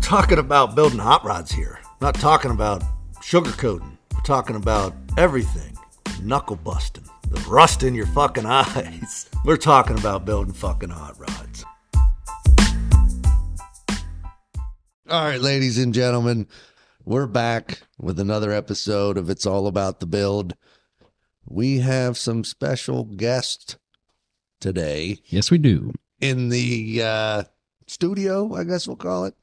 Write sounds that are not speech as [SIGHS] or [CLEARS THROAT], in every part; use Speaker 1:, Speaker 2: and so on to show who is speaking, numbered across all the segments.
Speaker 1: talking about building hot rods here. We're not talking about sugarcoating. We're talking about everything. Knuckle busting. The rust in your fucking [LAUGHS] eyes. We're talking about building fucking hot rods.
Speaker 2: All right, ladies and gentlemen, we're back with another episode of It's All About the Build. We have some special guests today
Speaker 3: Yes, we do.
Speaker 2: in the uh, studio, I guess we'll call it.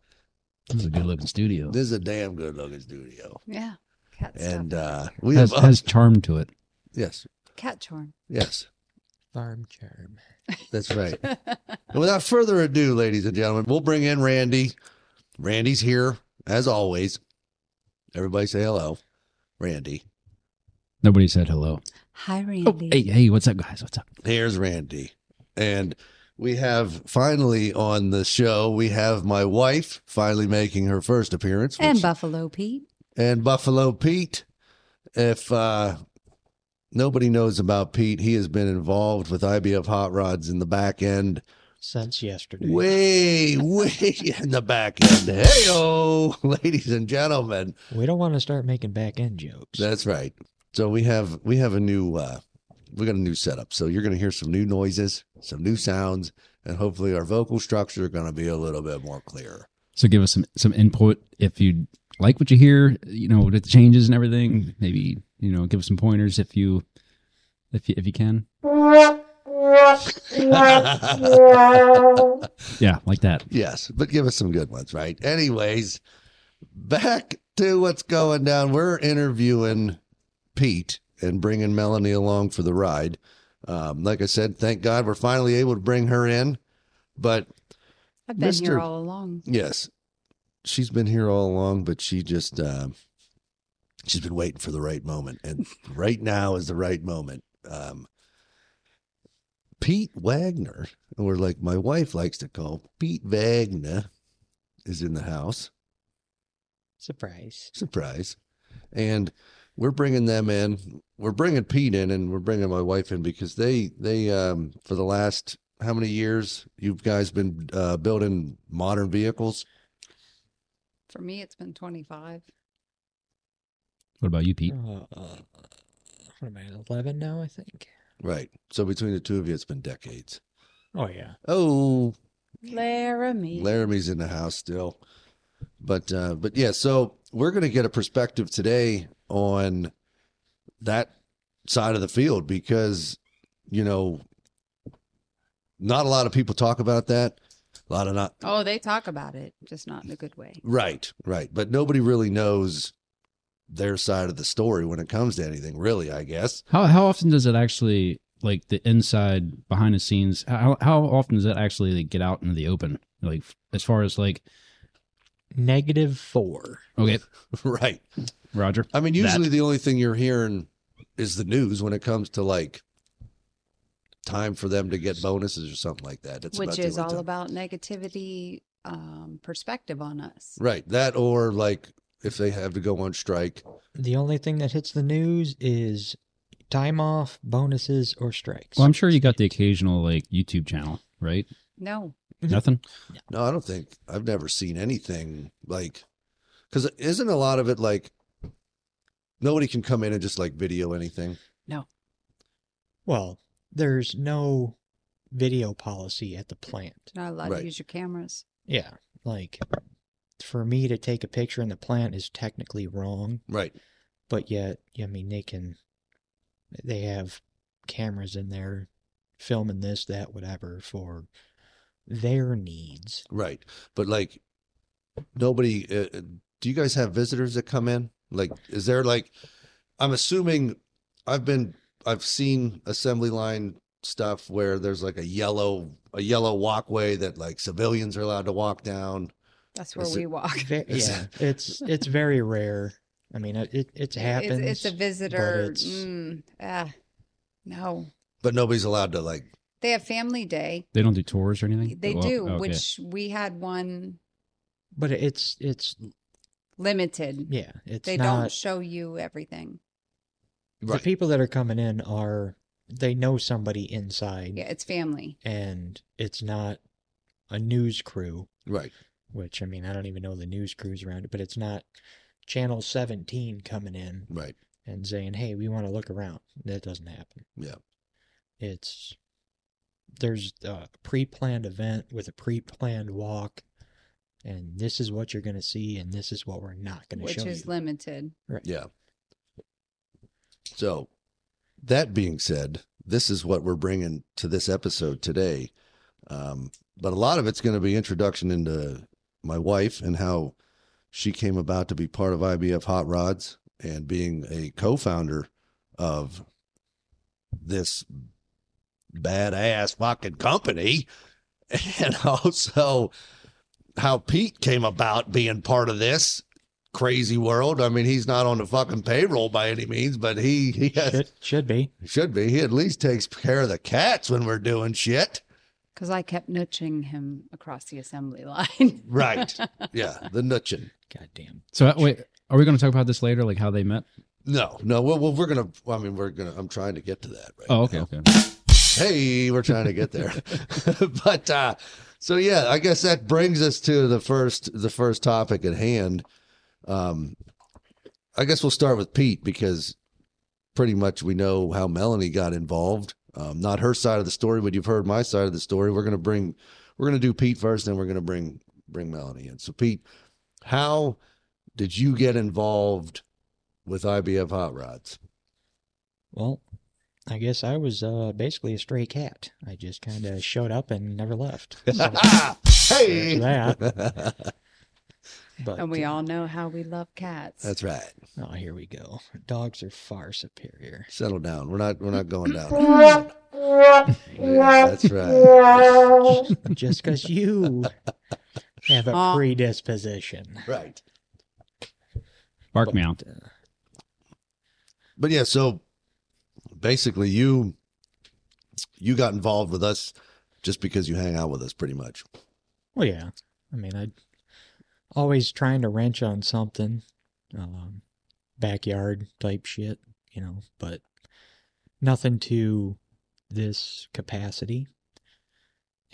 Speaker 3: This is a good looking studio.
Speaker 2: This is a damn good looking studio.
Speaker 4: Yeah. Cat
Speaker 2: And
Speaker 4: stuff.
Speaker 2: uh, we
Speaker 3: has,
Speaker 2: have,
Speaker 3: has charm to it.
Speaker 2: yes,
Speaker 4: Cat charm.
Speaker 2: yes,
Speaker 5: Farm charm.
Speaker 2: that's right. And without further ado, ladies and gentlemen, we'll bring in Randy. Randy's here, as always. Everybody say hello. Randy.
Speaker 3: Nobody said hello.
Speaker 4: Hi, Randy.
Speaker 3: Oh, hey, hey, what's up, guys? What's up?
Speaker 2: Here's Randy. And we have finally on the show, we have my wife finally making her first appearance.
Speaker 4: and
Speaker 2: which-
Speaker 4: Buffalo Pete.
Speaker 2: and Buffalo Pete. If uh, nobody knows about Pete, he has been involved with IBF Hot Rods in the back end,
Speaker 5: Since yesterday.
Speaker 2: way, way in the back end. Hey, oh, [LAUGHS] ladies and gentlemen.
Speaker 5: We don't want to start making back end jokes.
Speaker 2: That's right. So we have we have a new uh we got a new setup. So you're gonna hear some new noises, some new sounds, and hopefully our vocal structure are gonna be a little bit more clear.
Speaker 3: So give us some some input if you like what you hear. You know, with the changes and everything. Maybe you know, give us some pointers if you if you if you can. Yeah, like that.
Speaker 2: yes, but give us some good ones, right? Anyways, back to what's going down. We're interviewing Pete and bringing Melanie along for the ride. Um, like I said, thank God we're finally able to bring her in. But
Speaker 4: I've been here
Speaker 2: Mr.
Speaker 4: all along.
Speaker 2: Yes. She's been here all along, but she just uh, she's been waiting for the right moment, and right now is the right moment. Um, Pete Wagner, or like my wife likes to call Pete Wagner, is in the house.
Speaker 5: Surprise.
Speaker 2: Surprise! And we're bringing them in. We're bringing Pete in, and we're bringing my wife in because they they um, for the last how many years you guys been uh, building modern vehicles?
Speaker 4: For me, it's been 25.
Speaker 3: What about you, Pete?
Speaker 5: Uh, what am I, 11 now, I think?
Speaker 2: Right. So between the two of you, it's been decades.
Speaker 5: Oh, yeah.
Speaker 2: Oh,
Speaker 4: Laramie.
Speaker 2: Laramie's in the house still, but uh, but yeah. So we're going to get a perspective today on that side of the field because you know not a lot of people talk about that. A lot of not
Speaker 4: oh, they talk about it, just not in a good way.
Speaker 2: right, right, but nobody really knows their side of the story when it comes to anything. Really, I guess. [LAUGHS]
Speaker 3: How how often does it actually like the inside behind the scenes? How how often does that actually like, get out into the open? Like as far as like
Speaker 5: Negative four.
Speaker 3: okay,
Speaker 2: right.
Speaker 3: Roger.
Speaker 2: I mean, usually the only thing you're hearing is the news when it comes to like time for them to get bonuses or something like that. That's about
Speaker 4: Which
Speaker 2: the
Speaker 4: is
Speaker 2: only
Speaker 4: all
Speaker 2: time.
Speaker 4: about negativity um, perspective on us.
Speaker 2: right that or like if they have to go on strike.
Speaker 5: The only thing that hits the news is time off, bonuses, or strikes.
Speaker 3: Well, I'm sure you got the occasional like YouTube channel, right?
Speaker 4: No.
Speaker 5: Mhm.
Speaker 3: Nothing.
Speaker 2: No, I don't think I've never seen anything like because isn't a lot of it like nobody can come in and just like video anything.
Speaker 5: Well, there's no video policy at the plant.
Speaker 4: You're not allowed
Speaker 2: Right.
Speaker 4: to use your cameras.
Speaker 5: Yeah. Like, for me to take a picture in the plant is technically wrong.
Speaker 2: Right.
Speaker 5: but yet i mean they can they have cameras in there filming this that whatever for their needs
Speaker 2: Right. But like nobody uh, uh, do you guys have visitors that come in? Like is there like I'm assuming I've been I've seen assembly line stuff where there's like a yellow a yellow walkway that like civilians are allowed to walk down.
Speaker 4: That's where
Speaker 2: Is
Speaker 4: we
Speaker 2: it- [LAUGHS]
Speaker 4: walk.
Speaker 5: Ve-
Speaker 2: Is
Speaker 5: yeah
Speaker 4: [LAUGHS]
Speaker 5: it's it's very rare i mean it it, it happens
Speaker 4: it's, it's a visitor.
Speaker 5: it's-
Speaker 4: mm, ah, no.
Speaker 2: But nobody's allowed to like
Speaker 4: They have family day.
Speaker 3: They don't do tours or anything.
Speaker 4: They
Speaker 3: Well,
Speaker 4: do,
Speaker 2: Oh,
Speaker 3: okay.
Speaker 4: which we had one
Speaker 5: but it's it's
Speaker 4: limited.
Speaker 5: yeah it's
Speaker 4: they
Speaker 5: not
Speaker 4: don't show you everything.
Speaker 5: the people that are coming in are they know somebody inside
Speaker 4: Yeah, it's family.
Speaker 5: and it's not a news crew
Speaker 2: Right.
Speaker 5: which I mean, I don't even know the news crews around it, but it's not Channel 17 coming in
Speaker 2: Right.
Speaker 5: and saying, hey, we want to look around. That doesn't happen.
Speaker 2: Yeah.
Speaker 5: It's there's a pre planned event with a pre planned walk, and this is what you're going to see, and this is what we're not going to
Speaker 4: which
Speaker 5: show
Speaker 4: is
Speaker 5: you.
Speaker 4: limited.
Speaker 2: Yeah. So, that being said, this is what we're bringing to this episode today. Um, but a lot of it's going to be introduction into my wife and how she came about to be part of IBF Hot Rods and being a co founder of this badass fucking company. [LAUGHS] And also how Pete came about being part of this crazy world. I mean, he's not on the fucking payroll by any means, but he, he has
Speaker 5: Should, should be.
Speaker 2: should be. He at least takes care of the cats when we're doing shit.
Speaker 4: Because I kept nudging him across the assembly [LAUGHS] line.
Speaker 2: Right. [LAUGHS] Yeah, the nutchin.
Speaker 5: Goddamn.
Speaker 3: So uh, wait, are we going to talk about this later? Like how they met?
Speaker 2: No, no. Well, well, we're gonna. I mean, we're gonna. I'm trying to get to that. Right
Speaker 3: Oh, okay,
Speaker 2: now.
Speaker 3: okay.
Speaker 2: Hey, we're trying to get there. [LAUGHS] but uh, so yeah, I guess that brings us to the first the first topic at hand. Um, I guess we'll start with Pete because pretty much we know how Melanie got involved. Um, not her side of the story, but you've heard my side of the story. We're gonna bring we're gonna do Pete first, then we're gonna bring bring Melanie in. So Pete, how did you get involved with IBF Hot Rods? [LAUGHS]
Speaker 5: Well, I guess I was uh, basically a stray cat. I just kind of showed up and never left. So,
Speaker 2: hey,
Speaker 5: There's but
Speaker 4: and we all know how we love cats.
Speaker 2: that's right.
Speaker 5: Oh, here we go. Dogs are far superior.
Speaker 2: Settle down. We're not. We're not going down. Yeah, that's right.
Speaker 5: Just because you have a
Speaker 4: Aw.
Speaker 5: predisposition.
Speaker 2: Right.
Speaker 3: Bark meow.
Speaker 2: But yeah. So basically, you you got involved with us just because you hang out with us, pretty much.
Speaker 5: Well, yeah. I mean, I always trying to wrench on something, um, backyard type shit, you know, but nothing to this capacity.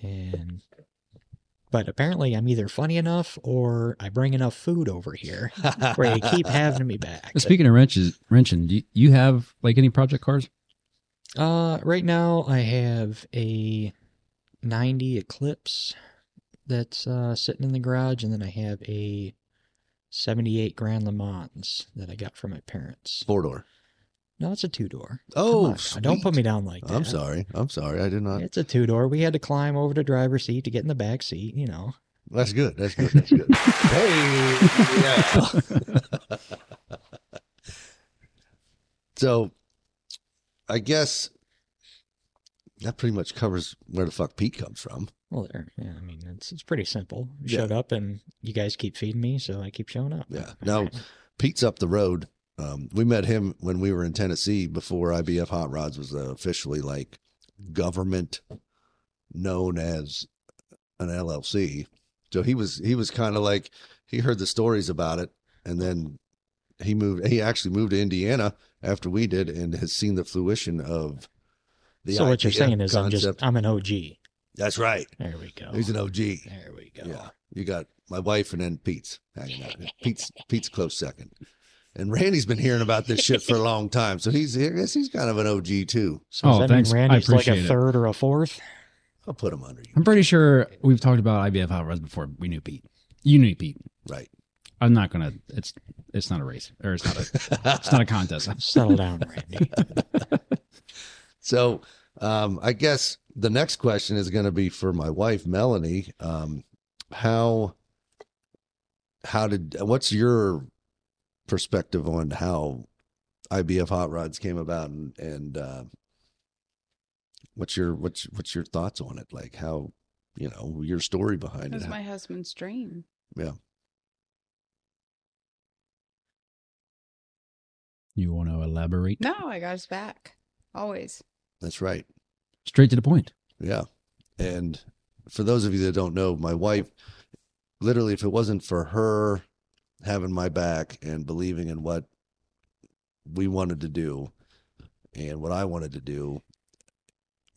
Speaker 5: And but apparently, I'm either funny enough or I bring enough food over here [LAUGHS] where you keep having me
Speaker 3: [LAUGHS]
Speaker 5: back.
Speaker 3: Speaking of wrenches, wrenching, do you, you have like any project cars?
Speaker 5: Uh, right now I have a 90 Eclipse that's uh, sitting in the garage, and then I have a 78 Grand Le Mans that I got from my parents.
Speaker 2: Four door.
Speaker 5: No, it's a two door.
Speaker 2: Oh,
Speaker 5: don't put
Speaker 2: sweet.
Speaker 5: me down like that.
Speaker 2: I'm sorry. I'm sorry. I did not.
Speaker 5: It's a two door. We had to climb over the driver's seat to get in the back seat. You know,
Speaker 2: That's good. That's good. That's
Speaker 5: [LAUGHS]
Speaker 2: good. hey. yeah. [LAUGHS] so I guess that pretty much covers where the fuck Pete comes from.
Speaker 5: well there. Yeah, I mean it's it's pretty simple.
Speaker 2: Yeah.
Speaker 5: Showed up, and you guys keep feeding me, so I keep showing up.
Speaker 2: Yeah.
Speaker 5: [LAUGHS]
Speaker 2: Now Pete's up the road. Um, we met him when we were in Tennessee before IBF Hot Rods was uh, officially like government known as an LLC. So he was he was kind of like he heard the stories about it, and then he moved. He actually moved to Indiana after we did, and has seen the fruition of the.
Speaker 5: so what you're
Speaker 2: idea,
Speaker 5: saying is I'm
Speaker 2: concept.
Speaker 5: just I'm an OG.
Speaker 2: that's right.
Speaker 5: There we go.
Speaker 2: He's an OG.
Speaker 5: There we go.
Speaker 2: Yeah, you got my wife and then Pete's hanging out. Pete's Pete's close second, and Randy's been hearing about this shit for a long time, so he's I guess he's kind of an OG too.
Speaker 5: So does
Speaker 3: Oh,
Speaker 5: that
Speaker 3: thanks. I
Speaker 5: mean Randy's like a
Speaker 3: appreciate it.
Speaker 5: third or
Speaker 3: [LAUGHS]
Speaker 5: a fourth?
Speaker 2: I'll put him under you,
Speaker 3: I'm pretty sure we've talked about IBF hot rods before. We knew Pete. You knew Pete.
Speaker 2: right? [LAUGHS]
Speaker 3: I'm not gonna. It's it's not a race or it's not a it's not a contest. [LAUGHS]
Speaker 5: Settle down, Randy.
Speaker 2: so, um, I guess the next question is going to be for my wife Melanie. Um, how how did what's your perspective on how IBF Hot Rods came about and and uh, what's your what's what's your thoughts on it? Like how you know your story behind it?
Speaker 4: That was my husband's dream.
Speaker 3: You want to elaborate?
Speaker 4: No, I got his back. Always.
Speaker 2: That's right.
Speaker 3: Straight to the point.
Speaker 2: Yeah. And for those of you that don't know, my wife, literally, if it wasn't for her having my back and believing in what we wanted to do and what I wanted to do,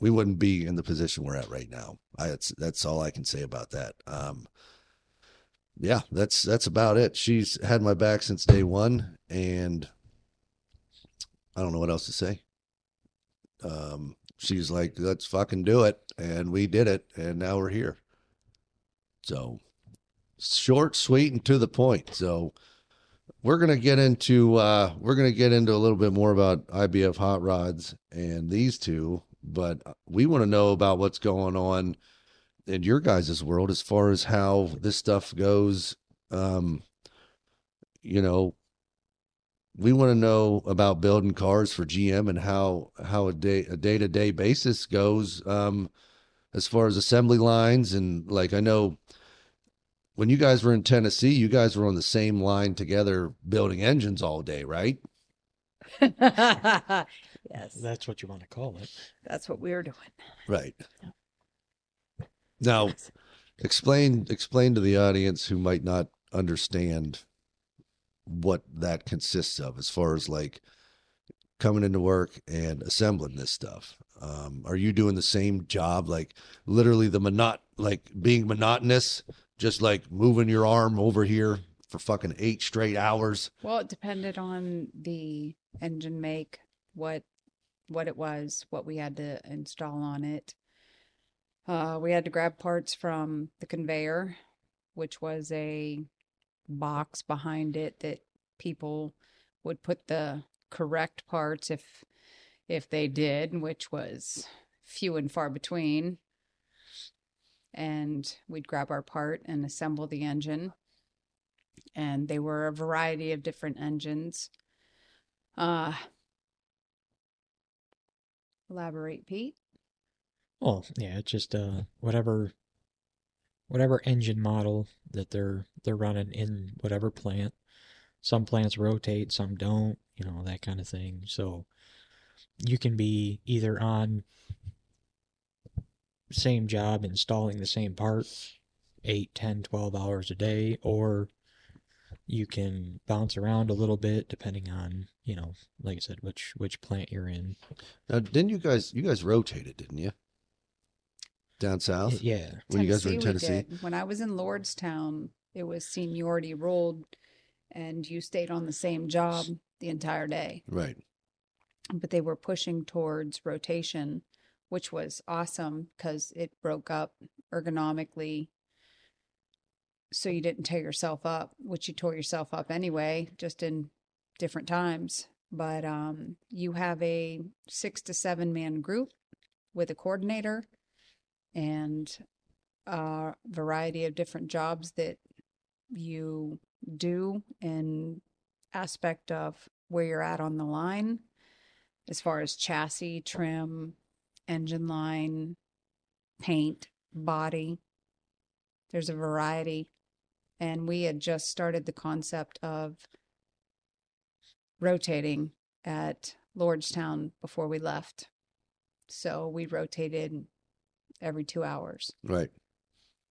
Speaker 2: we wouldn't be in the position we're at right now. I, that's, that's all I can say about that. Um, yeah, that's that's about it. She's had my back since day one, and I don't know what else to say. Um, she's like, "Let's fucking do it," and we did it, and now we're here. So, short, sweet, and to the point. So, we're gonna get into uh, we're gonna get into a little bit more about IBF hot rods and these two, but we want to know about what's going on in your guys' world as far as how this stuff goes um you know we want to know about building cars for GM and how how a day a day-to-day basis goes um as far as assembly lines and like I know when you guys were in Tennessee you guys were on the same line together building engines all day right
Speaker 6: yes,
Speaker 5: That's what you want to call it.
Speaker 6: that's what we were doing.
Speaker 2: right now explain explain to the audience who might not understand what that consists of as far as like coming into work and assembling this stuff um are you doing the same job like literally the monot like being monotonous just like moving your arm over here for fucking eight straight hours
Speaker 4: Well, it depended on the engine make, what what it was, what we had to install on it. Uh, we had to grab parts from the conveyor, which was a box behind it that people would put the correct parts if if they did, which was few and far between. And we'd grab our part and assemble the engine and they were a variety of different engines. Uh, elaborate, Pete.
Speaker 5: Well, yeah, it's just uh whatever whatever engine model that they're they're running in whatever plant. Some plants rotate, some don't, you know, that kind of thing. So you can be either on same job installing the same part eight, ten, twelve hours a day, or you can bounce around a little bit depending on, you know, like I said, which which plant you're in.
Speaker 2: now didn't you guys you guys rotated didn't you down south
Speaker 5: Yeah.
Speaker 2: when you guys were in
Speaker 4: Tennessee
Speaker 2: tennessee
Speaker 4: did. When I was in Lordstown, it was seniority rolled, and you stayed on the same job the entire day.
Speaker 2: right
Speaker 4: But they were pushing towards rotation, which was awesome because it broke up ergonomically. So you didn't tear yourself up, which you tore yourself up anyway, just in different times. But um, you have a six to seven man group with a coordinator and a variety of different jobs that you do and aspect of where you're at on the line as far as chassis, trim, engine line, paint, body. There's a variety. And we had just started the concept of rotating at Lordstown before we left. So we rotated every two hours.
Speaker 2: Right.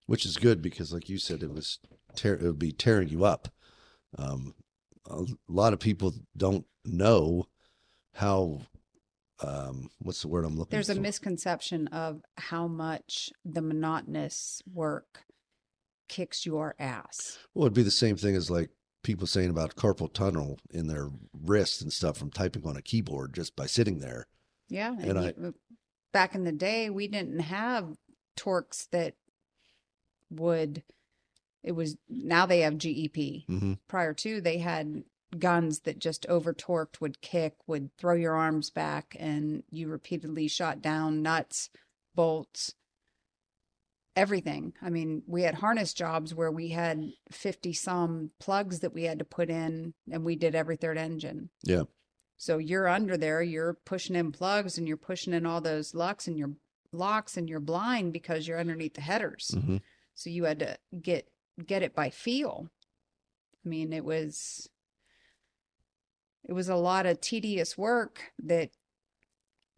Speaker 2: Which is good because, like you said, it was tear. It would be tearing you up. Um, a lot of people don't know how. Um, what's the word I'm looking
Speaker 4: There's
Speaker 2: for?
Speaker 4: a misconception of how much the monotonous work kicks your ass.
Speaker 2: Well, it'd be the same thing as like people saying about carpal tunnel in their wrists and stuff from typing on a keyboard just by sitting there.
Speaker 4: Yeah.
Speaker 2: And I-
Speaker 4: you- uh, back in the day, we didn't have torques that would, it was, now they have E GEP.
Speaker 2: Mm-hmm.
Speaker 4: Prior to, they had guns that just over torqued, would kick, would throw your arms back, and you repeatedly shot down nuts, bolts, everything. I mean, we had harness jobs where we had 50 some plugs that we had to put in, and we did every third engine.
Speaker 2: Yeah.
Speaker 4: So you're under there, you're pushing in plugs and you're pushing in all those locks and your locks and you're blind because you're underneath the headers.
Speaker 2: Mhm.
Speaker 4: So you had to get get it by feel. I mean, it was it was a lot of tedious work that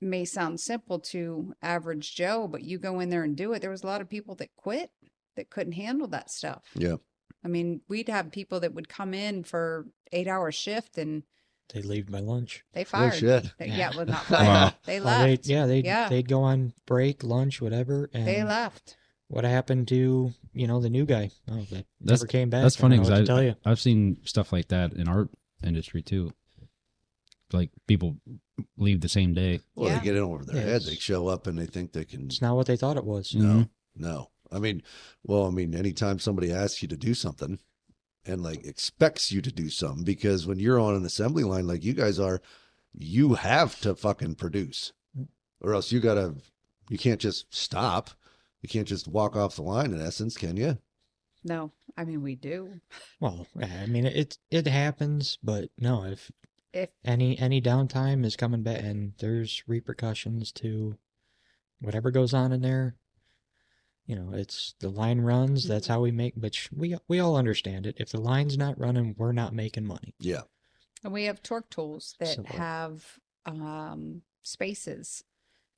Speaker 4: may sound simple to average Joe, but you go in there and do it. There was a lot of people that quit that couldn't handle that stuff.
Speaker 2: Yeah.
Speaker 4: I mean, we'd have people that would come in for eight hour shift and
Speaker 5: They leave by lunch.
Speaker 4: they
Speaker 2: Oh
Speaker 4: fired.
Speaker 2: shit.
Speaker 4: They,
Speaker 5: Yeah.
Speaker 4: yeah, well,
Speaker 2: Wow.
Speaker 4: not fired. They
Speaker 5: Oh, they'd-
Speaker 4: left.
Speaker 5: yeah, they'd,
Speaker 4: Yeah.
Speaker 5: they'd go on break, lunch, whatever. And
Speaker 4: They left.
Speaker 5: What happened to you know the new guy? Oh, that
Speaker 3: That's-
Speaker 5: never came back.
Speaker 3: that's funny
Speaker 5: I, don't know what
Speaker 3: because
Speaker 5: to tell you.
Speaker 3: I've seen stuff like that in our industry too. Like people leave the same day.
Speaker 2: Well,
Speaker 4: Yeah.
Speaker 2: they get in over their
Speaker 5: Yeah,
Speaker 2: head. They
Speaker 5: it's-
Speaker 2: show up and they think they can.
Speaker 5: It's not what they thought it was.
Speaker 3: Mhm.
Speaker 2: No, no. I mean, well, I mean, anytime somebody asks you to do something and like expects you to do something, because when you're on an assembly line like you guys are, you have to fucking produce, or else you gotta. You can't just stop. You can't just walk off the line. In essence, can you?
Speaker 4: No, I mean we do.
Speaker 5: Well, I mean it it happens, but no, if
Speaker 4: If
Speaker 5: any any downtime is coming back and there's repercussions to whatever goes on in there, you know, it's the line runs, that's
Speaker 4: Mm-hmm.
Speaker 5: how we make which we we all understand it. If the line's not running, we're not making money.
Speaker 2: Yeah.
Speaker 4: and we have torque tools that
Speaker 5: Similar.
Speaker 4: have um, spaces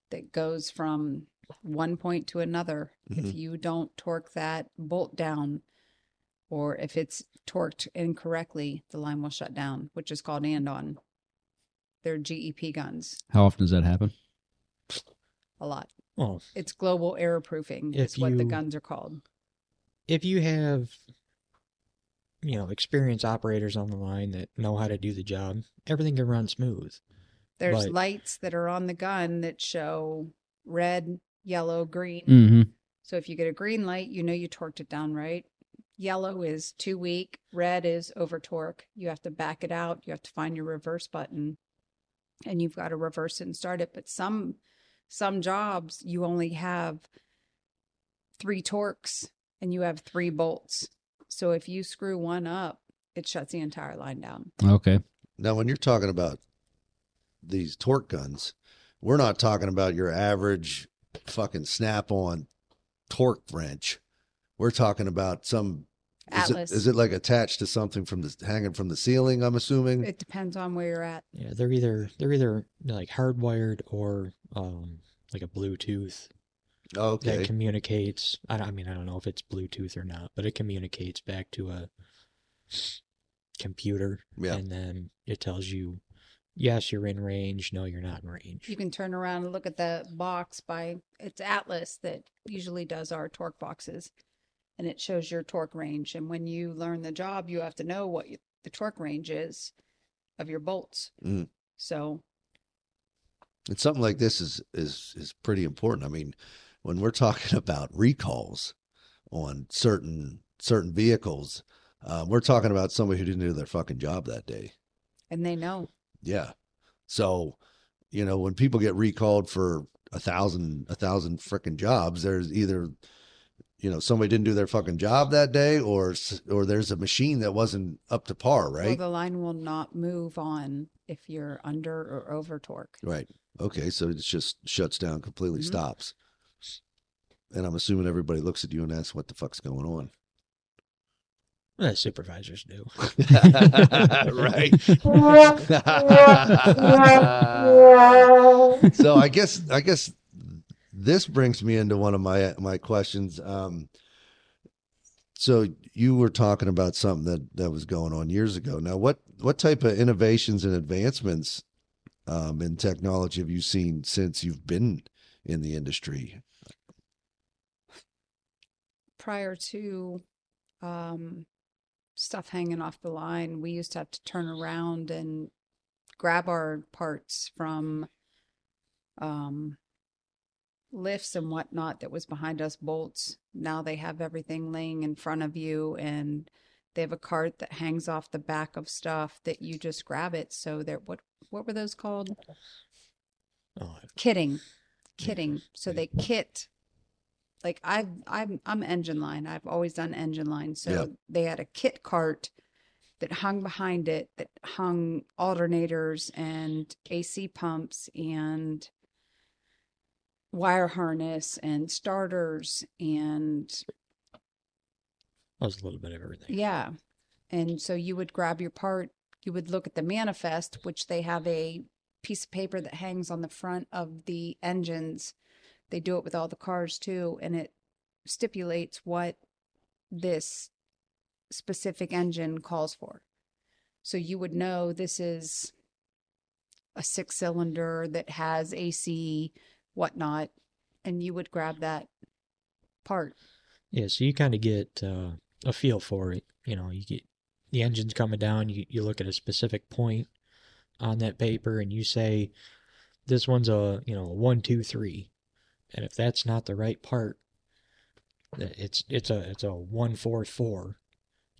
Speaker 4: that goes from one point to another. If
Speaker 5: Mm-hmm.
Speaker 2: Mhm.
Speaker 4: you don't torque that bolt down, or if it's torqued incorrectly, the line will shut down, which is called and on. They're GEP guns
Speaker 3: How often does that happen?
Speaker 4: a lot.
Speaker 5: Well,
Speaker 4: It's global error proofing.
Speaker 5: Oh. If
Speaker 4: is what the
Speaker 5: you-
Speaker 4: guns are called.
Speaker 5: if you have you know, experienced operators on the line that know how to do the job, everything can run smooth.
Speaker 4: There's
Speaker 5: Right.
Speaker 4: lights that are on the gun that show red, yellow, green.
Speaker 5: Mm.
Speaker 3: Mm-hmm.
Speaker 4: So if you get a green light, you know you torqued it down right. Yellow is too weak. Red is over torque. You have to back it out. You have to find your reverse button, and you've got to reverse it and start it. But some some jobs you only have three torques and you have three bolts. So if you screw one up, it shuts the entire line down.
Speaker 3: Okay.
Speaker 2: Now, when you're talking about these torque guns, we're not talking about your average fucking snap on torque wrench. We're talking about some. Is it,
Speaker 4: Atlas.
Speaker 2: is it like attached to something from the hanging from the ceiling? I'm assuming.
Speaker 4: It depends on where you're at.
Speaker 5: Yeah, they're either they're either like hardwired or um like a Bluetooth that
Speaker 2: Oh, okay.
Speaker 5: communicates. I, don't- I mean, I don't know if it's Bluetooth or not, but it communicates back to a computer,
Speaker 2: yeah.
Speaker 5: and then it tells you, yes, you're in range. No, you're not in range.
Speaker 4: You can turn around and look at the box by it's Atlas that usually does our torque boxes and it shows your torque range. And when you learn the job, you have to know what you, the torque range is of your bolts.
Speaker 2: Mm.
Speaker 4: So
Speaker 2: And something like this is is is pretty important. I mean, when we're talking [LAUGHS] about recalls on certain certain vehicles, uh, we're talking about somebody who didn't do their fucking job that day.
Speaker 4: and they know
Speaker 2: Yeah. So, you know, when people get recalled for a thousand, a thousand freaking jobs, there's either, you know, somebody didn't do their fucking job that day or, s- or there's a machine that wasn't up to par,
Speaker 4: well,
Speaker 2: right?
Speaker 4: the line will not move on if you're under or over torque.
Speaker 2: Right. Okay. So it just shuts down, completely
Speaker 4: Mhm.
Speaker 2: stops. And I'm assuming everybody looks at you and asks what the fuck's going on.
Speaker 5: Uh, supervisors do.
Speaker 2: [LAUGHS] right. [LAUGHS] so I guess I guess this brings me into one of my my questions. Um, so you were talking about something that that was going on years ago. Now, what what type of innovations and advancements um, in technology have you seen since you've been in the industry?
Speaker 4: prior to um, stuff hanging off the line, we used to have to turn around and grab our parts from um, lifts and whatnot that was behind us, bolts. Now they have everything laying in front of you, and they have a cart that hangs off the back of stuff that you just grab it. So they're what what were those called?
Speaker 5: [LAUGHS] Oh,
Speaker 4: kidding kidding so
Speaker 5: yeah.
Speaker 4: they kit like i've i'm i'm engine line i've always done engine line so
Speaker 2: Yeah.
Speaker 4: they had a kit cart that hung behind it that hung alternators and ac pumps and wire harness and starters and
Speaker 5: that was a little bit of everything.
Speaker 4: yeah and so you would grab your part you would look at the manifest which they have a piece of paper that hangs on the front of the engines they do it with all the cars too and it stipulates what this specific engine calls for so you would know this is a six cylinder that has ac whatnot and you would grab that part.
Speaker 5: Yeah, so you kind of get uh, a feel for it. You know, you get the engine's coming down, you, you look at a specific point on that paper and you say, this one's a, you know, a one, two, three. And if that's not the right part, th- it's it's a it's a one four four.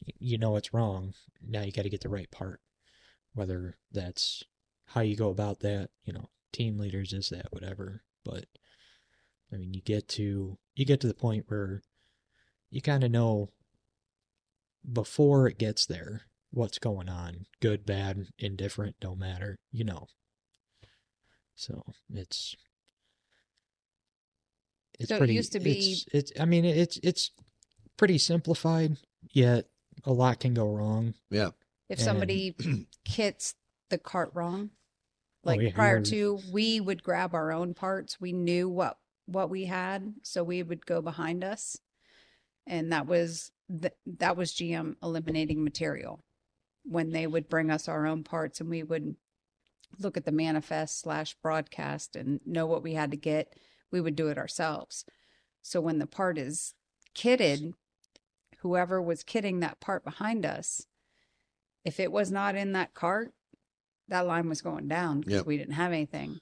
Speaker 5: Y- You know it's wrong. Now you got to get the right part. Whether that's how you go about that, you know, team leaders is that whatever. But I mean, you get to you get to the point where you kind of know before it gets there what's going on good bad indifferent don't matter you know so it's it's
Speaker 4: So it
Speaker 5: pretty
Speaker 4: used to be-
Speaker 5: it's, it's i mean it's it's pretty simplified yet a lot can go wrong
Speaker 2: Yeah.
Speaker 4: If
Speaker 5: And-
Speaker 4: somebody hits the cart wrong,
Speaker 5: Oh,
Speaker 4: like
Speaker 5: yeah, you
Speaker 4: prior
Speaker 5: were-
Speaker 4: to, we would grab our own parts. We knew what what we had, so we would go behind us, and that was th- that was GM eliminating material when they would bring us our own parts, and we would look at the manifest slash broadcast and know what we had to get. We would do it ourselves. So when the part is kitted, whoever was kitting that part behind us, if it was not in that cart, that line was going down because
Speaker 2: Yep.
Speaker 4: we didn't have anything.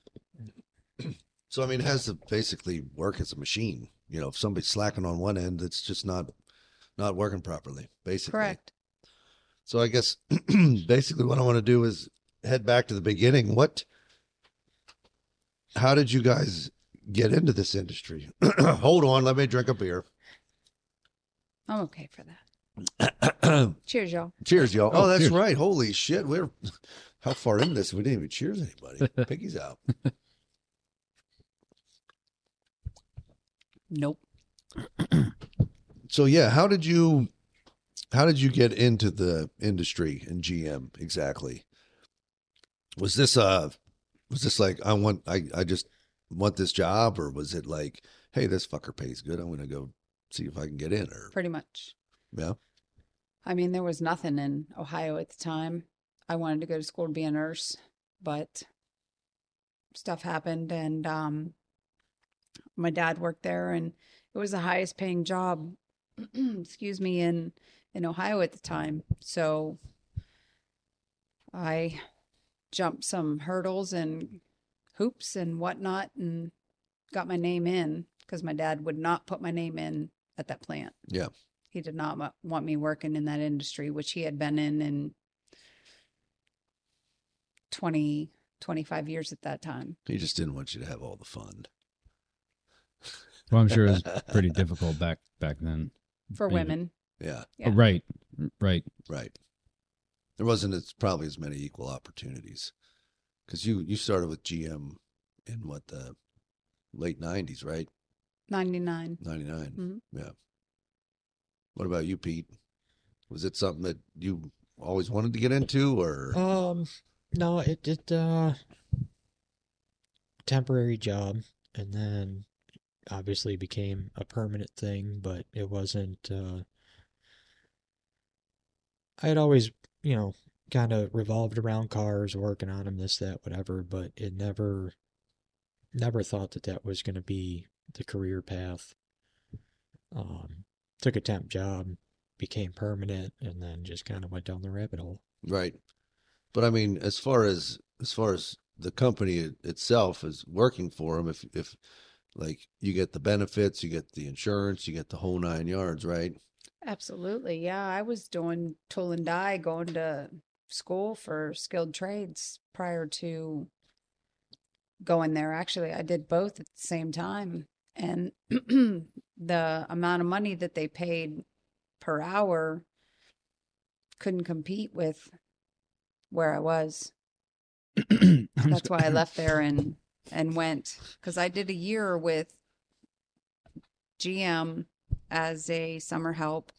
Speaker 2: So I mean, it has to basically work as a machine. You know, if somebody's slacking on one end, it's just not not working properly. Basically,
Speaker 4: Correct.
Speaker 2: So I guess [CLEARS THROAT] basically what I want to do is head back to the beginning. What how did you guys get into this industry? [CLEARS THROAT] Hold on, let me drink a beer.
Speaker 4: I'm okay for that. Cheers, y'all.
Speaker 2: cheers, y'all. Oh,
Speaker 3: Oh,
Speaker 2: that's
Speaker 3: cheers.
Speaker 2: right. Holy shit. We're how far in this? We didn't even cheers [LAUGHS] anybody. Piggy's out.
Speaker 4: Nope.
Speaker 2: So yeah, how did you how did you get into the industry in GM exactly? Was this uh was this like I want I I just want this job or was it like hey this fucker pays good I'm gonna go see if I can get in or
Speaker 4: Pretty much.
Speaker 2: yeah
Speaker 4: I mean, there was nothing in Ohio at the time. I wanted to go to school to be a nurse, but stuff happened and um my dad worked there and it was the highest paying job [CLEARS THROAT] excuse me in in Ohio at the time. So I jumped some hurdles and hoops and whatnot and got my name in because my dad would not put my name in at that plant.
Speaker 2: Yeah.
Speaker 4: He did not wa- want me working in that industry, which he had been in in 20, 25 years at that time.
Speaker 2: he just didn't want you to have all the fun
Speaker 3: Well,
Speaker 2: [LAUGHS]
Speaker 3: I'm sure it was pretty difficult back back then.
Speaker 4: For
Speaker 3: Yeah.
Speaker 4: women,
Speaker 2: yeah
Speaker 4: Yeah.
Speaker 3: Oh, right, right.
Speaker 2: right there wasn't as probably as many equal opportunities because you you started with GM in what the late 90s right
Speaker 4: 99.
Speaker 2: 99
Speaker 4: Mhm.
Speaker 2: yeah what about you Pete was it something that you always wanted to get into or
Speaker 5: Um, no, it it uh temporary job and then obviously became a permanent thing, but it wasn't uh I had always, you know, kind of revolved around cars, working on them, this, that, whatever, but it never never thought that that was going to be the career path. Um, took a temp job, became permanent, and then just kind of went down the rabbit hole.
Speaker 2: Right. But I mean, as far as as far as the company it- itself is working for them, if if like you get the benefits, you get the insurance, you get the whole nine yards, right?
Speaker 4: Absolutely. Yeah. I was doing tool and die, going to school for skilled trades prior to going there. Actually, I did both at the same time. And [CLEARS THROAT] the amount of money that they paid per hour couldn't compete with where I was. That's
Speaker 5: [LAUGHS]
Speaker 4: why I left there and and went because I did a year with GM as a summer help,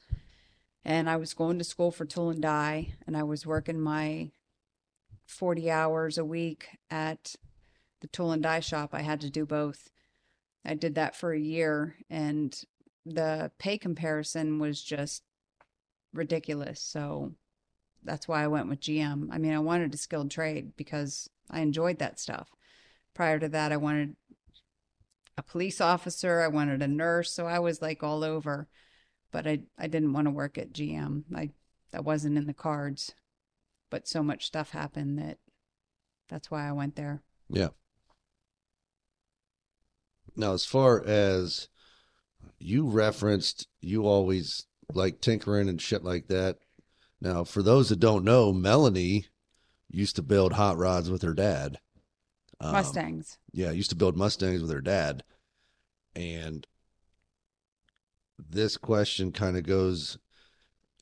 Speaker 4: and I was going to school for tool and die, and I was working my forty hours a week at the tool and die shop. I had to do both. I did that for a year, and the pay comparison was just ridiculous. So that's why I went with GM. I mean, I wanted a skilled trade because I enjoyed that stuff. Prior to that, I wanted a police officer. I wanted a nurse. So I was like all over, but I, I didn't want to work at GM. I, that wasn't in the cards, but so much stuff happened that that's why I went there.
Speaker 2: Now, as far as you referenced, you always like tinkering and shit like that. Now, for those that don't know, Melanie used to build hot rods with her dad. Um,
Speaker 4: Mustangs.
Speaker 2: yeah, used to build Mustangs with her dad. And this question kind of goes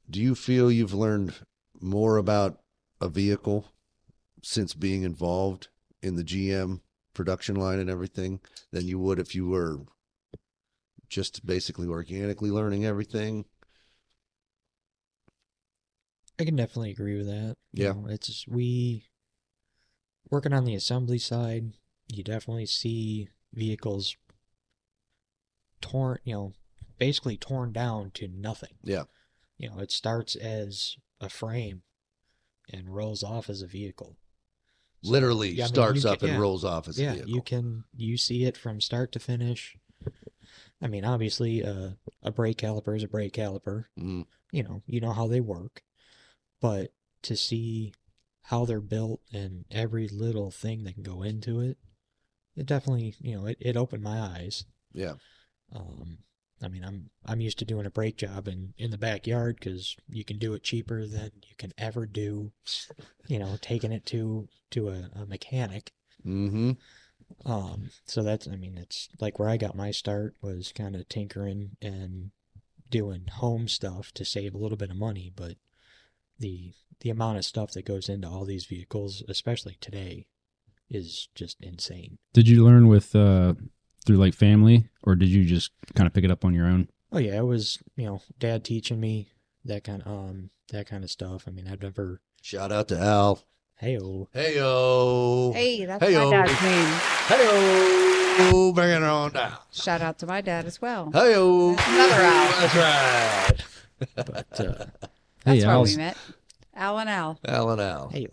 Speaker 2: Do you feel you've learned more about a vehicle since being involved in the GM production line and everything than you would if you were just basically organically learning everything?
Speaker 5: I can definitely agree with that. You
Speaker 2: Yeah.
Speaker 5: know, it's we working on the assembly side, you definitely see vehicles torn, you know, basically torn down to nothing.
Speaker 2: Yeah.
Speaker 5: You know, it starts as a frame and rolls off as a vehicle. So,
Speaker 2: Literally
Speaker 5: yeah, I mean,
Speaker 2: starts
Speaker 5: you
Speaker 2: up
Speaker 5: can-
Speaker 2: and
Speaker 5: yeah.
Speaker 2: rolls off as a
Speaker 5: yeah,
Speaker 2: vehicle.
Speaker 5: you can you see it from start to finish. I mean, obviously, uh, a brake caliper is a brake caliper.
Speaker 2: Mm,
Speaker 5: you know, you know how they work, but to see how they're built and every little thing that can go into it, it definitely, you know, it, it opened my eyes.
Speaker 2: yeah.
Speaker 5: Um, I mean, I'm I'm used to doing a brake job in in the backyard because you can do it cheaper than you can ever do, you know, taking it to to a, a mechanic.
Speaker 2: Mm-hmm.
Speaker 5: Um, so that's, I mean, it's like where I got my start was kind of tinkering and doing home stuff to save a little bit of money, but the the amount of stuff that goes into all these vehicles, especially today, is just insane.
Speaker 3: Did you learn with uh through like family, or did you just kind of pick it up on your own?
Speaker 5: Oh yeah, it was, you know, dad teaching me that kind of, um that kind of stuff. I mean, I've never,
Speaker 2: Shout out to Al.
Speaker 5: hey
Speaker 2: Heyo.
Speaker 4: Hey, that's
Speaker 2: Heyo.
Speaker 4: my dad's name.
Speaker 2: Heyo. Bring it on down.
Speaker 4: Shout out to my dad as well.
Speaker 2: Heyo.
Speaker 4: That's another Al.
Speaker 2: That's right.
Speaker 5: but uh,
Speaker 4: That's
Speaker 3: hey,
Speaker 4: where
Speaker 3: Al's,
Speaker 4: we met. Al and Al.
Speaker 2: Al and Al.
Speaker 5: Hey,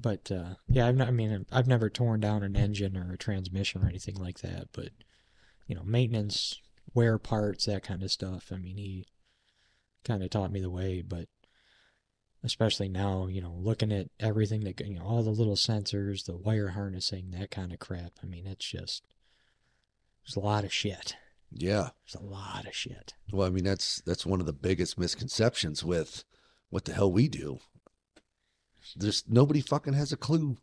Speaker 5: but uh, yeah, I've not, I mean, I've never torn down an engine or a transmission or anything like that. But you know, maintenance, wear parts, that kind of stuff. I mean, he kind of taught me the way. But especially now, you know, looking at everything that you know, all the little sensors, the wire harnessing, that kind of crap. I mean, it's just there's a lot of shit.
Speaker 2: Yeah.
Speaker 5: There's a lot of shit.
Speaker 2: Well, I mean, that's that's one of the biggest misconceptions with what the hell we do. There's nobody fucking has a clue.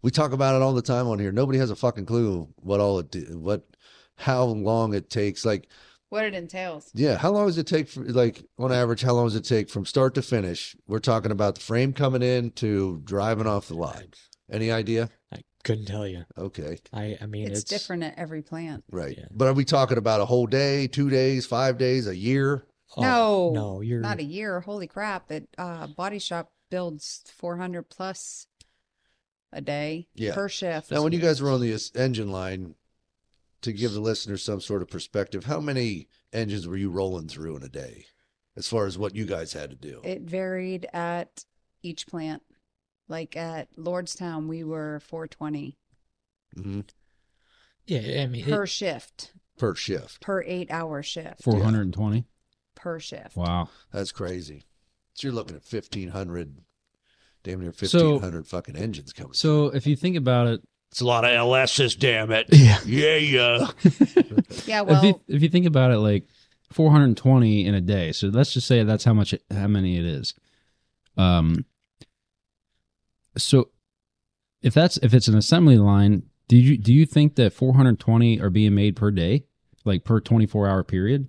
Speaker 2: We talk about it all the time on here. Nobody has a fucking clue what all it do, what how long it takes. Like,
Speaker 4: What it entails.
Speaker 2: yeah, how long does it take for like on average? How long does it take from start to finish? We're talking about the frame coming in to driving off the lot.
Speaker 5: I,
Speaker 2: Any idea?
Speaker 5: I couldn't tell you.
Speaker 2: Okay,
Speaker 5: I I mean,
Speaker 4: It's,
Speaker 5: it's,
Speaker 4: different at every plant.
Speaker 2: right.
Speaker 5: Yeah.
Speaker 2: But are we talking about a whole day, two days, five days, a year?
Speaker 5: oh,
Speaker 4: No,
Speaker 5: no, you're
Speaker 4: Not a year. Holy crap. That uh, body shop builds 400 plus a day
Speaker 2: Yeah.
Speaker 4: per shift.
Speaker 2: Now, when you guys were on the es- engine line, to give the listeners some sort of perspective, how many engines were you rolling through in a day, as far as what you guys had to do?
Speaker 4: It varied at each plant. Like at Lordstown, we were 420
Speaker 2: hmm
Speaker 5: yeah. I mean, it-
Speaker 4: per shift,
Speaker 2: Per shift.
Speaker 4: per eight hour shift,
Speaker 3: four hundred and twenty.
Speaker 4: per shift.
Speaker 3: Wow.
Speaker 2: That's crazy. So you're looking at fifteen hundred, damn near
Speaker 3: So-
Speaker 2: fifteen hundred fucking engines coming.
Speaker 3: So if you think about it,
Speaker 2: it's a lot of LSs, damn it.
Speaker 3: yeah.
Speaker 2: Yeah, yeah.
Speaker 4: [LAUGHS] Yeah,
Speaker 3: if you
Speaker 4: well,
Speaker 3: if you think about it, like four hundred and twenty in a day. So let's just say that's how much it, how many it is. Um. So, if that's if it's an assembly line, do you do you think that four hundred twenty are being made per day, like per twenty four hour period,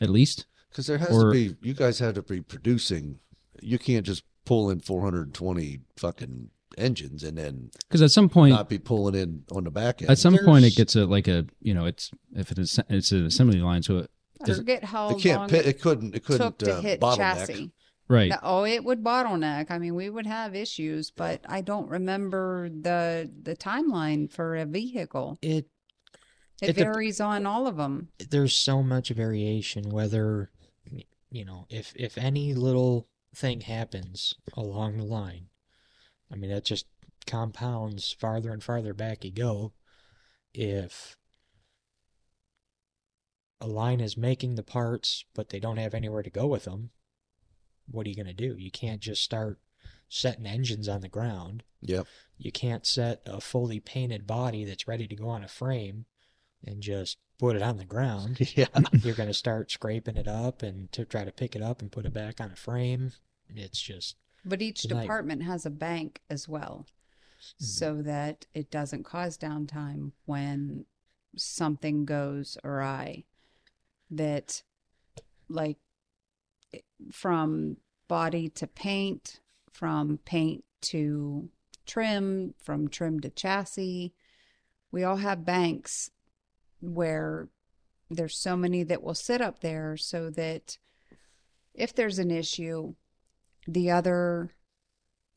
Speaker 3: at least?
Speaker 2: Because there has to
Speaker 3: Or-
Speaker 2: be. You guys had to be producing. You can't just pull in four hundred and twenty fucking engines and then
Speaker 3: Because at some point,
Speaker 2: not be pulling in on the back end.
Speaker 3: at some point,
Speaker 5: there's-
Speaker 3: it gets a like a you know it's if it's it's an assembly line, so it,
Speaker 4: I
Speaker 3: does-
Speaker 4: forget how
Speaker 2: it can't.
Speaker 4: long
Speaker 2: Pit, it couldn't. It couldn't
Speaker 4: took to
Speaker 2: uh,
Speaker 4: hit
Speaker 2: bottleneck.
Speaker 4: chassis.
Speaker 3: right.
Speaker 4: No, oh, it would bottleneck. I mean, we would have issues, but I don't remember the the timeline for a vehicle.
Speaker 5: it
Speaker 4: It,
Speaker 5: It dep-
Speaker 4: varies on all of them.
Speaker 5: there's so much variation whether you know if if any little thing happens along the line i mean that just compounds farther and farther back you go if a line is making the parts, but they don't have anywhere to go with them, what are you going to do? You can't just start setting engines on the ground. [LAUGHS]
Speaker 2: Yep.
Speaker 5: You can't set a fully painted body that's ready to go on a frame and just put it on the ground.
Speaker 2: Yeah.
Speaker 5: [LAUGHS] You're going to start scraping it up and to try to pick it up and put it back on a frame. It's just
Speaker 4: But each
Speaker 5: Right.
Speaker 4: department has a bank as well, so that it doesn't cause downtime when something goes awry. That, like, it- from body to paint, from paint to trim, from trim to chassis, we all have banks where there's so many that will sit up there so that if there's an issue, the other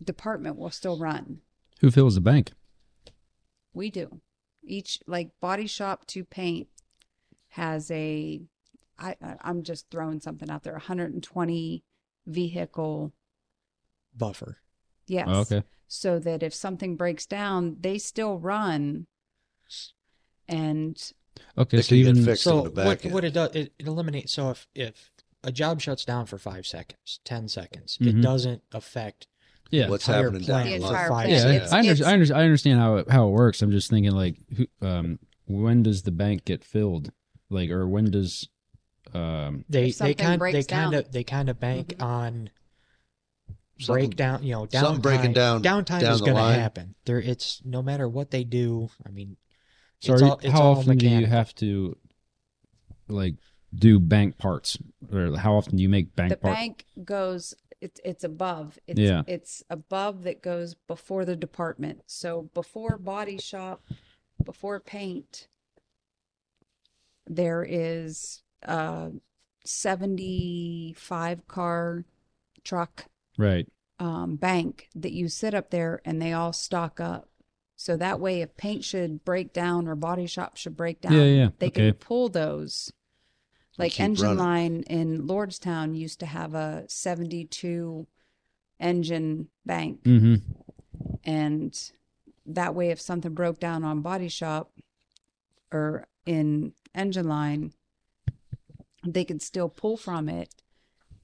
Speaker 4: department will still run.
Speaker 3: Who fills the bank?
Speaker 4: We do. Each like body shop to paint has a I I- I'm just throwing something out there 120 vehicle.
Speaker 5: buffer.
Speaker 4: Yes.
Speaker 3: Oh, okay.
Speaker 4: So that if something breaks down, they still run. And
Speaker 3: Okay.
Speaker 2: It
Speaker 3: so
Speaker 2: can get
Speaker 3: even
Speaker 2: fixed.
Speaker 5: so
Speaker 2: on the back
Speaker 5: what,
Speaker 2: end.
Speaker 5: what it does it, it eliminates so if if a job shuts down for five seconds ten seconds
Speaker 3: Mhm.
Speaker 5: it doesn't affect
Speaker 3: yeah.
Speaker 2: What's
Speaker 5: entire
Speaker 2: happening down
Speaker 5: plant
Speaker 4: The
Speaker 2: the
Speaker 5: for
Speaker 4: entire
Speaker 5: five
Speaker 4: plant.
Speaker 3: Yeah,
Speaker 2: it's-
Speaker 3: I, I,
Speaker 4: it's-
Speaker 3: under, I, under, I understand how it, how it works. I'm just thinking like, who, um, when does the bank get filled? Like, or when does, um,
Speaker 5: they
Speaker 4: If
Speaker 5: they
Speaker 4: something
Speaker 5: kind they
Speaker 4: breaks
Speaker 5: kind
Speaker 4: down.
Speaker 5: of they kind of bank
Speaker 4: Mhm.
Speaker 5: on
Speaker 2: Something-
Speaker 5: breakdown you know downtime,
Speaker 2: something breaking down-
Speaker 5: downtime
Speaker 2: down
Speaker 5: is
Speaker 2: the
Speaker 5: going to
Speaker 2: line.
Speaker 5: happen there it's no matter what they do i mean
Speaker 3: so
Speaker 5: it's
Speaker 3: are you-
Speaker 5: all, it's
Speaker 3: how
Speaker 5: all
Speaker 3: often do you
Speaker 5: mechanical.
Speaker 3: have to, like, do bank parts, or how often do you make bank
Speaker 4: the
Speaker 3: parts?
Speaker 4: bank goes it, it's above it's,
Speaker 3: Yeah.
Speaker 4: it's above that goes before the department so before body shop before paint there is a 75 car truck
Speaker 3: Right.
Speaker 4: um, bank that you sit up there and they all stock up so that way if paint should break down or body shop should break down
Speaker 3: Yeah, yeah,
Speaker 4: they
Speaker 3: okay.
Speaker 4: can pull those
Speaker 2: They
Speaker 4: like
Speaker 2: keep
Speaker 4: engine
Speaker 2: running.
Speaker 4: line in Lordstown used to have a 72 engine bank
Speaker 3: Mm-hmm.
Speaker 4: and that way if something broke down on body shop or in engine line they could still pull from it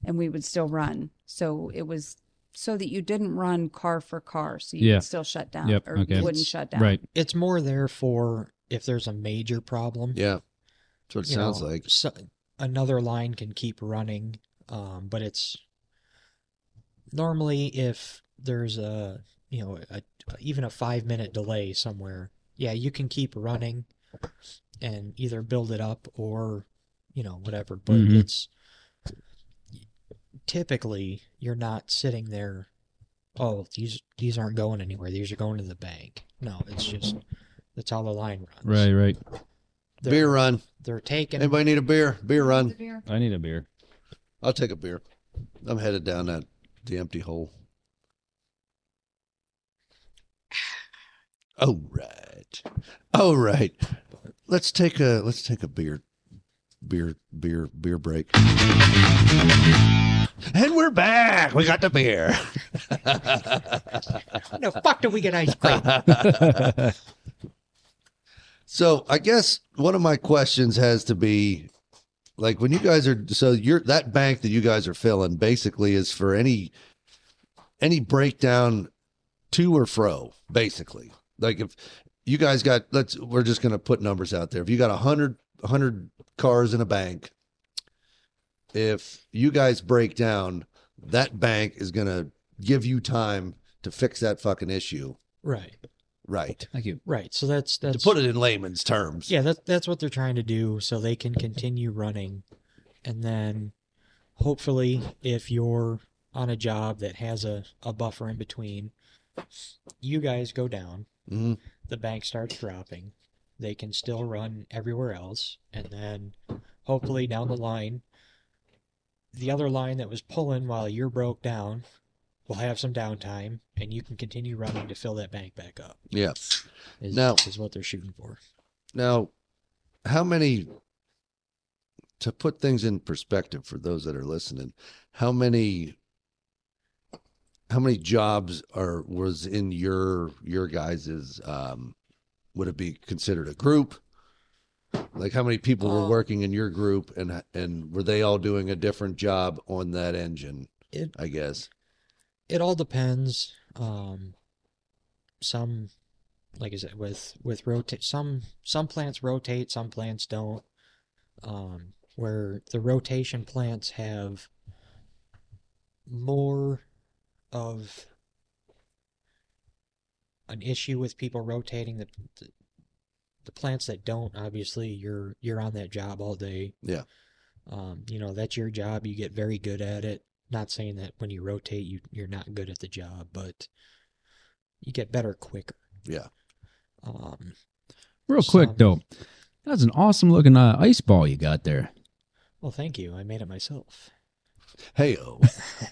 Speaker 4: and we would still run so it was so that you didn't run car for car so you
Speaker 3: Yeah.
Speaker 4: could still shut down
Speaker 3: Yep,
Speaker 4: or
Speaker 3: okay.
Speaker 4: wouldn't shut down
Speaker 3: Right.
Speaker 5: it's more there for if there's a major problem
Speaker 2: Yeah. That's what it
Speaker 5: you
Speaker 2: sounds
Speaker 5: know,
Speaker 2: like.
Speaker 5: so, another line can keep running um, but it's normally if there's a you know a, even a five minute delay somewhere yeah you can keep running and either build it up or you know whatever but
Speaker 2: Mm-hmm.
Speaker 3: Mhm.
Speaker 5: it's typically you're not sitting there oh these these aren't going anywhere these are going to the bank no it's just that's how the line runs
Speaker 3: Right. Right.
Speaker 5: they're,
Speaker 2: beer run.
Speaker 5: they're taking
Speaker 2: Anybody need a beer? Beer run.
Speaker 4: [CLEARS THROAT]
Speaker 3: I need a beer.
Speaker 2: I'll take a beer. I'm headed down that the empty hole. All right. All right. Let's take a let's take a beer beer beer beer break. And we're back. We got the beer.
Speaker 5: no fuck did we get
Speaker 2: [LAUGHS]
Speaker 5: ice cream
Speaker 2: So I guess one of my questions has to be like when you guys are so you're that bank that you guys are filling basically is for any any breakdown to or fro, basically. Like if you guys got let's we're just gonna put numbers out there. If you got a hundred hundred cars in a bank, if you guys break down, that bank is gonna give you time to fix that fucking issue.
Speaker 5: Right,
Speaker 2: Right.
Speaker 3: Thank you.
Speaker 5: right. So that's that's
Speaker 2: to put it in layman's terms.
Speaker 5: yeah, that's that's what they're trying to do, so they can continue running, and then hopefully, if you're on a job that has a a buffer in between, you guys go down,
Speaker 2: Mhm.
Speaker 5: the bank starts dropping, they can still run everywhere else, and then hopefully down the line, the other line that was pulling while you're broke down will have some downtime, and you can continue running to fill that bank back up.
Speaker 2: Yeah.
Speaker 5: Is,
Speaker 2: Now-
Speaker 5: is what they're shooting for.
Speaker 2: Now, how many, to put things in perspective for those that are listening, how many, how many jobs are, was in your, your guys's, um, would it be considered a group? Like how many people were
Speaker 4: Oh.
Speaker 2: working in your group and and were they all doing a different job on that engine,
Speaker 5: It
Speaker 2: I guess.
Speaker 5: it all depends. Um, some, like I said, with with rotate some some plants rotate, some plants don't. Um, where the rotation plants have more of an issue with people rotating the, the the plants that don't obviously you're you're on that job all day
Speaker 2: Yeah.
Speaker 5: um, you know that's your job you get very good at it not saying that when you rotate you you're not good at the job but you get better quicker
Speaker 2: Yeah.
Speaker 5: um
Speaker 3: Real quick
Speaker 5: Some-
Speaker 3: though, that's an awesome looking uh, ice ball you got there.
Speaker 5: well thank you i made it myself
Speaker 2: Hey oh.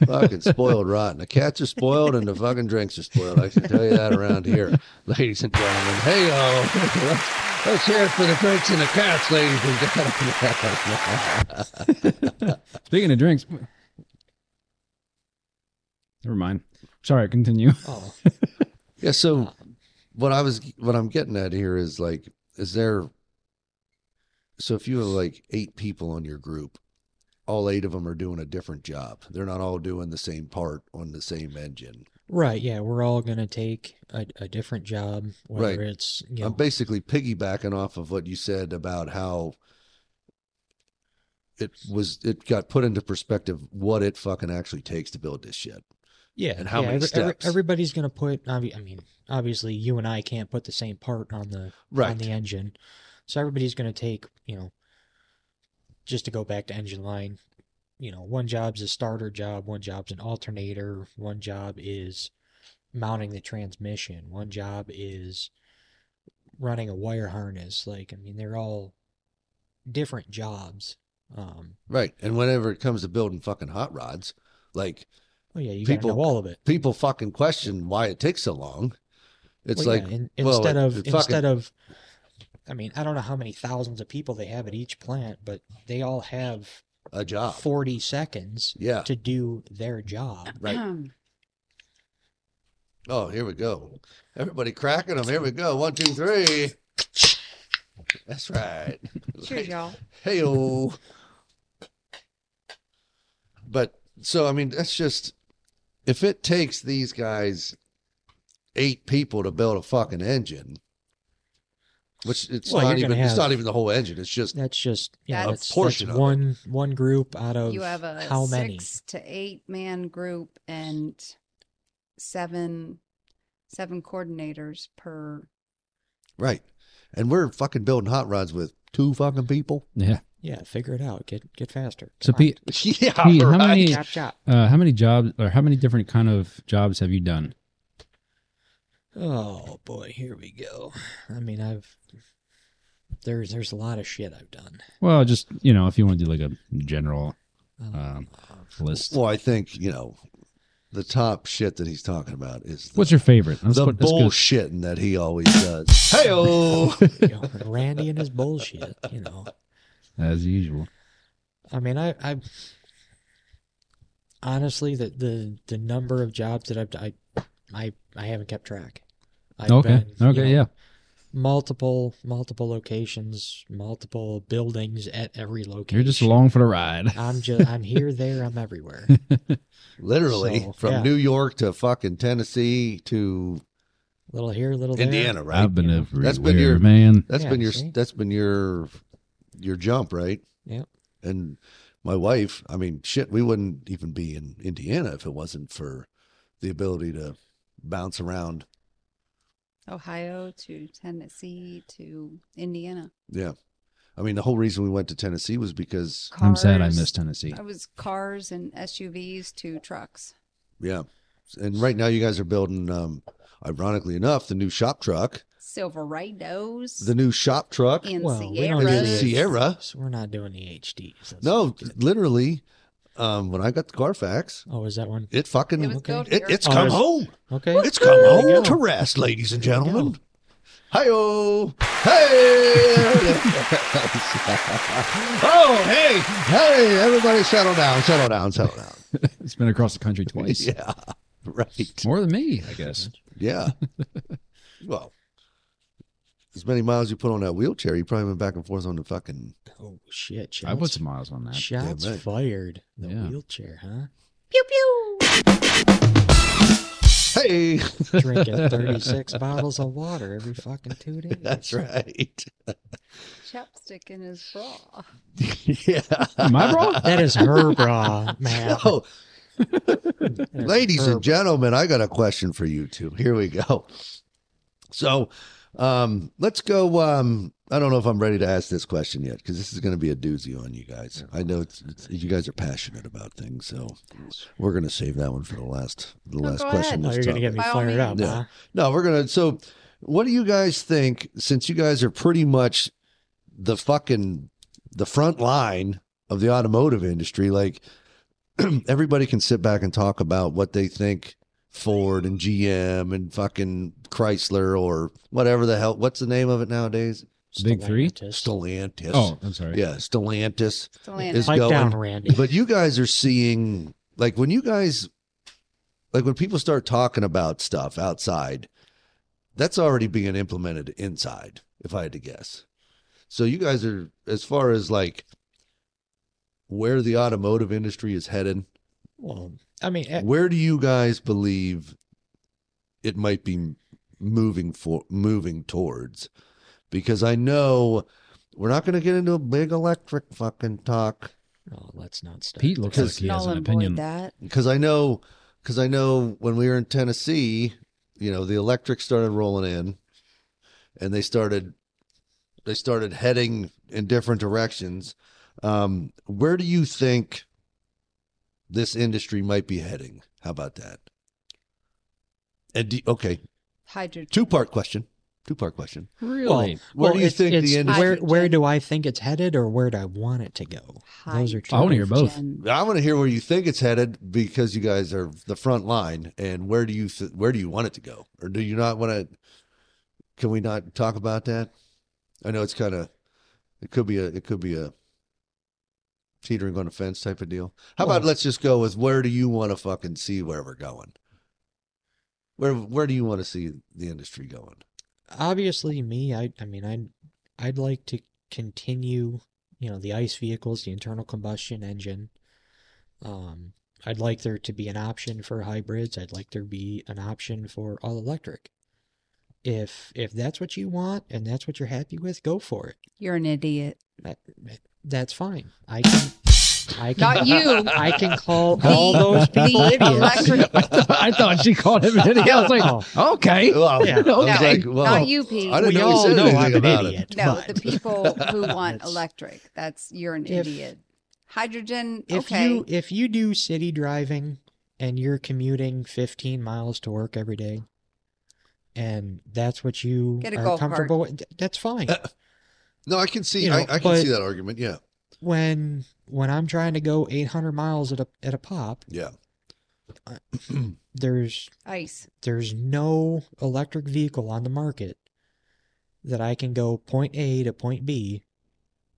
Speaker 2: fucking spoiled rotten. The cats are spoiled and the fucking drinks are spoiled. I can tell you that around here, ladies and gentlemen. Hey oh. Let's, [LAUGHS] let's hear it for the drinks and the cats, ladies and gentlemen. [LAUGHS]
Speaker 3: Speaking of drinks, never mind. Sorry, continue.
Speaker 5: oh
Speaker 2: yeah, so
Speaker 5: um,
Speaker 2: what I was what I'm getting at here is like, is there so if you have like eight people on your group, all eight of them are doing a different job. They're not all doing the same part on the same engine.
Speaker 5: right yeah we're all gonna take a, a different job whether
Speaker 2: Right.
Speaker 5: it's you know
Speaker 2: I'm basically piggybacking off of what you said about how it was it got put into perspective what it fucking actually takes to build this shit.
Speaker 5: yeah
Speaker 2: and how
Speaker 5: yeah,
Speaker 2: many steps?
Speaker 5: everybody's gonna put obvi- i mean obviously you and i can't put the same part on the on the engine. So everybody's going to take, you know, just to go back to engine line, you know, one job's a starter job, one job's an alternator, one job is mounting the transmission, one job is running a wire harness. Like, I mean, they're all different jobs. Um,
Speaker 2: Right. And whenever it comes to building fucking hot rods, like
Speaker 5: well, yeah, you got to
Speaker 2: People-
Speaker 5: know all of it.
Speaker 2: people fucking question why it takes so long. It's
Speaker 5: Well,
Speaker 2: like
Speaker 5: yeah, in-
Speaker 2: well,
Speaker 5: instead
Speaker 2: it-
Speaker 5: of
Speaker 2: it fucking-
Speaker 5: instead of I mean, I don't know how many thousands of people they have at each plant, but they all have
Speaker 2: a job.
Speaker 5: 40 seconds
Speaker 2: Yeah.
Speaker 5: to do their job.
Speaker 2: Right. Oh, here we go. Everybody cracking them. Here we go. One, two, three. That's right.
Speaker 4: [LAUGHS] Cheers, y'all.
Speaker 2: Hey, but so, I mean, that's just if it takes these guys eight people to build a fucking engine, which it's
Speaker 5: Well,
Speaker 2: not
Speaker 5: you're gonna
Speaker 2: even, it's
Speaker 5: have-
Speaker 2: not even the whole engine. It's just,
Speaker 5: That's just yeah,
Speaker 4: That's-
Speaker 5: that's,
Speaker 2: A portion
Speaker 5: that's
Speaker 2: of it.
Speaker 5: one one group out of
Speaker 4: You have a
Speaker 5: how
Speaker 4: six
Speaker 5: many?
Speaker 4: to eight man group and seven seven coordinators per.
Speaker 2: right. And we're fucking building hot rods with two fucking
Speaker 5: [LAUGHS]
Speaker 2: people.
Speaker 3: [LAUGHS] Yeah.
Speaker 5: Yeah, figure it out. Get get faster.
Speaker 3: So
Speaker 5: Come on.
Speaker 2: [LAUGHS]
Speaker 3: Pete,
Speaker 2: yeah.
Speaker 3: Pete, how
Speaker 2: right.
Speaker 3: many
Speaker 5: chop chop.
Speaker 3: uh, how many jobs or how many different kind of jobs have you done?
Speaker 5: Oh boy, here we go. I mean, I've there's there's a lot of shit I've done.
Speaker 3: Well, just you know, if you want to do like a general
Speaker 5: Um,
Speaker 3: list,
Speaker 2: Well, I think, you know, the top shit that he's talking about is the,
Speaker 3: what's your favorite? Let's
Speaker 2: the
Speaker 3: put- let's go-
Speaker 2: bullshitting that he always
Speaker 5: [LAUGHS]
Speaker 2: does. Hey,
Speaker 5: you know, Randy and his bullshit. You know,
Speaker 3: as usual.
Speaker 5: I mean, I, I honestly the, the the number of jobs that I've I I, I haven't kept track. I've
Speaker 3: okay,
Speaker 5: been, you
Speaker 3: okay,
Speaker 5: know,
Speaker 3: yeah.
Speaker 5: Multiple multiple locations, multiple buildings at every location.
Speaker 3: You're just along for the ride.
Speaker 5: I'm just I'm here, there,
Speaker 3: [LAUGHS]
Speaker 5: I'm everywhere.
Speaker 2: [LAUGHS] Literally
Speaker 5: So,
Speaker 2: from
Speaker 5: yeah.
Speaker 2: New York to fucking Tennessee to
Speaker 5: little here, little there.
Speaker 2: Indiana, right?
Speaker 3: I've been
Speaker 5: Yeah.
Speaker 3: everywhere,
Speaker 2: That's been your-
Speaker 3: man.
Speaker 2: That's
Speaker 5: Yeah,
Speaker 2: been your
Speaker 5: see?
Speaker 2: that's been your your jump, right?
Speaker 5: Yep.
Speaker 2: And my wife, I mean, shit, we wouldn't even be in Indiana if it wasn't for the ability to bounce around.
Speaker 4: Ohio to Tennessee to Indiana.
Speaker 2: Yeah. I mean, the whole reason we went to Tennessee was because
Speaker 4: Cars,
Speaker 3: I'm sad I missed Tennessee.
Speaker 4: I was cars and SUVs to trucks.
Speaker 2: yeah. And right now you guys are building um ironically enough the new shop truck,
Speaker 4: Silverados
Speaker 2: the new shop truck
Speaker 4: in
Speaker 5: Well, we
Speaker 4: Sierra.
Speaker 5: don't
Speaker 2: and
Speaker 5: Sierras.
Speaker 2: the Sierra.
Speaker 5: So we're not doing the HD. so it's-
Speaker 2: No, literally um when I got the Carfax,
Speaker 5: Oh, is that one?
Speaker 2: it
Speaker 4: It
Speaker 2: fucking
Speaker 4: was
Speaker 5: okay.
Speaker 4: built
Speaker 2: It,
Speaker 4: here.
Speaker 2: it's
Speaker 5: Oh,
Speaker 2: come
Speaker 5: there's-
Speaker 2: home.
Speaker 5: Okay.
Speaker 2: It's come
Speaker 5: There you
Speaker 2: home to
Speaker 5: go.
Speaker 2: rest, ladies and
Speaker 5: There you
Speaker 2: gentlemen. Hi-oh. Hey! [LAUGHS] oh, hey! Hey, everybody settle down, settle down, settle down.
Speaker 3: It's been across the country [LAUGHS] twice.
Speaker 2: Yeah, [LAUGHS] right.
Speaker 5: [LAUGHS]
Speaker 3: More than me, I guess.
Speaker 2: Yeah. well, as many miles you put on that wheelchair, you probably went back and forth on the fucking.
Speaker 5: Oh shit! Shots,
Speaker 3: I put some miles on that.
Speaker 5: shots
Speaker 2: Damn right.
Speaker 5: fired. The
Speaker 3: Yeah.
Speaker 5: wheelchair, huh?
Speaker 4: Pew pew.
Speaker 2: Hey,
Speaker 5: Drinking
Speaker 3: [LAUGHS]
Speaker 5: thirty six bottles of water every fucking two
Speaker 2: [LAUGHS]
Speaker 5: days.
Speaker 2: [LAUGHS] that's
Speaker 5: [LAUGHS]
Speaker 2: right.
Speaker 4: Chapstick in his bra.
Speaker 2: yeah,
Speaker 3: My bra?
Speaker 5: That is her bra, man.
Speaker 2: [LAUGHS] Oh,
Speaker 5: That is
Speaker 2: ladies
Speaker 5: her
Speaker 2: and gentlemen, I got a question for you two. Here we go. So, um, let's go. Um, I don't know if I'm ready to ask this question yet because this is going to be a doozy on you guys. I know it's, it's, you guys are passionate about things, so we're going to save that one for the last the
Speaker 4: No,
Speaker 2: last
Speaker 4: go
Speaker 2: question.
Speaker 4: ahead.
Speaker 2: this
Speaker 5: Oh, you're gonna
Speaker 2: topic.
Speaker 5: get me
Speaker 4: By all
Speaker 5: fired up,
Speaker 2: means.
Speaker 5: huh?
Speaker 2: No, we're gonna. So, what do you guys think? Since you guys are pretty much the fucking the front line of the automotive industry, like [CLEARS THROAT] everybody can sit back and talk about what they think Ford and GM and fucking Chrysler or whatever the hell. What's the name of it nowadays?
Speaker 3: Big three?
Speaker 5: Stellantis.
Speaker 2: Stellantis.
Speaker 3: Oh, I'm sorry.
Speaker 2: yeah, Stellantis.
Speaker 4: Stellantis.
Speaker 2: Is-
Speaker 5: Pipe down,
Speaker 2: going.
Speaker 5: Randy.
Speaker 2: But you guys are seeing like when you guys like when people start talking about stuff outside, that's already being implemented inside, if I had to guess. So you guys are as far as like where the automotive industry is headed,
Speaker 5: Well, I mean, eh,
Speaker 2: where do you guys believe it might be moving for moving towards? Because I know we're not going to get into a big electric fucking talk.
Speaker 5: oh, let's not start.
Speaker 3: Pete looks like
Speaker 2: Because-
Speaker 3: he has
Speaker 4: Null
Speaker 3: an
Speaker 4: and void
Speaker 3: opinion.
Speaker 4: that.
Speaker 2: because I know because I know when we were in Tennessee, you know, the electric started rolling in, and they started they started heading in different directions. Um, where do you think this industry might be heading? How about that? And do, okay,
Speaker 4: Hydrogen.
Speaker 2: two part question. Two part question.
Speaker 3: Really?
Speaker 2: Where
Speaker 5: well,
Speaker 2: do you
Speaker 5: it's-
Speaker 2: think
Speaker 5: it's
Speaker 2: the industry?
Speaker 5: Where, where do I think it's headed, or where do I want it to go? Those are two.
Speaker 3: I wanna hear both.
Speaker 4: Hydrogen.
Speaker 2: I want to hear where you think it's headed because you guys are the front line. And where do you th- where do you want it to go, or do you not want to? Can we not talk about that? I know it's kind of it could be a it could be a teetering on the fence type of deal. How about
Speaker 5: Well-
Speaker 2: let's just go with where do you want to fucking see where we're going? Where where do you want to see the industry going?
Speaker 5: obviously me i i mean i'd i'd like to continue you know the ice vehicles the internal combustion engine um i'd like there to be an option for hybrids i'd like there to be an option for all electric if if that's what you want and that's what you're happy with go for it
Speaker 4: You're an idiot.
Speaker 5: That- that's fine i can i
Speaker 4: Not
Speaker 5: can
Speaker 4: you.
Speaker 5: i can call all those people
Speaker 4: The
Speaker 5: idiots
Speaker 4: electric-
Speaker 3: I, thought, I thought she called him an idiot. I was like,
Speaker 5: Oh,
Speaker 3: okay.
Speaker 2: Well,
Speaker 5: Yeah.
Speaker 2: I was
Speaker 4: No,
Speaker 2: like, well,
Speaker 4: Not you, Pete.
Speaker 2: I didn't
Speaker 5: we
Speaker 2: know he
Speaker 5: all
Speaker 2: said
Speaker 5: know
Speaker 2: anything
Speaker 5: i'm an
Speaker 2: about it.
Speaker 5: idiot
Speaker 4: No,
Speaker 5: but-
Speaker 4: the people [LAUGHS] who want
Speaker 5: That's-
Speaker 4: electric. That's you're an
Speaker 5: If-
Speaker 4: idiot. Hydrogen.
Speaker 5: if
Speaker 4: okay.
Speaker 5: you if you do city driving and you're commuting 15 miles to work every day and that's what you
Speaker 4: Get a
Speaker 5: are
Speaker 4: golf cart.
Speaker 5: comfortable with th- that's fine
Speaker 2: No, I can see
Speaker 5: You know,
Speaker 2: I, I can
Speaker 5: but-
Speaker 2: see that argument. Yeah,
Speaker 5: when when i'm trying to go 800 miles at a at a pop uh,
Speaker 2: yeah.
Speaker 5: [CLEARS THROAT] there's
Speaker 4: Ice.
Speaker 5: there's no electric vehicle on the market that i can go point a to point b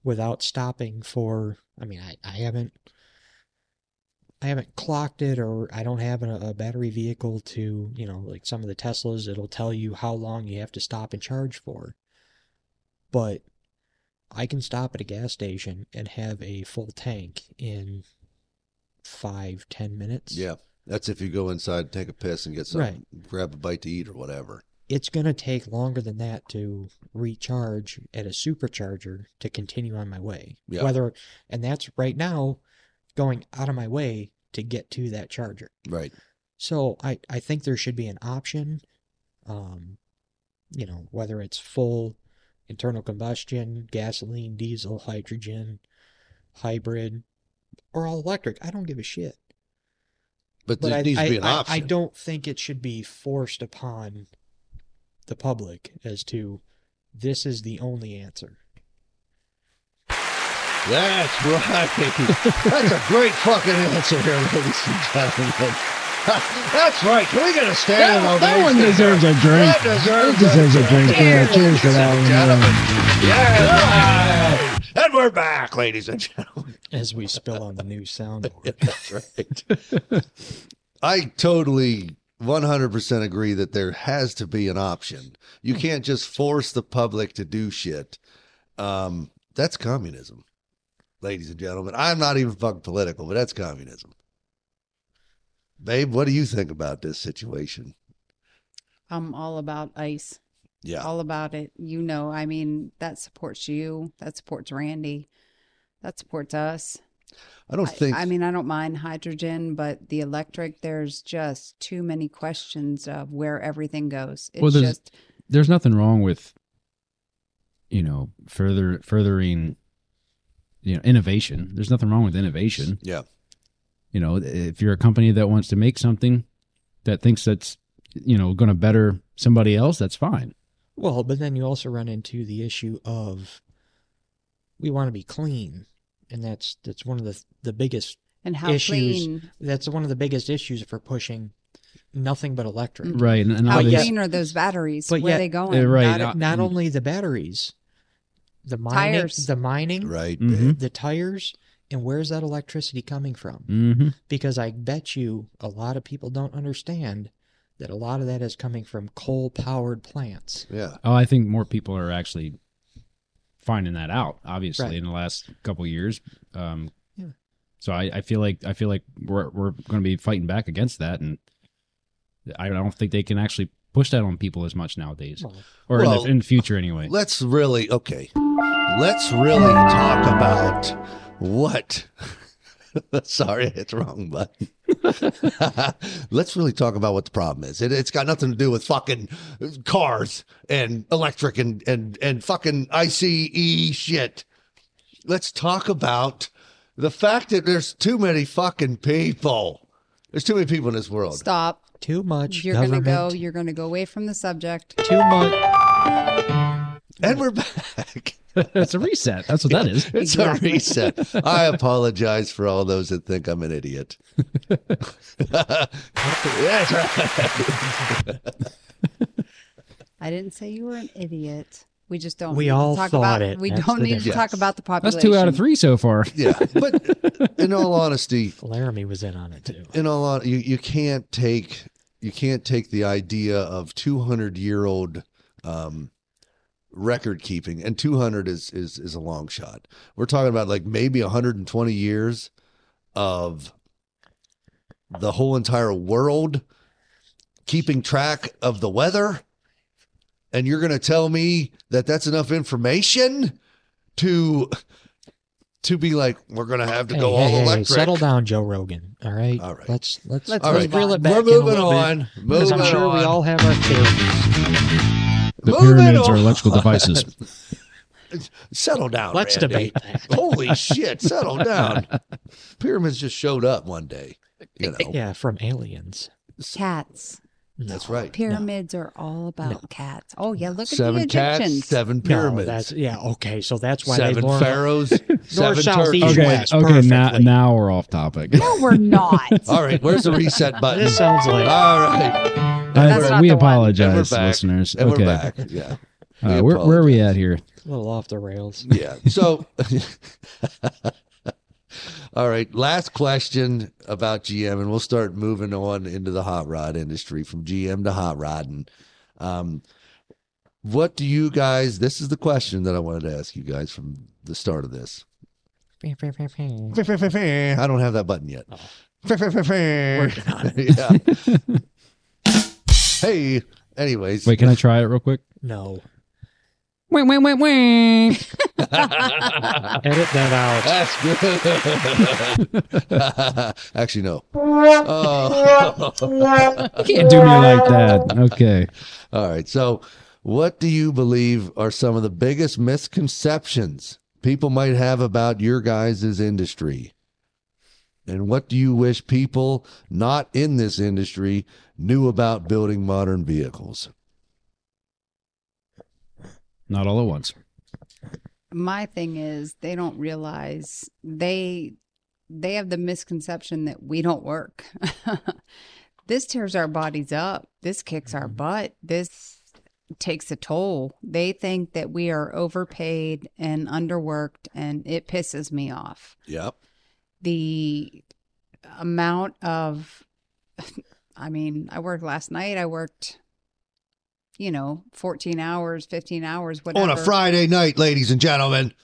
Speaker 5: without stopping for i mean i, I haven't I haven't clocked it or I don't have a, a battery vehicle to, you know, like some of the Teslas, it'll tell you how long you have to stop and charge for. But I can stop at a gas station and have a full tank in five, ten minutes.
Speaker 2: Yeah, that's if you go inside, take a piss, and get some,
Speaker 5: Right.
Speaker 2: grab a bite to eat or whatever.
Speaker 5: It's going to take longer than that to recharge at a supercharger to continue on my way.
Speaker 2: Yeah.
Speaker 5: Whether, and that's right now going out of my way to get to that charger.
Speaker 2: Right.
Speaker 5: So I, I think there should be an option, um, you know, whether it's full internal combustion, gasoline, diesel, hydrogen, hybrid, or all electric. I don't give a shit.
Speaker 2: But,
Speaker 5: But
Speaker 2: there
Speaker 5: I,
Speaker 2: needs
Speaker 5: I,
Speaker 2: to be an
Speaker 5: I,
Speaker 2: option.
Speaker 5: I don't think it should be forced upon the public as to this is the only answer.
Speaker 2: That's right. [LAUGHS] That's a great fucking answer here, ladies and gentlemen. [LAUGHS] That's right. Can we get a
Speaker 3: That,
Speaker 2: stand on
Speaker 3: that
Speaker 2: these?
Speaker 3: one deserves a drink.
Speaker 2: That deserves,
Speaker 3: It deserves a drink.
Speaker 2: Here,
Speaker 3: Yeah, cheers to that
Speaker 2: ladies and Gentlemen. Yeah.
Speaker 3: one.
Speaker 2: And we're back, ladies and gentlemen. [LAUGHS]
Speaker 5: As we spill on the new soundboard.
Speaker 2: That's right. I totally 100% agree that there has to be an option. You can't just force the public to do shit. Um, that's communism, ladies and gentlemen. I'm not even fucking political, but that's communism. Babe, what do you think about this situation?
Speaker 4: I'm all about ice.
Speaker 2: Yeah.
Speaker 4: all about it. You know, I mean, that supports you. That supports Randy. That supports us.
Speaker 2: I don't
Speaker 4: I,
Speaker 2: think.
Speaker 4: I mean, I don't mind hydrogen, but the electric, there's just too many questions of where everything goes. It's
Speaker 3: Well, there's-
Speaker 4: just
Speaker 3: there's nothing wrong with you know further furthering you know innovation there's nothing wrong with innovation
Speaker 2: yeah.
Speaker 3: you know if you're a company that wants to make something that thinks that's you know going to better somebody else that's fine
Speaker 5: Well, but then you also run into the issue of we want to be clean, and that's that's one of the the biggest
Speaker 4: and how
Speaker 5: issues.
Speaker 4: clean
Speaker 5: that's one of the biggest issues for pushing nothing but
Speaker 2: Mm,
Speaker 5: electric.
Speaker 3: right and, and
Speaker 4: how
Speaker 3: all
Speaker 5: But yet-
Speaker 3: these,
Speaker 4: clean are those batteries?
Speaker 5: but
Speaker 4: Where
Speaker 5: yet-
Speaker 4: are they going?
Speaker 3: Yeah, right.
Speaker 5: Not,
Speaker 3: uh,
Speaker 5: e, not
Speaker 3: mm.
Speaker 5: only the batteries, the mining,
Speaker 4: Tires.
Speaker 5: the mining,
Speaker 2: Right. Mm-hmm.
Speaker 3: Mhm.
Speaker 5: the tires, and where's that electricity coming from?
Speaker 3: hmm
Speaker 5: Because I bet you a lot of people don't understand that a lot of that is coming from coal powered plants.
Speaker 2: Yeah.
Speaker 3: oh i think more people are actually finding that out obviously
Speaker 5: Right.
Speaker 3: in the last couple of years um
Speaker 5: Yeah.
Speaker 3: so I, I feel like i feel like we're we're going to be fighting back against that and i don't think they can actually push that on people as much nowadays
Speaker 5: Well,
Speaker 3: or in,
Speaker 2: Well,
Speaker 3: the, in the future anyway.
Speaker 2: Let's really, okay. Let's really talk about what. [LAUGHS] Sorry, I hit the wrong button. [LAUGHS] Let's really talk about what the problem is. It, it's got nothing to do with fucking cars and electric and and and fucking ICE shit. Let's talk about the fact that there's too many fucking people. There's too many people in this world.
Speaker 4: Stop.
Speaker 5: too much.
Speaker 4: You're going to
Speaker 5: government,
Speaker 4: go. You're going to go away from the subject.
Speaker 5: too much.
Speaker 2: And we're back.
Speaker 3: That's a reset. That's what
Speaker 2: [LAUGHS]
Speaker 3: that is.
Speaker 4: [LAUGHS]
Speaker 2: It's
Speaker 4: Exactly.
Speaker 2: a reset. I apologize for all those that think I'm an idiot. [LAUGHS] That's right.
Speaker 4: I didn't say you were an idiot. We just don't.
Speaker 5: We
Speaker 4: need to
Speaker 5: all
Speaker 4: talk about,
Speaker 5: thought it.
Speaker 4: We
Speaker 5: That's
Speaker 4: don't
Speaker 5: the
Speaker 4: need to
Speaker 5: difference.
Speaker 4: talk about the population.
Speaker 3: That's two out of three so far.
Speaker 2: Yeah, but in all honesty,
Speaker 5: Laramie was in on
Speaker 2: [LAUGHS]
Speaker 5: it too.
Speaker 2: in all hon- you you can't take you can't take the idea of 200 year old um, record keeping, and 200 is is is a long shot. We're talking about like maybe 120 years of the whole entire world keeping track of the weather and you're going to tell me that that's enough information to to be like we're going to have to
Speaker 5: Hey,
Speaker 2: go
Speaker 5: hey,
Speaker 2: all
Speaker 5: hey, hey,
Speaker 2: electric
Speaker 5: settle down, Joe Rogan. All right.
Speaker 2: All right.
Speaker 5: Let's
Speaker 4: Let's
Speaker 5: let's let's,
Speaker 2: All right.
Speaker 5: reel it back.
Speaker 2: We're
Speaker 5: in a
Speaker 2: moving
Speaker 5: little bit,
Speaker 2: on.
Speaker 5: Because
Speaker 2: Moving
Speaker 5: I'm sure
Speaker 2: on.
Speaker 5: we all have our theories.
Speaker 3: The
Speaker 2: Moving
Speaker 3: pyramids are
Speaker 2: on. [LAUGHS]
Speaker 3: electrical devices.
Speaker 2: settle down.
Speaker 5: Let's
Speaker 2: Randy.
Speaker 5: debate
Speaker 2: [LAUGHS]
Speaker 5: that. [LAUGHS]
Speaker 2: Holy shit, settle down. Pyramids just showed up one day. You know.
Speaker 5: Yeah, from aliens.
Speaker 4: cats.
Speaker 5: No,
Speaker 2: That's right.
Speaker 4: Pyramids are all about cats. Oh yeah, look
Speaker 2: Seven
Speaker 4: at the Egyptians.
Speaker 2: cats, seven
Speaker 5: No,
Speaker 2: pyramids.
Speaker 5: that's, yeah. Okay. So that's why
Speaker 2: seven
Speaker 5: they learn. [LAUGHS]
Speaker 2: pharaohs, seven
Speaker 5: south,
Speaker 2: turkeys.
Speaker 5: east,
Speaker 3: okay,
Speaker 5: West,
Speaker 3: okay. Now,
Speaker 5: perfectly.
Speaker 3: now we're off topic.
Speaker 4: No, we're
Speaker 2: [LAUGHS]
Speaker 4: not.
Speaker 2: All right, where's the
Speaker 5: [LAUGHS]
Speaker 2: reset button?
Speaker 5: This sounds like
Speaker 2: All right,
Speaker 3: I- [LAUGHS]
Speaker 4: That's not
Speaker 3: we
Speaker 4: the one.
Speaker 2: And we're
Speaker 3: apologize,
Speaker 2: back.
Speaker 3: listeners.
Speaker 2: and
Speaker 3: okay,
Speaker 2: we're back. Yeah,
Speaker 3: Uh,
Speaker 2: We
Speaker 3: where, where are we at here?
Speaker 5: a little off the rails.
Speaker 2: yeah. So, [LAUGHS] all right, last question about GM, and we'll start moving on into the hot rod industry from GM to hot rodding. Um, what do you guys? This is the question that I wanted to ask you guys from the start of this. I don't have that button yet. [LAUGHS]
Speaker 5: Working on it.
Speaker 2: yeah. hey. Anyways,
Speaker 3: Wait, can I try it real quick?
Speaker 5: No.
Speaker 3: Wait, wait, wait, wait.
Speaker 2: Ah.
Speaker 5: Edit that out.
Speaker 2: That's good. [LAUGHS] Actually, no. Oh.
Speaker 3: You can't do me like that. Okay.
Speaker 2: All right. So, what do you believe are some of the biggest misconceptions people might have about your guys' industry? And what do you wish people not in this industry knew about building modern vehicles?
Speaker 3: Not all at once.
Speaker 4: My thing is they don't realize they they have the misconception that we don't work. [LAUGHS] this tears our bodies up. This kicks
Speaker 2: Mm-hmm.
Speaker 4: our butt. This takes a toll. They think that we are overpaid and underworked and it pisses me off.
Speaker 2: Yep.
Speaker 4: the amount of [LAUGHS] I mean, I worked last night. I worked, you know, 14 hours, 15 hours,
Speaker 2: On
Speaker 4: whatever.
Speaker 2: a Friday night, ladies and gentlemen.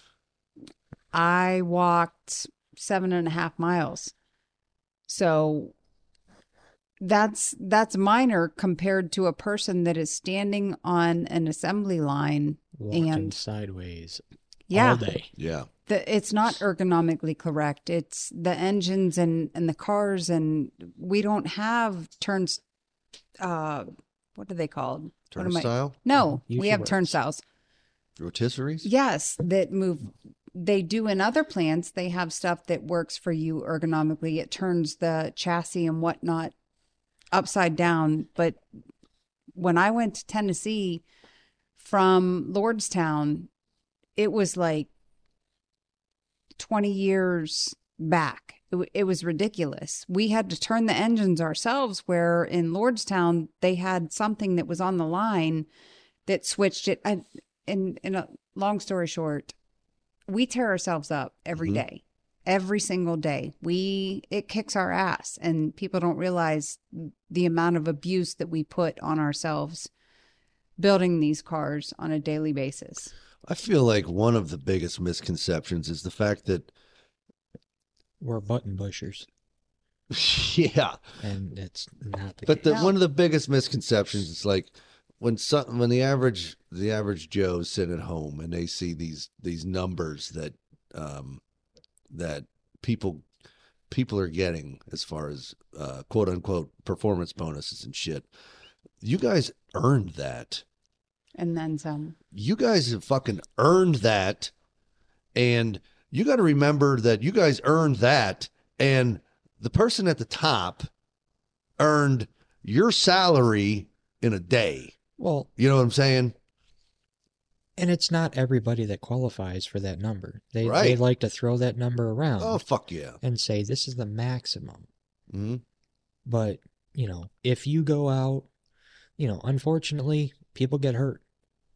Speaker 4: I walked seven and a half miles. So that's that's minor compared to a person that is standing on an assembly line.
Speaker 5: Walking
Speaker 4: And-
Speaker 5: sideways all
Speaker 4: Yeah,
Speaker 5: day.
Speaker 2: Yeah.
Speaker 4: the, it's not ergonomically correct. It's the engines and and the cars and we don't have turns. Uh, what are they called? What am I-
Speaker 2: Turnstile?
Speaker 4: No,
Speaker 5: You
Speaker 4: we
Speaker 5: should
Speaker 4: have
Speaker 5: work.
Speaker 4: turnstiles.
Speaker 2: Rotisseries?
Speaker 4: Yes, that move. They do in other plants. They have stuff that works for you ergonomically. It turns the chassis and whatnot upside down. But when I went to Tennessee from Lordstown, it was like 20 years back. It, w- it was ridiculous. We had to turn the engines ourselves, where in Lordstown, they had something that was on the line that switched it. I, and, and a long story short, we tear ourselves up every
Speaker 2: Mhm.
Speaker 4: day, every single day. We, it kicks our ass, and people don't realize the amount of abuse that we put on ourselves building these cars on a daily basis.
Speaker 2: I feel like one of the biggest misconceptions is the fact that, [LAUGHS]
Speaker 5: We're button bushers,
Speaker 2: yeah,
Speaker 5: and it's not the
Speaker 2: But the,
Speaker 4: No.
Speaker 2: one of the biggest misconceptions is like when some, when the average the average Joe's sitting at home and they see these these numbers that um that people people are getting as far as uh, quote unquote performance bonuses and shit. You guys earned that.
Speaker 4: And then some.
Speaker 2: You guys have fucking earned that, and you got to remember that you guys earned that, and the person at the top earned your salary in a day.
Speaker 5: well,
Speaker 2: You know what I'm saying?
Speaker 5: and it's not everybody that qualifies for that number. They they
Speaker 2: Right.
Speaker 5: like to throw that number around
Speaker 2: Oh fuck yeah!
Speaker 5: and say this is the maximum.
Speaker 2: hmm
Speaker 5: But you know, if you go out, you know, unfortunately, people get hurt.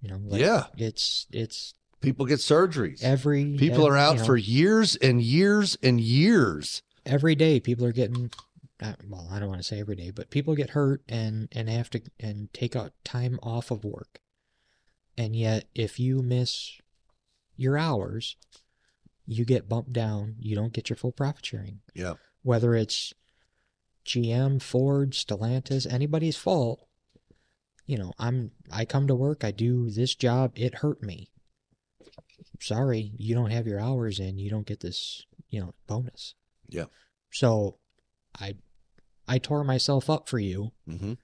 Speaker 5: You know, like,
Speaker 2: yeah,
Speaker 5: it's it's
Speaker 2: people get surgeries.
Speaker 5: every
Speaker 2: people
Speaker 5: ev-
Speaker 2: are out
Speaker 5: you know,
Speaker 2: for years and years and years.
Speaker 5: every day people are getting uh, well i don't want to say every day but people get hurt and and have to and take out time off of work and yet if you miss your hours you get bumped down you don't get your full profit sharing
Speaker 2: Yeah.
Speaker 5: whether it's gm ford stellantis anybody's fault you know i'm i come to work i do this job it hurt me sorry you don't have your hours in you don't get this you know bonus so I I tore myself up for you.
Speaker 2: hmm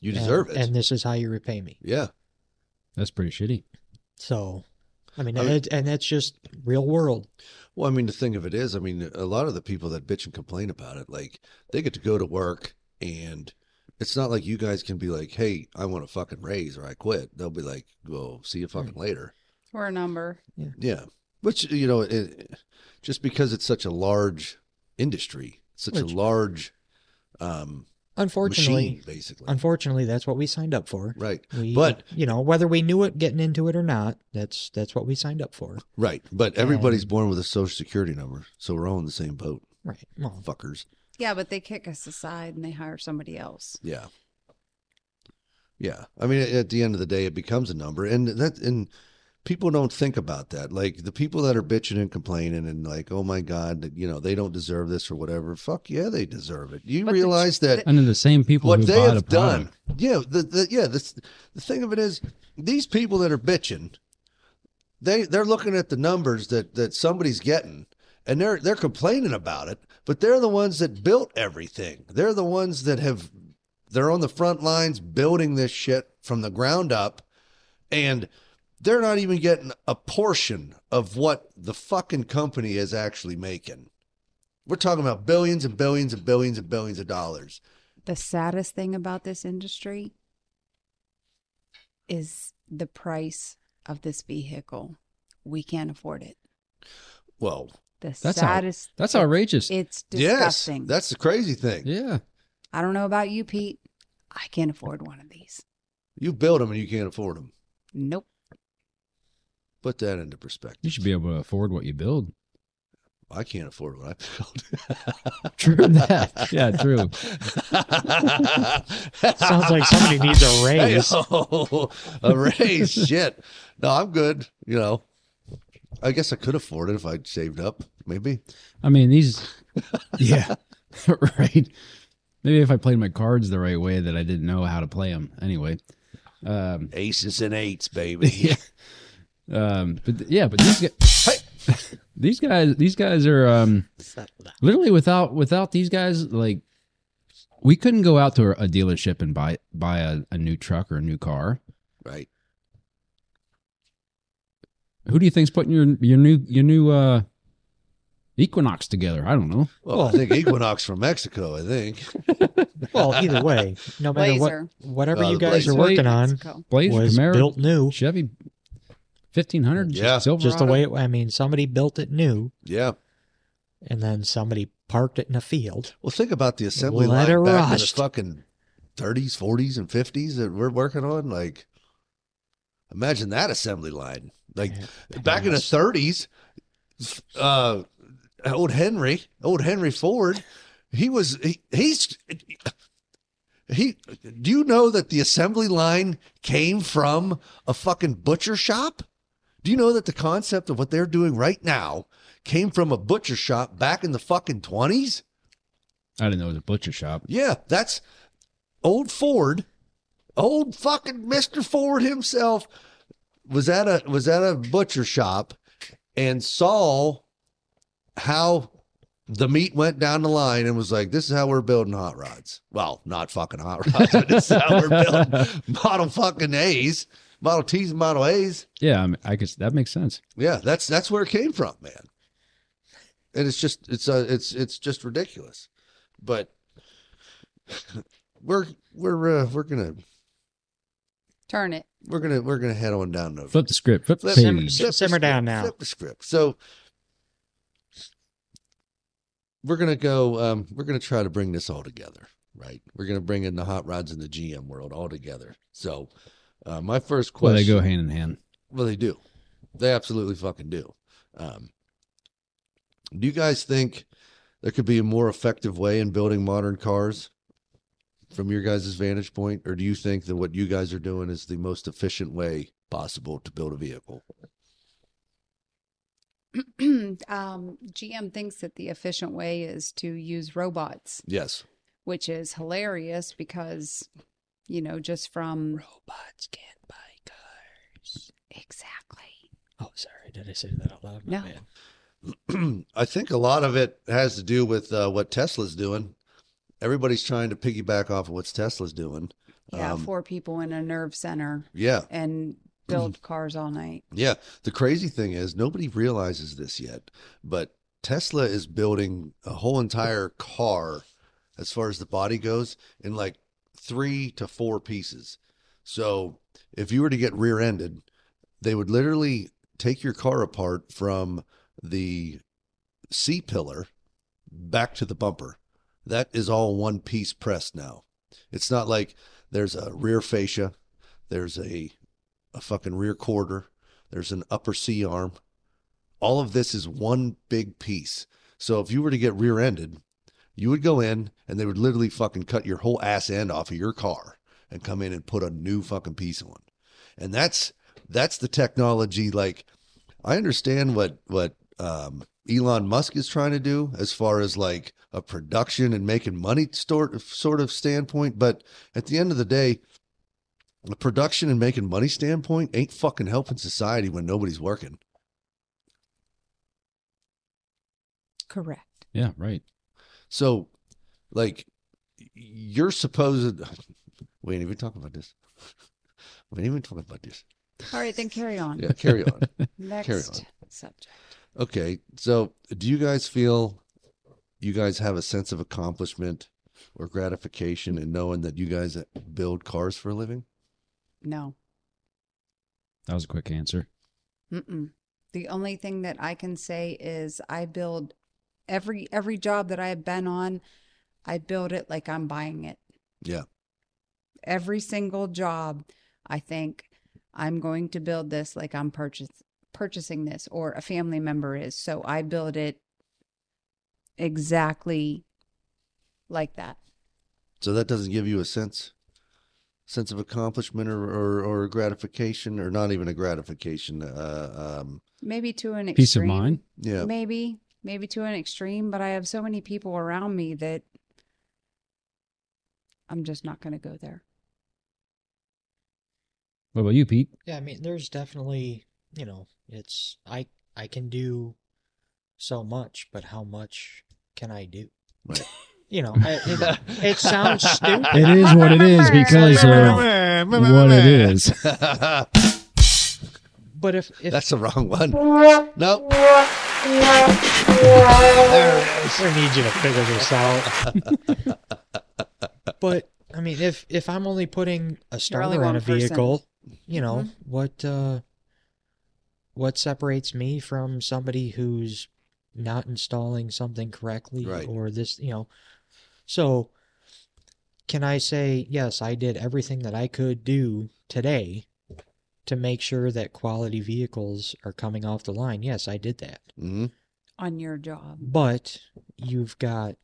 Speaker 2: You
Speaker 5: and-
Speaker 2: deserve it.
Speaker 5: And this is how you repay me.
Speaker 2: yeah,
Speaker 3: That's pretty shitty.
Speaker 5: So I mean,
Speaker 2: I
Speaker 5: and
Speaker 2: mean-
Speaker 5: it, and that's just real world.
Speaker 2: Well, I mean, the thing of it is, I mean, a lot of the people that bitch and complain about it, like, they get to go to work and it's not like you guys can be like, hey, I want a fucking raise or I quit. They'll be like, well, see you fucking later.
Speaker 4: Or a number.
Speaker 2: Yeah. Which, you know, it, just because it's such a large industry, such
Speaker 5: Which-
Speaker 2: a large um,
Speaker 5: Unfortunately,
Speaker 2: machine, basically.
Speaker 5: unfortunately, that's what we signed up for.
Speaker 2: right.
Speaker 5: We,
Speaker 2: But-
Speaker 5: you know, whether we knew it getting into it or not, that's that's what we signed up for.
Speaker 2: Right. But everybody's
Speaker 5: And-
Speaker 2: born with a social security number. So we're all in the same boat,
Speaker 5: Right.
Speaker 2: [LAUGHS]
Speaker 5: Well,
Speaker 2: fuckers.
Speaker 4: Yeah, but they kick us aside and they hire somebody else.
Speaker 2: Yeah. Yeah. I mean, at the end of the day, it becomes a number. And that, and people don't think about that. Like the people that are bitching and complaining and like, oh my God, you know, they don't deserve this or whatever. Fuck yeah, they deserve it. You
Speaker 4: But the-
Speaker 2: realize that
Speaker 3: And then the same people who
Speaker 2: what they
Speaker 3: bought a
Speaker 2: have done.
Speaker 3: product.
Speaker 2: Yeah. The, the, yeah. This, the thing of it is, these people that are bitching, they, they're looking at the numbers that, that somebody's getting. And they're they're complaining about it, but they're the ones that built everything. They're the ones that have they're on the front lines building this shit from the ground up, and they're not even getting a portion of what the fucking company is actually making. We're talking about billions and billions and billions and billions of dollars.
Speaker 4: The saddest thing about this industry is the price of this vehicle. We can't afford it.
Speaker 2: Well,
Speaker 4: The
Speaker 3: That's out-
Speaker 4: saddest.
Speaker 3: That's outrageous.
Speaker 4: It's disgusting.
Speaker 2: yes, that's the crazy thing.
Speaker 3: yeah.
Speaker 4: I don't know about you, Pete. I can't afford one of these.
Speaker 2: You build them and you can't afford them.
Speaker 4: Nope.
Speaker 2: Put that into perspective. [LAUGHS]
Speaker 3: You should be able to afford what you build.
Speaker 2: I can't afford what I built.
Speaker 3: True that.
Speaker 2: [LAUGHS]
Speaker 3: Yeah, true.
Speaker 5: Sounds like somebody needs a
Speaker 2: uh,
Speaker 5: raise.
Speaker 2: Hey-oh, oh, a raise, shit. No, I'm good. You know, I guess I could afford it if I'd saved up. Maybe.
Speaker 3: I mean, these. Yeah, [LAUGHS] right. Maybe if I played my cards the right way, that I didn't know how to play them. Anyway, um,
Speaker 2: Aces and eights,
Speaker 5: [LAUGHS]
Speaker 2: baby.
Speaker 3: yeah, um, but th- yeah, but these guys, these guys, these guys are um, literally without without these guys, like we couldn't go out to a dealership and buy buy a, a new truck or a new car.
Speaker 2: Right.
Speaker 3: Who do you think's putting your your new your new uh, Equinox together? I don't know.
Speaker 2: [LAUGHS] Well, I think Equinox from Mexico, I think.
Speaker 5: Well, either way, no matter
Speaker 4: Blazer.
Speaker 5: what, whatever
Speaker 2: Uh,
Speaker 5: you
Speaker 2: the
Speaker 5: guys
Speaker 2: Blazer.
Speaker 5: are working on
Speaker 4: Mexico.
Speaker 3: Blazer,
Speaker 5: was
Speaker 3: Camaro,
Speaker 5: built new.
Speaker 3: Chevy, fifteen hundred.
Speaker 2: Yeah.
Speaker 3: Silverado.
Speaker 5: Just the way it, I mean, somebody built it new,
Speaker 2: Yeah.
Speaker 5: and then somebody parked it in a field.
Speaker 2: Well, think about the assembly
Speaker 5: Let it
Speaker 2: line back
Speaker 5: rust.
Speaker 2: in the fucking 30s, 40s, and 50s that we're working on. Like, imagine that assembly line. Like,
Speaker 5: Yeah,
Speaker 2: back in the
Speaker 5: past.
Speaker 2: 30s, uh, old Henry, old Henry Ford, he was, he, he's, he, do you know that the assembly line came from a fucking butcher shop? Do you know that the concept of what they're doing right now came from a butcher shop back in the fucking 20s?
Speaker 3: I didn't know it was a butcher shop.
Speaker 2: Yeah, that's old Ford, old fucking Mister Ford himself was at a was at a butcher shop and saw how the meat went down the line and was like, "This is how we're building hot rods." Well, not fucking hot rods, but this is how we're building [LAUGHS] model fucking A's, model T's, and model A's.
Speaker 3: Yeah, I, mean, I guess that makes sense.
Speaker 2: Yeah, that's that's where it came from, man. And it's just it's uh it's it's just ridiculous. But we're we're uh, we're gonna
Speaker 4: Turn it. [CLEARS THROAT]
Speaker 2: we're gonna we're gonna head on down to
Speaker 3: Flip the script. Flip,
Speaker 2: Flip-
Speaker 3: the
Speaker 5: Sim-
Speaker 3: page.
Speaker 5: sim- simmer
Speaker 2: the
Speaker 5: down
Speaker 2: script,
Speaker 5: now.
Speaker 2: Flip the script. So we're gonna go. Um, we're gonna try to bring this all together, right? We're gonna bring in the hot rods and the GM world all together. So uh, my first
Speaker 3: Well, they
Speaker 2: question.
Speaker 3: go hand in hand.
Speaker 2: Well, they do. They absolutely fucking do. Um, do you guys think there could be a more effective way in building modern cars from your guys' vantage point? Or do you think that what you guys are doing is the most efficient way possible to build a vehicle?
Speaker 4: um, GM thinks that the efficient way is to use robots,
Speaker 2: Yes.
Speaker 4: which is hilarious because, you know, just from
Speaker 5: Robots can't buy cars.
Speaker 4: exactly.
Speaker 5: Oh, sorry, did I say that out loud? My
Speaker 4: No.
Speaker 5: bad.
Speaker 2: [CLEARS THROAT] I think a lot of it has to do with uh, what Tesla's doing. Everybody's trying to piggyback off of what Tesla's doing.
Speaker 4: Yeah,
Speaker 2: Um,
Speaker 4: four people in a nerve center
Speaker 2: Yeah.
Speaker 4: and build
Speaker 2: Mm-hmm.
Speaker 4: cars all night.
Speaker 2: Yeah. The crazy thing is, nobody realizes this yet, but Tesla is building a whole entire car, as far as the body goes, in like three to four pieces. So if you were to get rear ended, they would literally take your car apart from the C pillar back to the bumper. That is all one piece pressed now. It's not like there's a rear fascia, there's a a fucking rear quarter, there's an upper C arm. All of this is one big piece. So if you were to get rear ended, you would go in and they would literally fucking cut your whole ass end off of your car and come in and put a new fucking piece on. And that's that's the technology like I understand what what um Elon Musk is trying to do as far as like a production and making money sort sort of standpoint, but at the end of the day, the production and making money standpoint ain't fucking helping society when nobody's working.
Speaker 4: Correct.
Speaker 3: Yeah, right.
Speaker 2: So, like, you're supposed. We ain't even talking about this. We ain't even talking about this.
Speaker 4: All right, then carry on.
Speaker 2: Yeah, carry on.
Speaker 4: Next
Speaker 2: on.
Speaker 4: subject.
Speaker 2: Okay, so do you guys feel you guys have a sense of accomplishment or gratification in knowing that you guys build cars for a living?
Speaker 4: No.
Speaker 3: That was a quick answer.
Speaker 4: Mm-mm. The only thing that I can say is I build every every job that I have been on, I build it like I'm buying it.
Speaker 2: Yeah.
Speaker 4: Every single job, I think I'm going to build this like I'm purchase purchasing this or a family member is. So I build it exactly like that.
Speaker 2: So that doesn't give you a sense sense of accomplishment or or, or gratification or not even a gratification. Uh, um,
Speaker 4: Maybe to an extreme.
Speaker 3: Peace of mind.
Speaker 2: yeah,
Speaker 4: Maybe, maybe to an extreme, but I have so many people around me that I'm just not going to go there.
Speaker 3: What about you, Pete?
Speaker 5: Yeah, I mean, there's definitely, you know, it's I I can do so much, but how much can I do?
Speaker 2: Right.
Speaker 5: [LAUGHS] You know, I, it,
Speaker 2: [LAUGHS]
Speaker 5: it sounds stupid.
Speaker 3: It is what it is because of what it is.
Speaker 2: [LAUGHS]
Speaker 5: But if if
Speaker 2: That's the wrong one. Nope. There it is.
Speaker 5: I need you to figure this out.
Speaker 2: [LAUGHS]
Speaker 5: but I mean, if if I'm only putting a
Speaker 4: only
Speaker 5: starter on
Speaker 4: one
Speaker 5: a
Speaker 4: person. Mm-hmm.
Speaker 5: vehicle, you know what uh, what separates me from somebody who's not installing something correctly
Speaker 2: Right.
Speaker 5: or this, you know. So can I say yes? I did everything that I could do today to make sure that quality vehicles are coming off the line. Yes, I did that
Speaker 2: Mhm.
Speaker 4: On your job,
Speaker 5: but you've got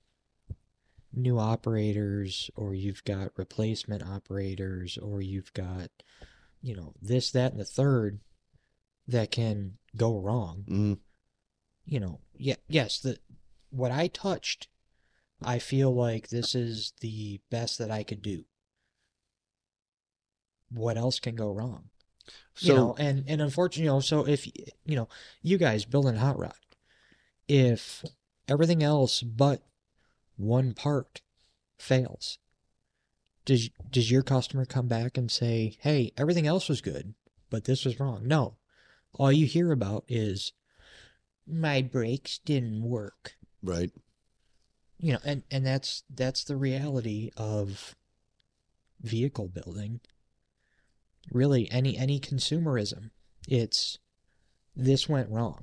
Speaker 5: new operators or you've got replacement operators or you've got you know this that and the third that can go wrong
Speaker 2: Mhm.
Speaker 5: you know yeah yes the what i touched i feel like this is the best that i could do what else can go wrong
Speaker 2: So
Speaker 5: you know, and and unfortunately, you know, so if you know, you guys building a hot rod, if everything else but one part fails, does does your customer come back and say, "Hey, everything else was good, but this was wrong"? No, all you hear about is my brakes didn't work.
Speaker 2: right.
Speaker 5: You know, and and that's that's the reality of vehicle building really any any consumerism it's this went wrong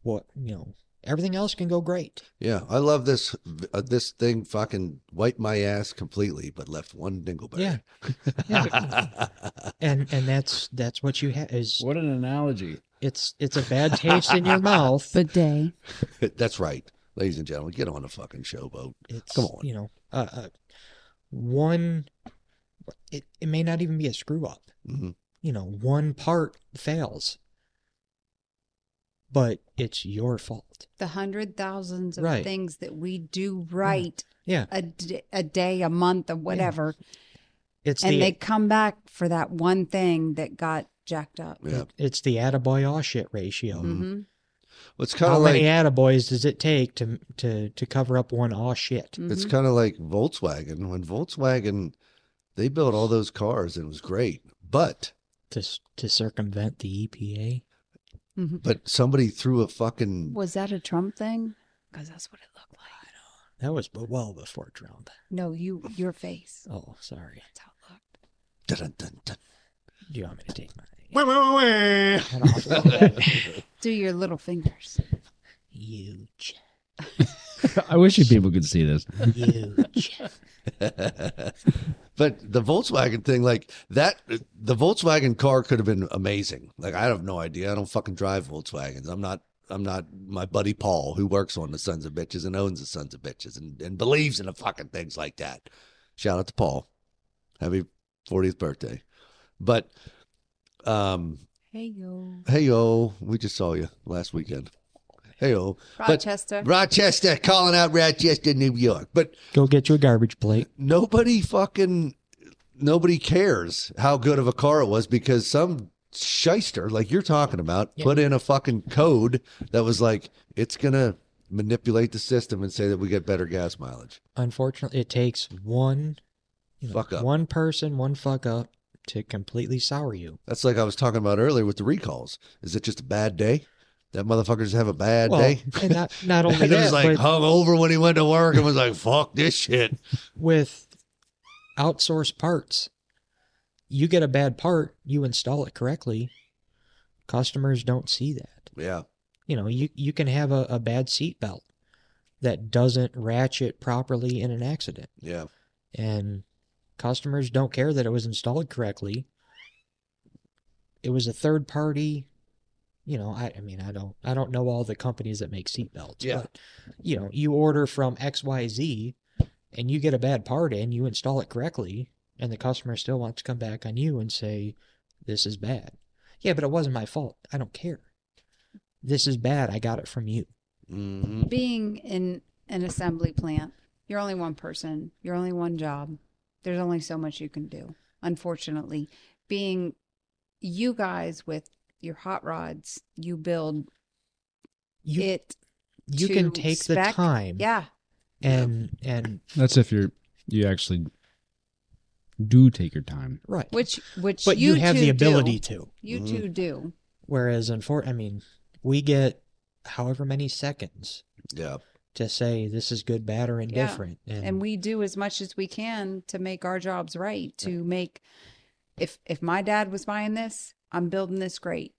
Speaker 5: what you know everything else can go great
Speaker 2: Yeah, I love this. Uh, this thing fucking wiped my ass completely, but left one dingleberry.
Speaker 5: yeah
Speaker 2: [LAUGHS]
Speaker 5: Yeah. and and that's that's what you have is
Speaker 3: What an analogy.
Speaker 5: it's it's a bad taste in your mouth but
Speaker 4: but day.
Speaker 2: That's right, ladies and gentlemen. Get on the fucking showboat.
Speaker 5: it's
Speaker 2: Come on.
Speaker 5: you know uh, uh one it, it may not even be a screw up
Speaker 2: hmm
Speaker 5: you know one part fails but it's your fault
Speaker 4: The hundred thousands of
Speaker 5: Right.
Speaker 4: things that we do right
Speaker 5: yeah
Speaker 4: a d- a day, a month, or whatever,
Speaker 5: it's
Speaker 4: and
Speaker 5: the
Speaker 4: they come back for that one thing that got jacked up.
Speaker 2: Yeah.
Speaker 5: it's the attaboy all shit ratio
Speaker 4: hmm
Speaker 2: Well, it's kind
Speaker 5: How
Speaker 2: of like
Speaker 5: many attaboys does it take to to to cover up one aw shit?
Speaker 2: it's kind of like Volkswagen. When Volkswagen, they built all those cars and it was great, but
Speaker 5: To s- to circumvent the E EPA?
Speaker 4: mm-hmm,
Speaker 2: but somebody threw a fucking
Speaker 4: Was that a Trump thing? Because that's what it looked like.
Speaker 5: That was b- well before Trump.
Speaker 4: No, you, your face.
Speaker 5: Oh, sorry.
Speaker 4: That's how it looked.
Speaker 2: dun, dun, dun, dun.
Speaker 5: Do you want me to take my
Speaker 2: Wah, wah, wah, wah.
Speaker 5: head off? a little bit?
Speaker 4: Do your little fingers.
Speaker 5: Huge,
Speaker 3: [LAUGHS] I wish you people could see this.
Speaker 4: [LAUGHS]
Speaker 5: huge.
Speaker 2: [LAUGHS] but the Volkswagen thing, like that, the Volkswagen car could have been amazing. Like I have no idea. I don't fucking drive Volkswagens. I'm not. I'm not my buddy Paul, who works on the Sons of Bitches and owns the Sons of Bitches and, and believes in the fucking things like that. Shout out to Paul. Happy 40th birthday. But um,
Speaker 4: Hey yo,
Speaker 2: hey yo, we just saw you last weekend. Hey yo,
Speaker 4: Rochester.
Speaker 2: Rochester, calling out Rochester, New York. But
Speaker 5: Go get you a garbage plate.
Speaker 2: nobody fucking nobody cares how good of a car it was because some shyster like you're talking about
Speaker 5: Yeah.
Speaker 2: put in a fucking code that was like it's gonna manipulate the system and say that we get better gas mileage
Speaker 5: Unfortunately, it takes one you know,
Speaker 2: Fuck up.
Speaker 5: one person, one fuck up to completely sour you.
Speaker 2: that's like i was talking about earlier with the recalls is it just a bad day that motherfucker just have a bad
Speaker 5: well, [LAUGHS]
Speaker 2: day
Speaker 5: and not
Speaker 2: [LAUGHS]
Speaker 5: not only
Speaker 2: and it
Speaker 5: that,
Speaker 2: was like
Speaker 5: but
Speaker 2: hung over when he went to work and was like fuck this shit
Speaker 5: with outsourced parts. You get a bad part, you install it correctly. Customers don't see that.
Speaker 2: yeah
Speaker 5: You know, you, you can have a, a bad seat belt that doesn't ratchet properly in an accident.
Speaker 2: yeah
Speaker 5: And customers don't care that it was installed correctly. It was a third party you know, I, I mean, I don't, I don't know all the companies that make seatbelts.
Speaker 2: Yeah.
Speaker 5: But, you know, you order from X Y Z, and you get a bad part in, you install it correctly, and the customer still wants to come back on you and say, "This is bad." Yeah, but it wasn't my fault. I don't care. This is bad. I got it from you.
Speaker 2: Mhm.
Speaker 4: being in an assembly plant, you're only one person, you're only one job. There's only so much you can do, unfortunately. Being you guys with your hot rods, you build
Speaker 5: You
Speaker 4: it.
Speaker 5: you can
Speaker 4: to
Speaker 5: take the
Speaker 4: spec.
Speaker 5: time
Speaker 4: Yeah.
Speaker 5: and and
Speaker 3: That's if you're you actually do take your time.
Speaker 5: right.
Speaker 4: Which, which,
Speaker 5: but you, have
Speaker 4: two
Speaker 5: the
Speaker 4: do.
Speaker 5: ability Mm-hmm. to.
Speaker 4: You
Speaker 2: Mhm.
Speaker 4: two do.
Speaker 5: Whereas, unfor- I mean, we get however many seconds
Speaker 2: Yeah.
Speaker 5: to say this is good, bad, or indifferent. And,
Speaker 4: and we do as much as we can to make our jobs right to make if if my dad was buying this i'm building this great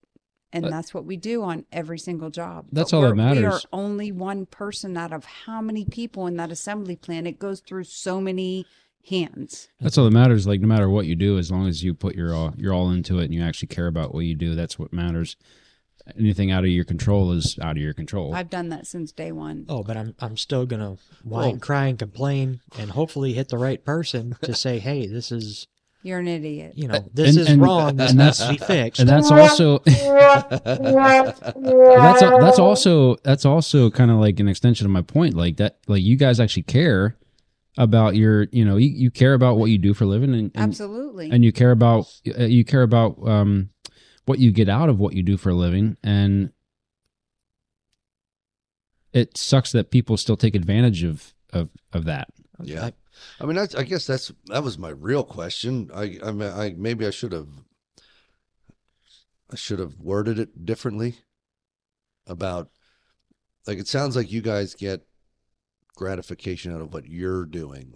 Speaker 4: and
Speaker 3: But-
Speaker 4: that's what we do on every single job
Speaker 3: That's
Speaker 4: But
Speaker 3: all that
Speaker 4: we're- we are
Speaker 3: matters.
Speaker 4: only one person out of how many people in that assembly plant it goes through so many hands
Speaker 3: That's all that matters. Like no matter what you do, as long as you put your all your all into it and you actually care about what you do, that's what matters. Anything out of your control is out of your control.
Speaker 4: i've done that since day one
Speaker 5: oh, but I'm I'm still gonna whine,
Speaker 2: Well-
Speaker 5: cry, and complain, and hopefully hit the right
Speaker 4: [LAUGHS]
Speaker 5: person to say, hey, this is
Speaker 4: you're an idiot
Speaker 5: you know this
Speaker 3: and-
Speaker 5: is
Speaker 3: and-
Speaker 5: wrong. This
Speaker 3: and
Speaker 5: needs
Speaker 3: that's-
Speaker 5: to be fixed.
Speaker 3: and that's also that's al- that's also that's also kind of like an extension of my point. Like that, like you guys actually care about your, you know, you, you care about what you do for a living, and, and
Speaker 4: absolutely
Speaker 3: and you care about uh, you care about um, what you get out of what you do for a living and it sucks that people still take advantage of of, of that
Speaker 2: Yeah. I mean, I, I guess that's that was my real question. I, I, mean, I maybe I should have, I should have worded it differently. About, like, it sounds like you guys get gratification out of what you're doing,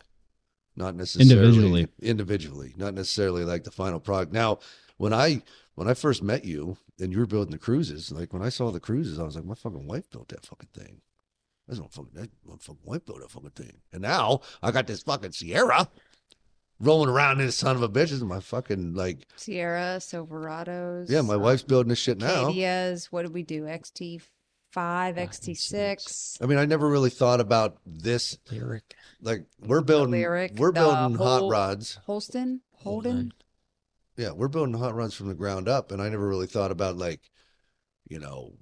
Speaker 2: not necessarily
Speaker 3: Individually.
Speaker 2: Individually, not necessarily like the final product. Now, when I when I first met you and you were building the cruises, like when I saw the cruises, I was like, my fucking wife built that fucking thing. That's not fucking that my fucking wife built that fucking thing. And now I got this fucking Sierra rolling around in this son of a bitch. This is my fucking like
Speaker 4: sierra silverados
Speaker 2: yeah, my wife's building this shit now.
Speaker 4: Acadias, what did we do xt5 xt6
Speaker 2: I mean, I never really thought about this.
Speaker 5: lyric.
Speaker 2: Like we're building,
Speaker 4: Lyric,
Speaker 2: we're
Speaker 4: the
Speaker 2: building hot
Speaker 4: whole-
Speaker 2: rods.
Speaker 4: holston
Speaker 5: Hold
Speaker 4: holden
Speaker 5: on.
Speaker 2: Yeah, we're building hot rods from the ground up, and I never really thought about like, you know,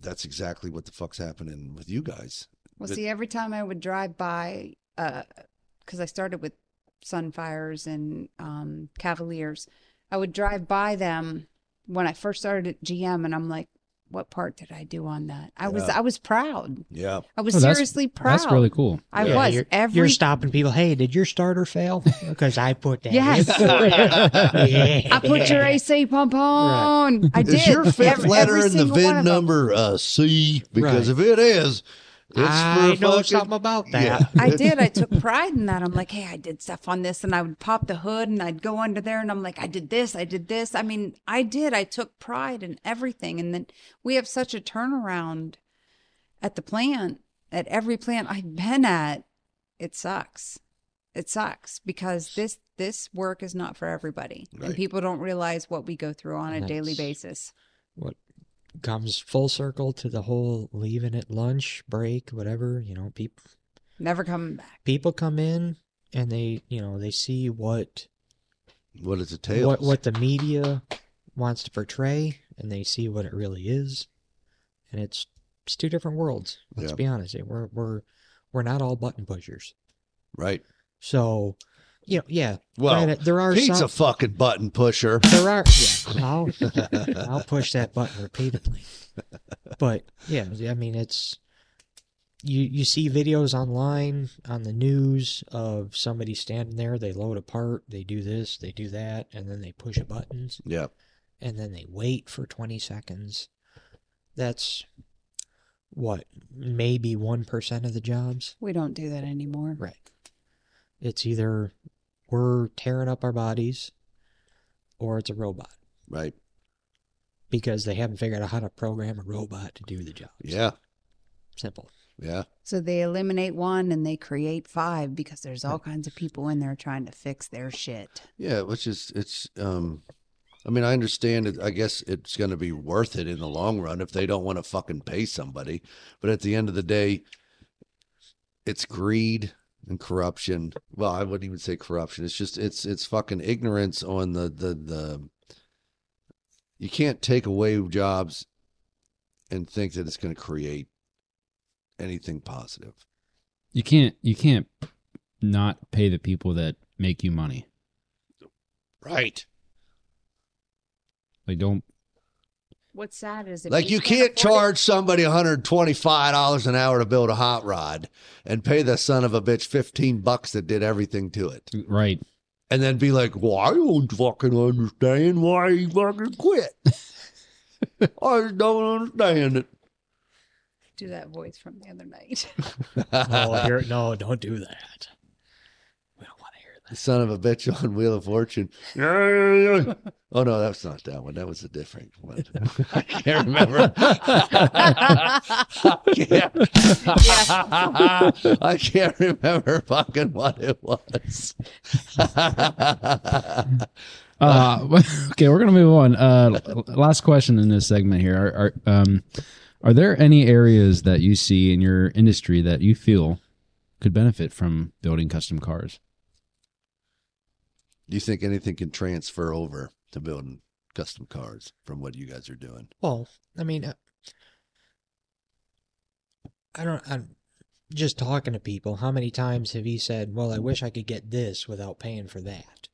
Speaker 2: that's exactly what the fuck's happening with you guys.
Speaker 4: Well,
Speaker 2: that-
Speaker 4: see, every time I would drive by, because I started with Sunfires and um, Cavaliers, I would drive by them when I first started at GM, and I'm like, "What part did I do on that?" I was
Speaker 2: Yeah.
Speaker 4: I was proud.
Speaker 2: Yeah,
Speaker 4: I was
Speaker 3: Oh, that's-
Speaker 4: seriously proud.
Speaker 3: that's really cool
Speaker 4: I
Speaker 2: Yeah,
Speaker 4: was
Speaker 5: you're,
Speaker 4: every.
Speaker 5: you're stopping people. Hey, did your
Speaker 4: [LAUGHS]
Speaker 5: starter fail? Because I put that. in."
Speaker 4: Yes. I put your
Speaker 5: [LAUGHS] Yeah.
Speaker 4: AC pump on. I did.
Speaker 2: is your fifth
Speaker 4: Every-
Speaker 2: letter
Speaker 4: every
Speaker 2: in the
Speaker 4: single one
Speaker 2: VIN
Speaker 4: of them.
Speaker 2: number uh, C? Because if it is, it's
Speaker 5: I
Speaker 2: for
Speaker 5: know
Speaker 2: fucking-
Speaker 5: something about that.
Speaker 2: Yeah.
Speaker 4: I did. I took pride in that. I'm like, hey, I did stuff on this, and I would pop the hood, and I'd go under there, and I'm like, I did this, I did this. I mean, I did. I took pride in everything, and then we have such a turnaround at the plant, at every plant I've been at. It sucks. It sucks because this this work is not for everybody,
Speaker 2: Right.
Speaker 4: and people don't realize what we go through on a daily
Speaker 5: That's-
Speaker 4: basis.
Speaker 5: what comes full circle to the whole leaving at lunch break whatever you know people
Speaker 4: Never coming back.
Speaker 5: people come in and they you know they see what
Speaker 2: What is the tail?
Speaker 5: what what the media wants to portray and they see what it really is and it's it's two different worlds let's
Speaker 2: Yeah.
Speaker 5: be honest we're we're we're not all button pushers
Speaker 2: Right.
Speaker 5: so you know yeah
Speaker 2: Well,
Speaker 5: granted, there are
Speaker 2: Pete's
Speaker 5: some
Speaker 2: a fucking button pusher.
Speaker 5: there are yeah, I'll, I'll push that button repeatedly but yeah i mean it's you you see videos online on the news of somebody standing there they load a part they do this they do that and then they push a button
Speaker 2: Yeah.
Speaker 5: and then they wait for 20 seconds that's what maybe 1% of the jobs
Speaker 4: We don't do that anymore.
Speaker 5: right it's either we're tearing up our bodies or it's a robot
Speaker 2: Right.
Speaker 5: because they haven't figured out how to program a robot to do the job.
Speaker 2: Yeah.
Speaker 5: Simple.
Speaker 2: Yeah.
Speaker 4: So they eliminate one and they create five because there's all kinds of people in there trying to fix their shit.
Speaker 2: Yeah. Which is, it's, um, I mean, I understand it. I guess it's going to be worth it in the long run if they don't want to fucking pay somebody. But at the end of the day, it's greed and corruption. Well, I wouldn't even say corruption. It's just it's it's fucking ignorance on the the the. You can't take away jobs and think that it's going to create anything positive.
Speaker 3: You can't you can't not pay the people that make you money.
Speaker 2: Right.
Speaker 3: Like don't
Speaker 4: What's sad is if
Speaker 2: Like you can't
Speaker 4: afford
Speaker 2: charge somebody $125 an hour to build a hot rod and pay the son of a bitch 15 bucks that did everything to it.
Speaker 3: right.
Speaker 2: And then be like, well, I don't fucking understand why he fucking quit. I just don't understand it.
Speaker 4: it, do that voice from the other night. [LAUGHS]
Speaker 5: No, Oh, here, no, don't do that. We don't want to hear
Speaker 2: the son of a bitch on Wheel of Fortune. oh no, that's not that one. That was a different one. I can't remember. [LAUGHS] I, can't, I can't [LAUGHS] remember fucking what it was. [LAUGHS]
Speaker 3: Uh, [LAUGHS] okay, we're gonna move on. Uh, l- last question in this segment here: are, are um, are there any areas that you see in your industry that you feel could benefit from building custom cars?
Speaker 2: Do you think anything can transfer over to building custom cars from what you guys are doing?
Speaker 5: Well, I mean, uh, I don't. I'm just talking to people. How many times have you said, "Well, I wish I could get this without paying for that,"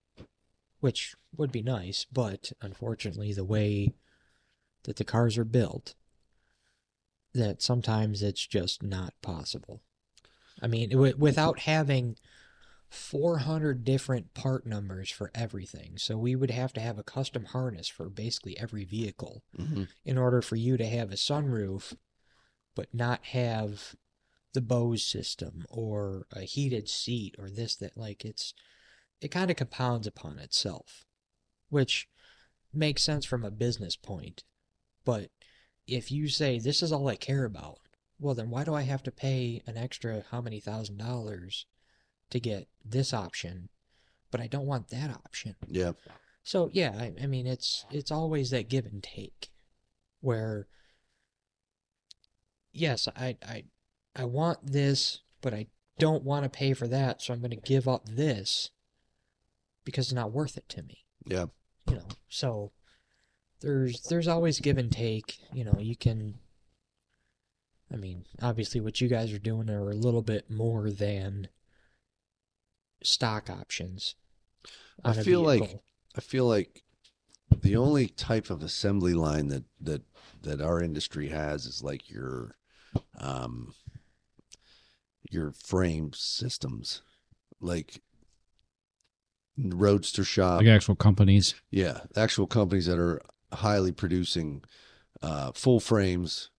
Speaker 5: which would be nice, but unfortunately, the way that the cars are built, that sometimes it's just not possible. I mean, w- without having 400 different part numbers for everything. So we would have to have a custom harness for basically every vehicle in order for you to have a sunroof but not have the Bose system or a heated seat or this that like it's it kind of compounds upon itself which makes sense from a business point but if you say this is all I care about well then why do I have to pay an extra how many thousand dollars to get this option but I don't want that option
Speaker 2: Yeah.
Speaker 5: so yeah, I, I mean it's it's always that give and take, where yes, I I I want this, but I don't want to pay for that, so I'm going to give up this because it's not worth it to me.
Speaker 2: Yeah.
Speaker 5: You know, so there's there's always give and take. You know, you can. I mean, obviously, what you guys are doing are a little bit more than stock options.
Speaker 2: I
Speaker 5: on a
Speaker 2: feel like-
Speaker 5: vehicle.
Speaker 2: I feel like the only type of assembly line that that that our industry has is like your um your frame systems like roadster shop
Speaker 3: Like actual companies,
Speaker 2: yeah actual companies that are highly producing uh full frames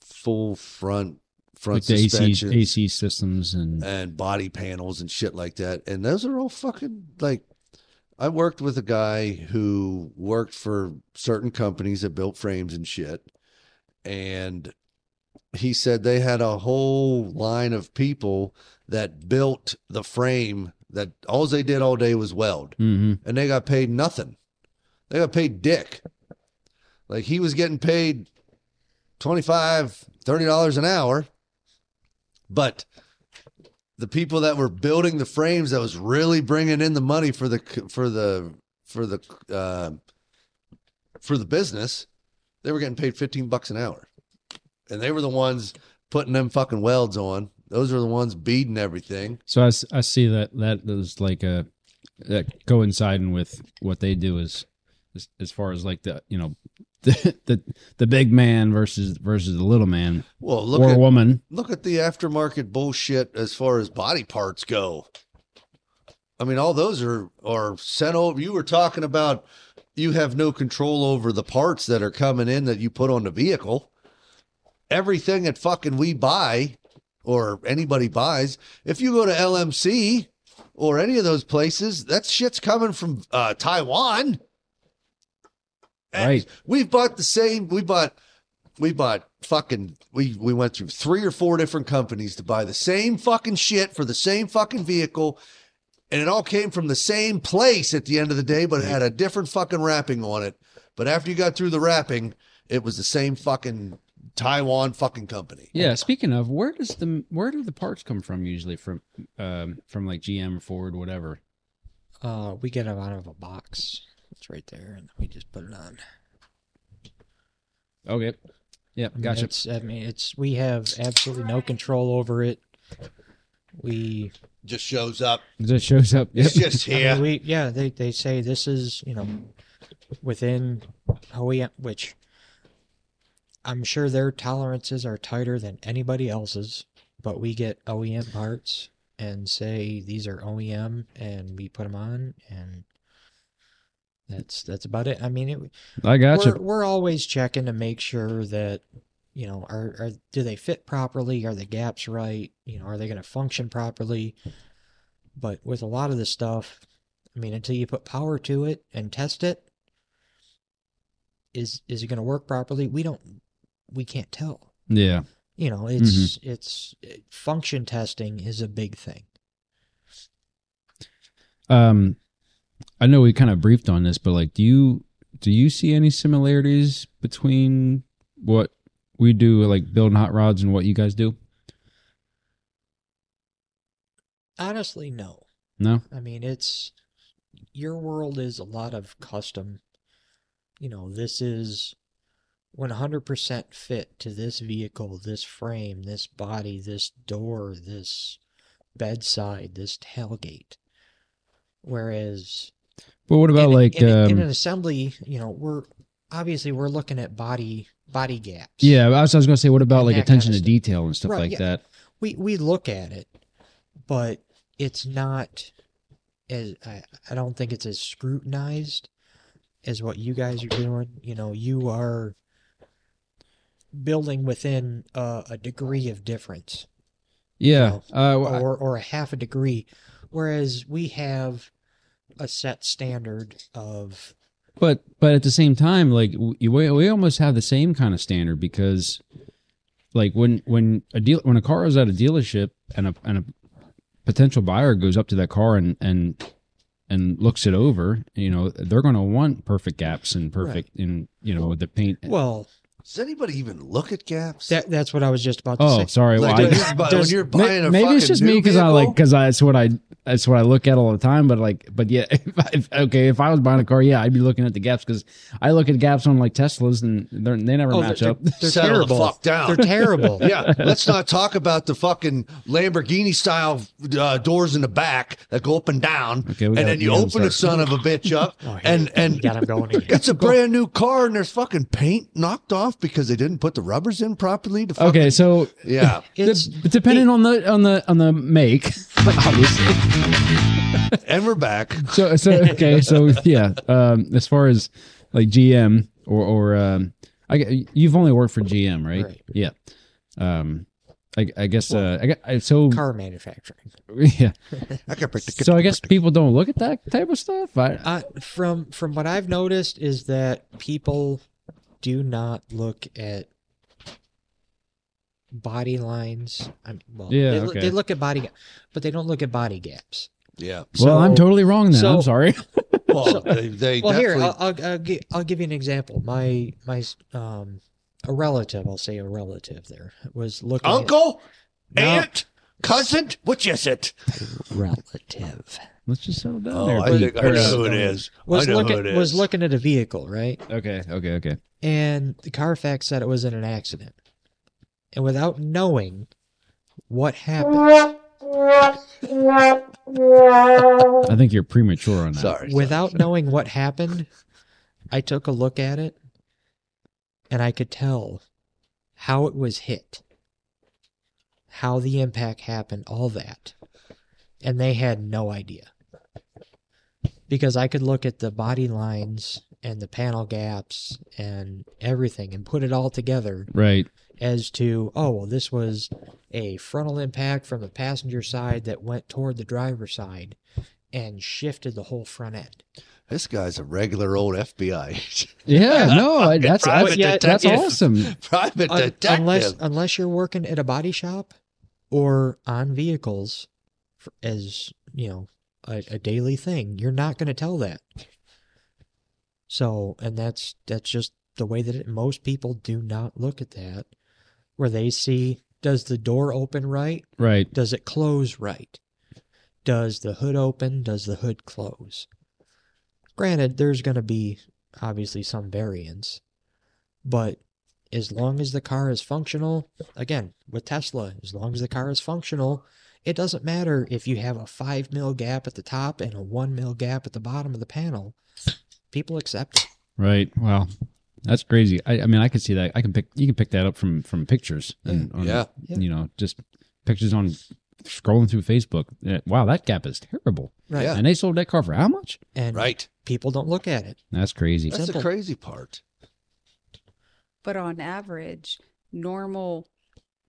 Speaker 2: full front front Uh,
Speaker 3: like the AC,
Speaker 2: suspension
Speaker 3: AC systems, and
Speaker 2: and body panels and shit like that. And those are all fucking like I worked with a guy who worked for certain companies that built frames and shit. And he said they had a whole line of people that built the frame that all they did all day was weld
Speaker 3: Mhm.
Speaker 2: and they got paid nothing. They got paid dick. Like he was getting paid 25 $30 an hour, but the people that were building the frames that was really bringing in the money for the for the for the uh, for the business, they were getting paid 15 bucks an hour. And they were the ones putting them fucking welds on. Those are the ones beading everything.
Speaker 3: so I, s- I see that that is like a that coinciding with what they do is as, as far as like the you know [LAUGHS] the, the the big man versus versus the little man
Speaker 2: Well, look
Speaker 3: or
Speaker 2: at
Speaker 3: woman.
Speaker 2: look at the aftermarket bullshit as far as body parts go. I mean, all those are are sent over. You were talking about you have no control over the parts that are coming in that you put on the vehicle. Everything that fucking we buy or anybody buys, if you go to LMC or any of those places, that shit's coming from uh, Taiwan. And
Speaker 3: Right.
Speaker 2: We've bought the same. We bought we bought fucking we we went through three or four different companies to buy the same fucking shit for the same fucking vehicle and it all came from the same place at the end of the day, but it had a different fucking wrapping on it. But after you got through the wrapping, it was the same fucking Taiwan fucking company.
Speaker 3: Yeah. Speaking of, where does the where do the parts come from usually from um, from like GM, Ford, whatever?
Speaker 5: Uh, we get them out of a box. It's right there, and we just put it on.
Speaker 3: Okay. Yep.
Speaker 5: I mean,
Speaker 3: Gotcha.
Speaker 5: It's, I mean, it's we have absolutely no control over it. We
Speaker 2: Just shows up.
Speaker 3: Just shows up. Yep.
Speaker 2: It's
Speaker 3: [LAUGHS]
Speaker 2: just
Speaker 5: I mean,
Speaker 2: here.
Speaker 5: we, yeah, they, they say this is, you know, within OEM, which I'm sure their tolerances are tighter than anybody else's, but we get OEM parts and say these are OEM and we put them on and that's that's about it. I mean, it,
Speaker 3: I gotcha.
Speaker 5: we're, we're always checking to make sure that you know are, are do they fit properly are the gaps right you know are they going to function properly but with a lot of this stuff i mean until you put power to it and test it is is it going to work properly we don't we can't tell
Speaker 3: Yeah.
Speaker 5: you know it's it's it, function testing is a big thing
Speaker 3: Um, I know we kind of briefed on this, but like, do you do you see any similarities between what we do, like building hot rods, and what you guys do?
Speaker 5: honestly no
Speaker 3: No.
Speaker 5: I mean, it's your world is a lot of custom. You know, this is 100% fit to this vehicle, this frame, this body, this door, this bedside, this tailgate. Whereas
Speaker 3: But what about
Speaker 5: in,
Speaker 3: like,
Speaker 5: in,
Speaker 3: um,
Speaker 5: in an assembly, you know, we're obviously we're looking at body body gaps.
Speaker 3: yeah? I was, I was gonna say, what about
Speaker 5: and
Speaker 3: like
Speaker 5: that kind
Speaker 3: attention
Speaker 5: of
Speaker 3: to
Speaker 5: stuff.
Speaker 3: detail and stuff
Speaker 5: Right,
Speaker 3: like
Speaker 5: yeah.
Speaker 3: that?
Speaker 5: we we look at it, but it's not as I, I don't think it's as scrutinized as what you guys are doing. You know, you are building within uh, a degree of difference,
Speaker 3: Yeah. Uh, well, I-
Speaker 5: or or a half a degree, whereas we have a set standard of
Speaker 3: but but at the same time, like w- we we almost have the same kind of standard because, like when when a deal when a car is at a dealership and a and a potential buyer goes up to that car and and and looks it over, you know they're going to want perfect gaps and perfect and you know with the paint.
Speaker 5: well
Speaker 2: Does anybody even look at gaps?
Speaker 5: that that's what I was just about to
Speaker 3: oh,
Speaker 5: say.
Speaker 3: sorry. Well,
Speaker 2: like, when you're
Speaker 3: I,
Speaker 2: bu- when
Speaker 5: does-
Speaker 2: you're
Speaker 3: May-
Speaker 2: buying a
Speaker 3: maybe it's
Speaker 2: fucking
Speaker 3: just
Speaker 2: new
Speaker 3: me because I like
Speaker 2: vehicle-
Speaker 3: because that's what I that's what I look at all the time. But like, but yeah, [LAUGHS] if, I- if okay, if I was buying a car, yeah, I'd be looking at the gaps because I look at gaps on like Teslas and they're, they never
Speaker 5: Oh,
Speaker 3: match
Speaker 5: they're-
Speaker 3: up.
Speaker 5: They're
Speaker 2: Settle the
Speaker 5: terrible.
Speaker 2: fuck down.
Speaker 5: They're terrible.
Speaker 2: [LAUGHS] yeah, let's not talk about the fucking Lamborghini style uh, doors in the back that go up and down,
Speaker 3: Okay,
Speaker 2: and
Speaker 3: we got-
Speaker 2: then you
Speaker 3: yeah, I'm
Speaker 2: open the son of a bitch up,
Speaker 5: [LAUGHS] Oh, here-
Speaker 2: and
Speaker 5: you
Speaker 2: and
Speaker 5: got 'em going again.
Speaker 2: [LAUGHS] it's a brand new car, and there's fucking paint knocked off because they didn't put the rubbers in properly. To fucking,
Speaker 3: [LAUGHS] okay, so
Speaker 2: [LAUGHS] yeah,
Speaker 3: de-
Speaker 5: It's
Speaker 3: depending on the on the on
Speaker 2: [LAUGHS]
Speaker 3: the make, obviously.
Speaker 2: and we're back.
Speaker 3: [LAUGHS] So so okay, so yeah. Um, as far as like GM or or um, I gue- you've only worked for GM, right?
Speaker 5: Right.
Speaker 3: Yeah. Um, I, I guess uh, I, gue- I so
Speaker 5: car manufacturing.
Speaker 3: [LAUGHS] yeah.
Speaker 2: I can pick the
Speaker 3: So I guess people don't look at that type of stuff. I,
Speaker 5: uh, from from what I've noticed is that people do not look at body lines. I'm, well,
Speaker 3: Yeah,
Speaker 5: they, look-
Speaker 3: okay.
Speaker 5: they look at body, ga- but they don't look at body gaps.
Speaker 2: yeah.
Speaker 3: well, I'm
Speaker 5: so-
Speaker 3: totally wrong then.
Speaker 5: so-
Speaker 3: I'm sorry.
Speaker 2: Well, they, they
Speaker 5: Well, here
Speaker 2: definitely.
Speaker 5: I'll I'll, I'll, gi- I'll give you an example. My my um a relative, I'll say a relative. There was looking at-
Speaker 2: Uncle,
Speaker 5: No.
Speaker 2: aunt, cousin, which is it?
Speaker 5: relative
Speaker 3: [LAUGHS] Let's just settle down
Speaker 2: Oh,
Speaker 3: there.
Speaker 2: I
Speaker 3: Pete.
Speaker 2: think I
Speaker 3: Or, uh,
Speaker 2: know who it is.
Speaker 5: was
Speaker 2: I know
Speaker 5: looking
Speaker 2: who it is.
Speaker 5: was looking at a vehicle, right?
Speaker 3: [LAUGHS] okay, okay, okay.
Speaker 5: and the Carfax said it was in an accident. And without knowing what happened,
Speaker 3: I think you're premature on that.
Speaker 2: Sorry.
Speaker 5: without knowing what happened, I took a look at it and I could tell how it was hit, how the impact happened, all that. And they had no idea. Because I could look at the body lines and the panel gaps and everything and put it all together
Speaker 3: Right.
Speaker 5: as to oh well this was a frontal impact from the passenger side that went toward the driver's side and shifted the whole front end
Speaker 2: This guy's a regular old FBI.
Speaker 3: Yeah. No. I, that's that's,
Speaker 2: private
Speaker 3: that's
Speaker 2: detective.
Speaker 3: awesome.
Speaker 2: [LAUGHS] private
Speaker 5: Un-
Speaker 2: detective.
Speaker 5: unless unless you're working at a body shop or on vehicles for, as you know a, a daily thing. You're not going to tell that. So, and that's that's just the way that it, most people do not look at that, where they see does the door open right?
Speaker 3: Right.
Speaker 5: Does it close right? Does the hood open? Does the hood close? Granted, there's going to be obviously some variance, but as long as the car is functional, again, with Tesla, as long as the car is functional, it doesn't matter if you have a 5 mil gap at the top and a 1 mil gap at the bottom of the panel. People accept it.
Speaker 3: Right. Wow. That's crazy. I, I mean, I could see that. I can pick. You can pick that up from from pictures and on,
Speaker 2: Yeah.
Speaker 5: Yeah.
Speaker 3: you know just pictures on scrolling through Facebook. Yeah, Wow, that gap is terrible.
Speaker 5: Right.
Speaker 2: Yeah.
Speaker 3: And they sold that car for how much?
Speaker 5: And
Speaker 2: Right.
Speaker 5: people don't look at it.
Speaker 3: That's crazy.
Speaker 2: That's
Speaker 5: Simple.
Speaker 2: the crazy part.
Speaker 4: But on average, normal,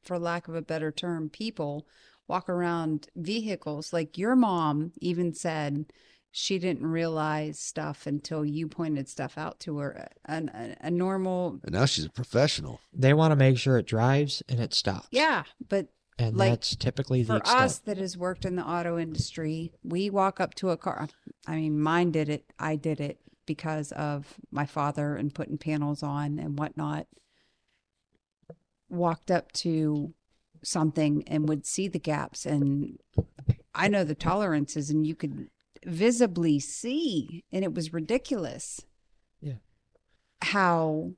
Speaker 4: for lack of a better term, people walk around vehicles. Like your mom even said she didn't realize stuff until you pointed stuff out to her. An, a, a normal,
Speaker 2: And now she's a professional.
Speaker 5: They want to make sure it drives and it stops.
Speaker 4: yeah, but
Speaker 5: And
Speaker 4: like,
Speaker 5: that's typically the
Speaker 4: for
Speaker 5: extent.
Speaker 4: us that has worked in the auto industry, we walk up to a car. I mean, mine did it. I did it because of my father and putting panels on and whatnot. Walked up to something and would see the gaps, and I know the tolerances, and you could visibly see, and it was ridiculous.
Speaker 5: Yeah.
Speaker 4: How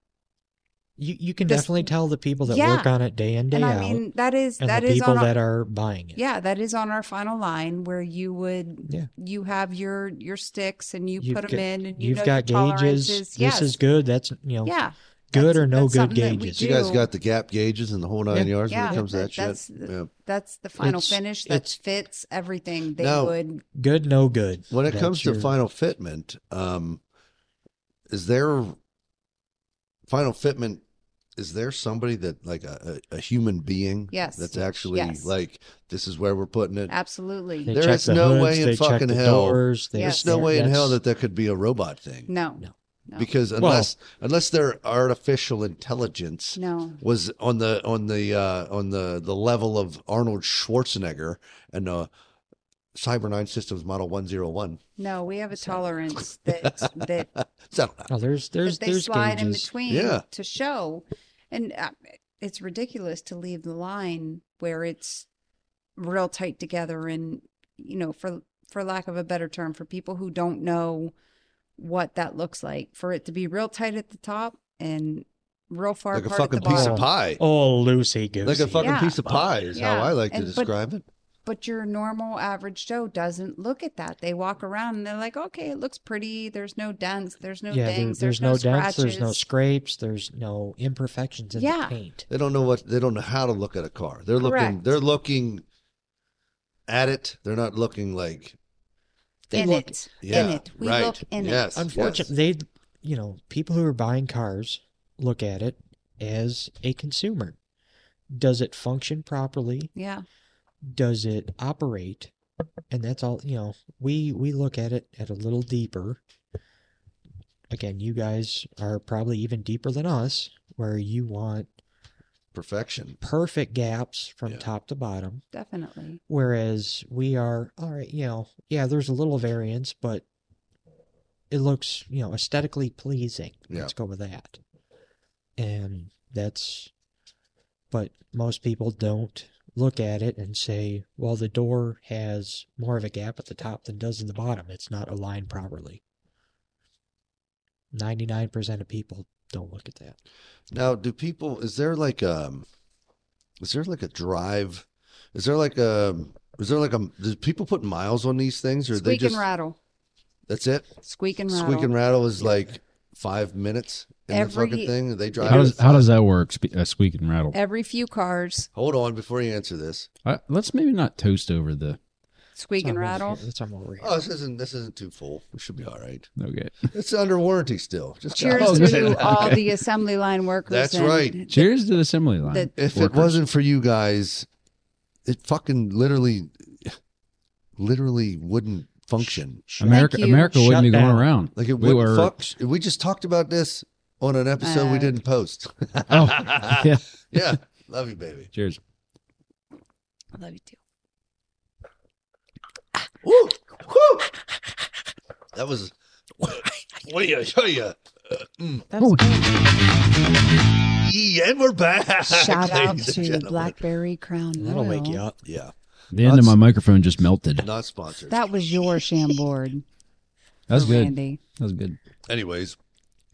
Speaker 5: you, you can
Speaker 4: this-
Speaker 5: definitely tell the people that
Speaker 4: Yeah.
Speaker 5: work on it day in, day
Speaker 4: and
Speaker 5: out,
Speaker 4: I mean that is
Speaker 5: and
Speaker 4: that
Speaker 5: the
Speaker 4: is
Speaker 5: people
Speaker 4: on our-
Speaker 5: that are buying it.
Speaker 4: Yeah, that is on our final line where you would
Speaker 5: Yeah.
Speaker 4: you have your your sticks and you
Speaker 5: You've
Speaker 4: put them
Speaker 5: got-
Speaker 4: in and you
Speaker 5: You've
Speaker 4: know
Speaker 5: got
Speaker 4: your
Speaker 5: gauges.
Speaker 4: tolerances.
Speaker 5: This
Speaker 4: Yes.
Speaker 5: is good. That's, you know,
Speaker 4: yeah.
Speaker 5: good
Speaker 4: That's-
Speaker 5: or no
Speaker 4: that's
Speaker 5: good
Speaker 4: something that we
Speaker 5: gauges.
Speaker 4: do.
Speaker 2: You guys got the gap gauges and the whole nine yards when
Speaker 4: Yeah,
Speaker 2: it comes to
Speaker 4: that-
Speaker 2: that shit.
Speaker 4: that's-
Speaker 2: Yeah.
Speaker 4: That's the final
Speaker 5: It's-
Speaker 4: finish that
Speaker 5: it's-
Speaker 4: fits everything they
Speaker 2: Now-
Speaker 4: would
Speaker 5: Good, no good.
Speaker 2: When it
Speaker 5: That's
Speaker 2: comes to
Speaker 5: your-
Speaker 2: final fitment, um, is there final fitment? Is there somebody that like a, a, a human being?
Speaker 4: Yes.
Speaker 2: That's actually
Speaker 4: Yes.
Speaker 2: like this is where we're putting it.
Speaker 5: They
Speaker 4: absolutely
Speaker 2: There
Speaker 5: check
Speaker 2: is
Speaker 5: the
Speaker 2: no
Speaker 5: hoods,
Speaker 2: way in
Speaker 5: they check
Speaker 2: fucking
Speaker 5: the
Speaker 2: hell.
Speaker 5: doors, they-
Speaker 4: Yes.
Speaker 2: There's no way in hell
Speaker 5: that's-
Speaker 2: that that could be a robot thing.
Speaker 4: no.
Speaker 5: No.
Speaker 4: No.
Speaker 2: Because unless unless their artificial intelligence
Speaker 4: no.
Speaker 2: was on the on the uh, on the the level of Arnold Schwarzenegger and uh, Cyber Nine Systems Model One Zero One.
Speaker 4: No, we have a
Speaker 5: So-
Speaker 4: tolerance that that
Speaker 2: So
Speaker 5: Oh, there's there's
Speaker 4: that they
Speaker 5: there's
Speaker 4: slide in
Speaker 5: gauges.
Speaker 4: between
Speaker 2: Yeah.
Speaker 4: to show. And uh, it's ridiculous to leave the line where it's real tight together and you know for for lack of a better term for people who don't know what that looks like for it to be real tight at the top and real far
Speaker 2: like a
Speaker 4: apart
Speaker 2: fucking
Speaker 4: at the bottom.
Speaker 2: piece of pie.
Speaker 5: Oh, Lucy goosey.
Speaker 2: Like a fucking
Speaker 4: Yeah.
Speaker 2: piece of pie is
Speaker 4: Yeah.
Speaker 2: how I like
Speaker 4: And-
Speaker 2: to
Speaker 4: but-
Speaker 2: describe it.
Speaker 4: But your normal average Joe doesn't look at that. They walk around and they're like, "Okay, it looks pretty. There's no dents. There's no
Speaker 5: yeah, there-
Speaker 4: dings.
Speaker 5: there's,
Speaker 4: there's, no,
Speaker 5: dents.
Speaker 4: scratches.
Speaker 5: There's no scrapes. There's no imperfections in
Speaker 4: Yeah.
Speaker 5: the paint.
Speaker 2: They don't know what they don't know how to look at a car. They're looking
Speaker 4: Correct.
Speaker 2: they're looking at it. They're not looking like
Speaker 5: They
Speaker 4: in
Speaker 5: look-
Speaker 4: it.
Speaker 2: yeah,
Speaker 4: in it. We
Speaker 2: right.
Speaker 4: look in it.
Speaker 2: yes,
Speaker 5: Unfortunately,
Speaker 2: yes.
Speaker 5: they you know people who are buying cars look at it as a consumer. Does it function properly?
Speaker 4: Yeah.
Speaker 5: Does it operate? And that's all. You know, we we look at it at a little deeper. Again, you guys are probably even deeper than us, where you want
Speaker 2: perfection.
Speaker 5: perfect gaps from
Speaker 2: Yeah.
Speaker 5: top to bottom.
Speaker 4: Definitely.
Speaker 5: Whereas we are, all right, you know, yeah, there's a little variance, but it looks, you know, aesthetically pleasing.
Speaker 2: Yeah.
Speaker 5: Let's go with that. And that's, but most people don't look at it and say, well, the door has more of a gap at the top than does in the bottom. It's not aligned properly. 99% of people don't look at that.
Speaker 2: Now, do people is there like um is there like a drive? Is there like a is there like a do people put miles on these things or they
Speaker 4: Squeak
Speaker 2: just
Speaker 4: and rattle.
Speaker 2: that's it?
Speaker 4: Squeak and rattle.
Speaker 2: Squeak and rattle is like five minutes in
Speaker 4: Every-
Speaker 2: the fucking thing. They drive.
Speaker 3: How does how does that work? Spe- uh, squeak and rattle.
Speaker 4: Every few cars,
Speaker 2: Hold on before you answer this.
Speaker 3: Uh, let's maybe not toast over the.
Speaker 4: squeak
Speaker 5: That's
Speaker 4: and
Speaker 5: why I'm over
Speaker 4: rattle.
Speaker 5: here- That's why I'm over here.
Speaker 2: Oh, this isn't this isn't too full. We should be all right.
Speaker 3: Okay.
Speaker 2: It's under warranty still. Just
Speaker 4: Cheers
Speaker 2: Oh,
Speaker 4: to
Speaker 2: just- [LAUGHS]
Speaker 4: all the assembly line workers.
Speaker 2: That's
Speaker 4: and
Speaker 2: right.
Speaker 3: Cheers to the assembly line.
Speaker 4: The-
Speaker 2: If it
Speaker 3: workers.
Speaker 2: wasn't for you guys, it fucking literally, literally wouldn't function.
Speaker 3: America,
Speaker 4: Thank you.
Speaker 3: America wouldn't
Speaker 5: Shut
Speaker 3: be going
Speaker 5: down.
Speaker 3: around.
Speaker 2: Like it
Speaker 3: we
Speaker 2: wouldn't
Speaker 3: were.
Speaker 2: fuck. We just talked about this on an episode we
Speaker 4: Uh,
Speaker 2: didn't post.
Speaker 3: [LAUGHS]
Speaker 2: [LAUGHS]
Speaker 3: Oh, [LAUGHS] yeah.
Speaker 2: yeah, love you, baby.
Speaker 3: Cheers.
Speaker 2: [LAUGHS]
Speaker 4: I love you too.
Speaker 2: Woo! Woo! That
Speaker 4: [LAUGHS]
Speaker 2: was. What do you show you?
Speaker 4: That's
Speaker 3: Oh,
Speaker 4: good.
Speaker 2: Mm. Yeah, and we're back.
Speaker 4: Shout out
Speaker 2: ladies and
Speaker 4: to
Speaker 2: gentlemen.
Speaker 4: Blackberry Crown.
Speaker 5: That'll wake you
Speaker 4: Royal.
Speaker 5: up.
Speaker 2: Yeah,
Speaker 3: The end of my microphone just
Speaker 2: [LAUGHS]
Speaker 3: melted. That
Speaker 2: not sponsored.
Speaker 4: That was
Speaker 3: [LAUGHS]
Speaker 4: your shambord.
Speaker 3: was
Speaker 4: for
Speaker 3: good.
Speaker 4: Randy.
Speaker 3: That was good.
Speaker 2: Anyways,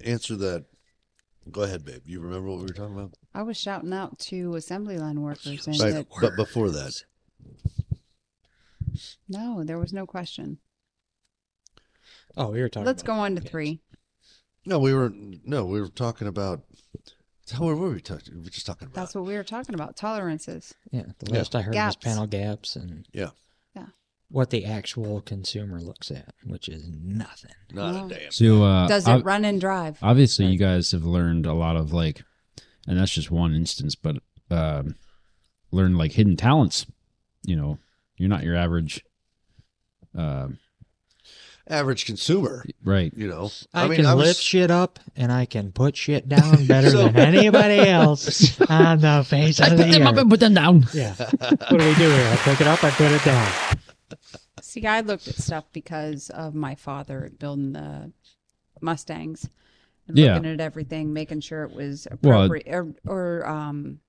Speaker 2: answer that. Go ahead, babe. You remember what we were talking about?
Speaker 4: I was shouting out to assembly line workers, and
Speaker 2: Right,
Speaker 4: that,
Speaker 2: but before that,
Speaker 4: no, there was no question.
Speaker 5: Oh, we were talking.
Speaker 4: Let's go
Speaker 5: about
Speaker 4: on to
Speaker 5: that.
Speaker 4: three.
Speaker 2: no, we were no, we were talking about. How were we talking? We were just talking about.
Speaker 4: That's what we were talking about tolerances.
Speaker 5: Yeah, the
Speaker 2: Yeah.
Speaker 5: last I heard
Speaker 4: Gaps.
Speaker 5: was panel gaps and
Speaker 2: Yeah.
Speaker 4: Yeah.
Speaker 5: what the actual consumer looks at, which is nothing.
Speaker 2: Not
Speaker 4: Oh.
Speaker 2: a damn.
Speaker 3: So uh,
Speaker 4: Does
Speaker 3: ob-
Speaker 4: it run and drive?
Speaker 3: obviously, you guys have learned a lot of like, and that's just one instance, but um, learned like hidden talents. You know, you're not your average. Um,
Speaker 2: Average consumer,
Speaker 3: right.
Speaker 2: you know.
Speaker 5: I,
Speaker 2: mean,
Speaker 5: can
Speaker 2: I was,
Speaker 5: lift shit up and I can put
Speaker 2: [LAUGHS]
Speaker 5: shit down better than anybody else on the face of the earth.
Speaker 3: put them down.
Speaker 2: [LAUGHS]
Speaker 5: Yeah. What do we do here? I pick it up, I put it down.
Speaker 4: See, I looked at stuff because of my father building the Mustangs and
Speaker 3: Yeah.
Speaker 4: looking at everything, making sure it was
Speaker 3: Well-
Speaker 4: appropriate or, or um,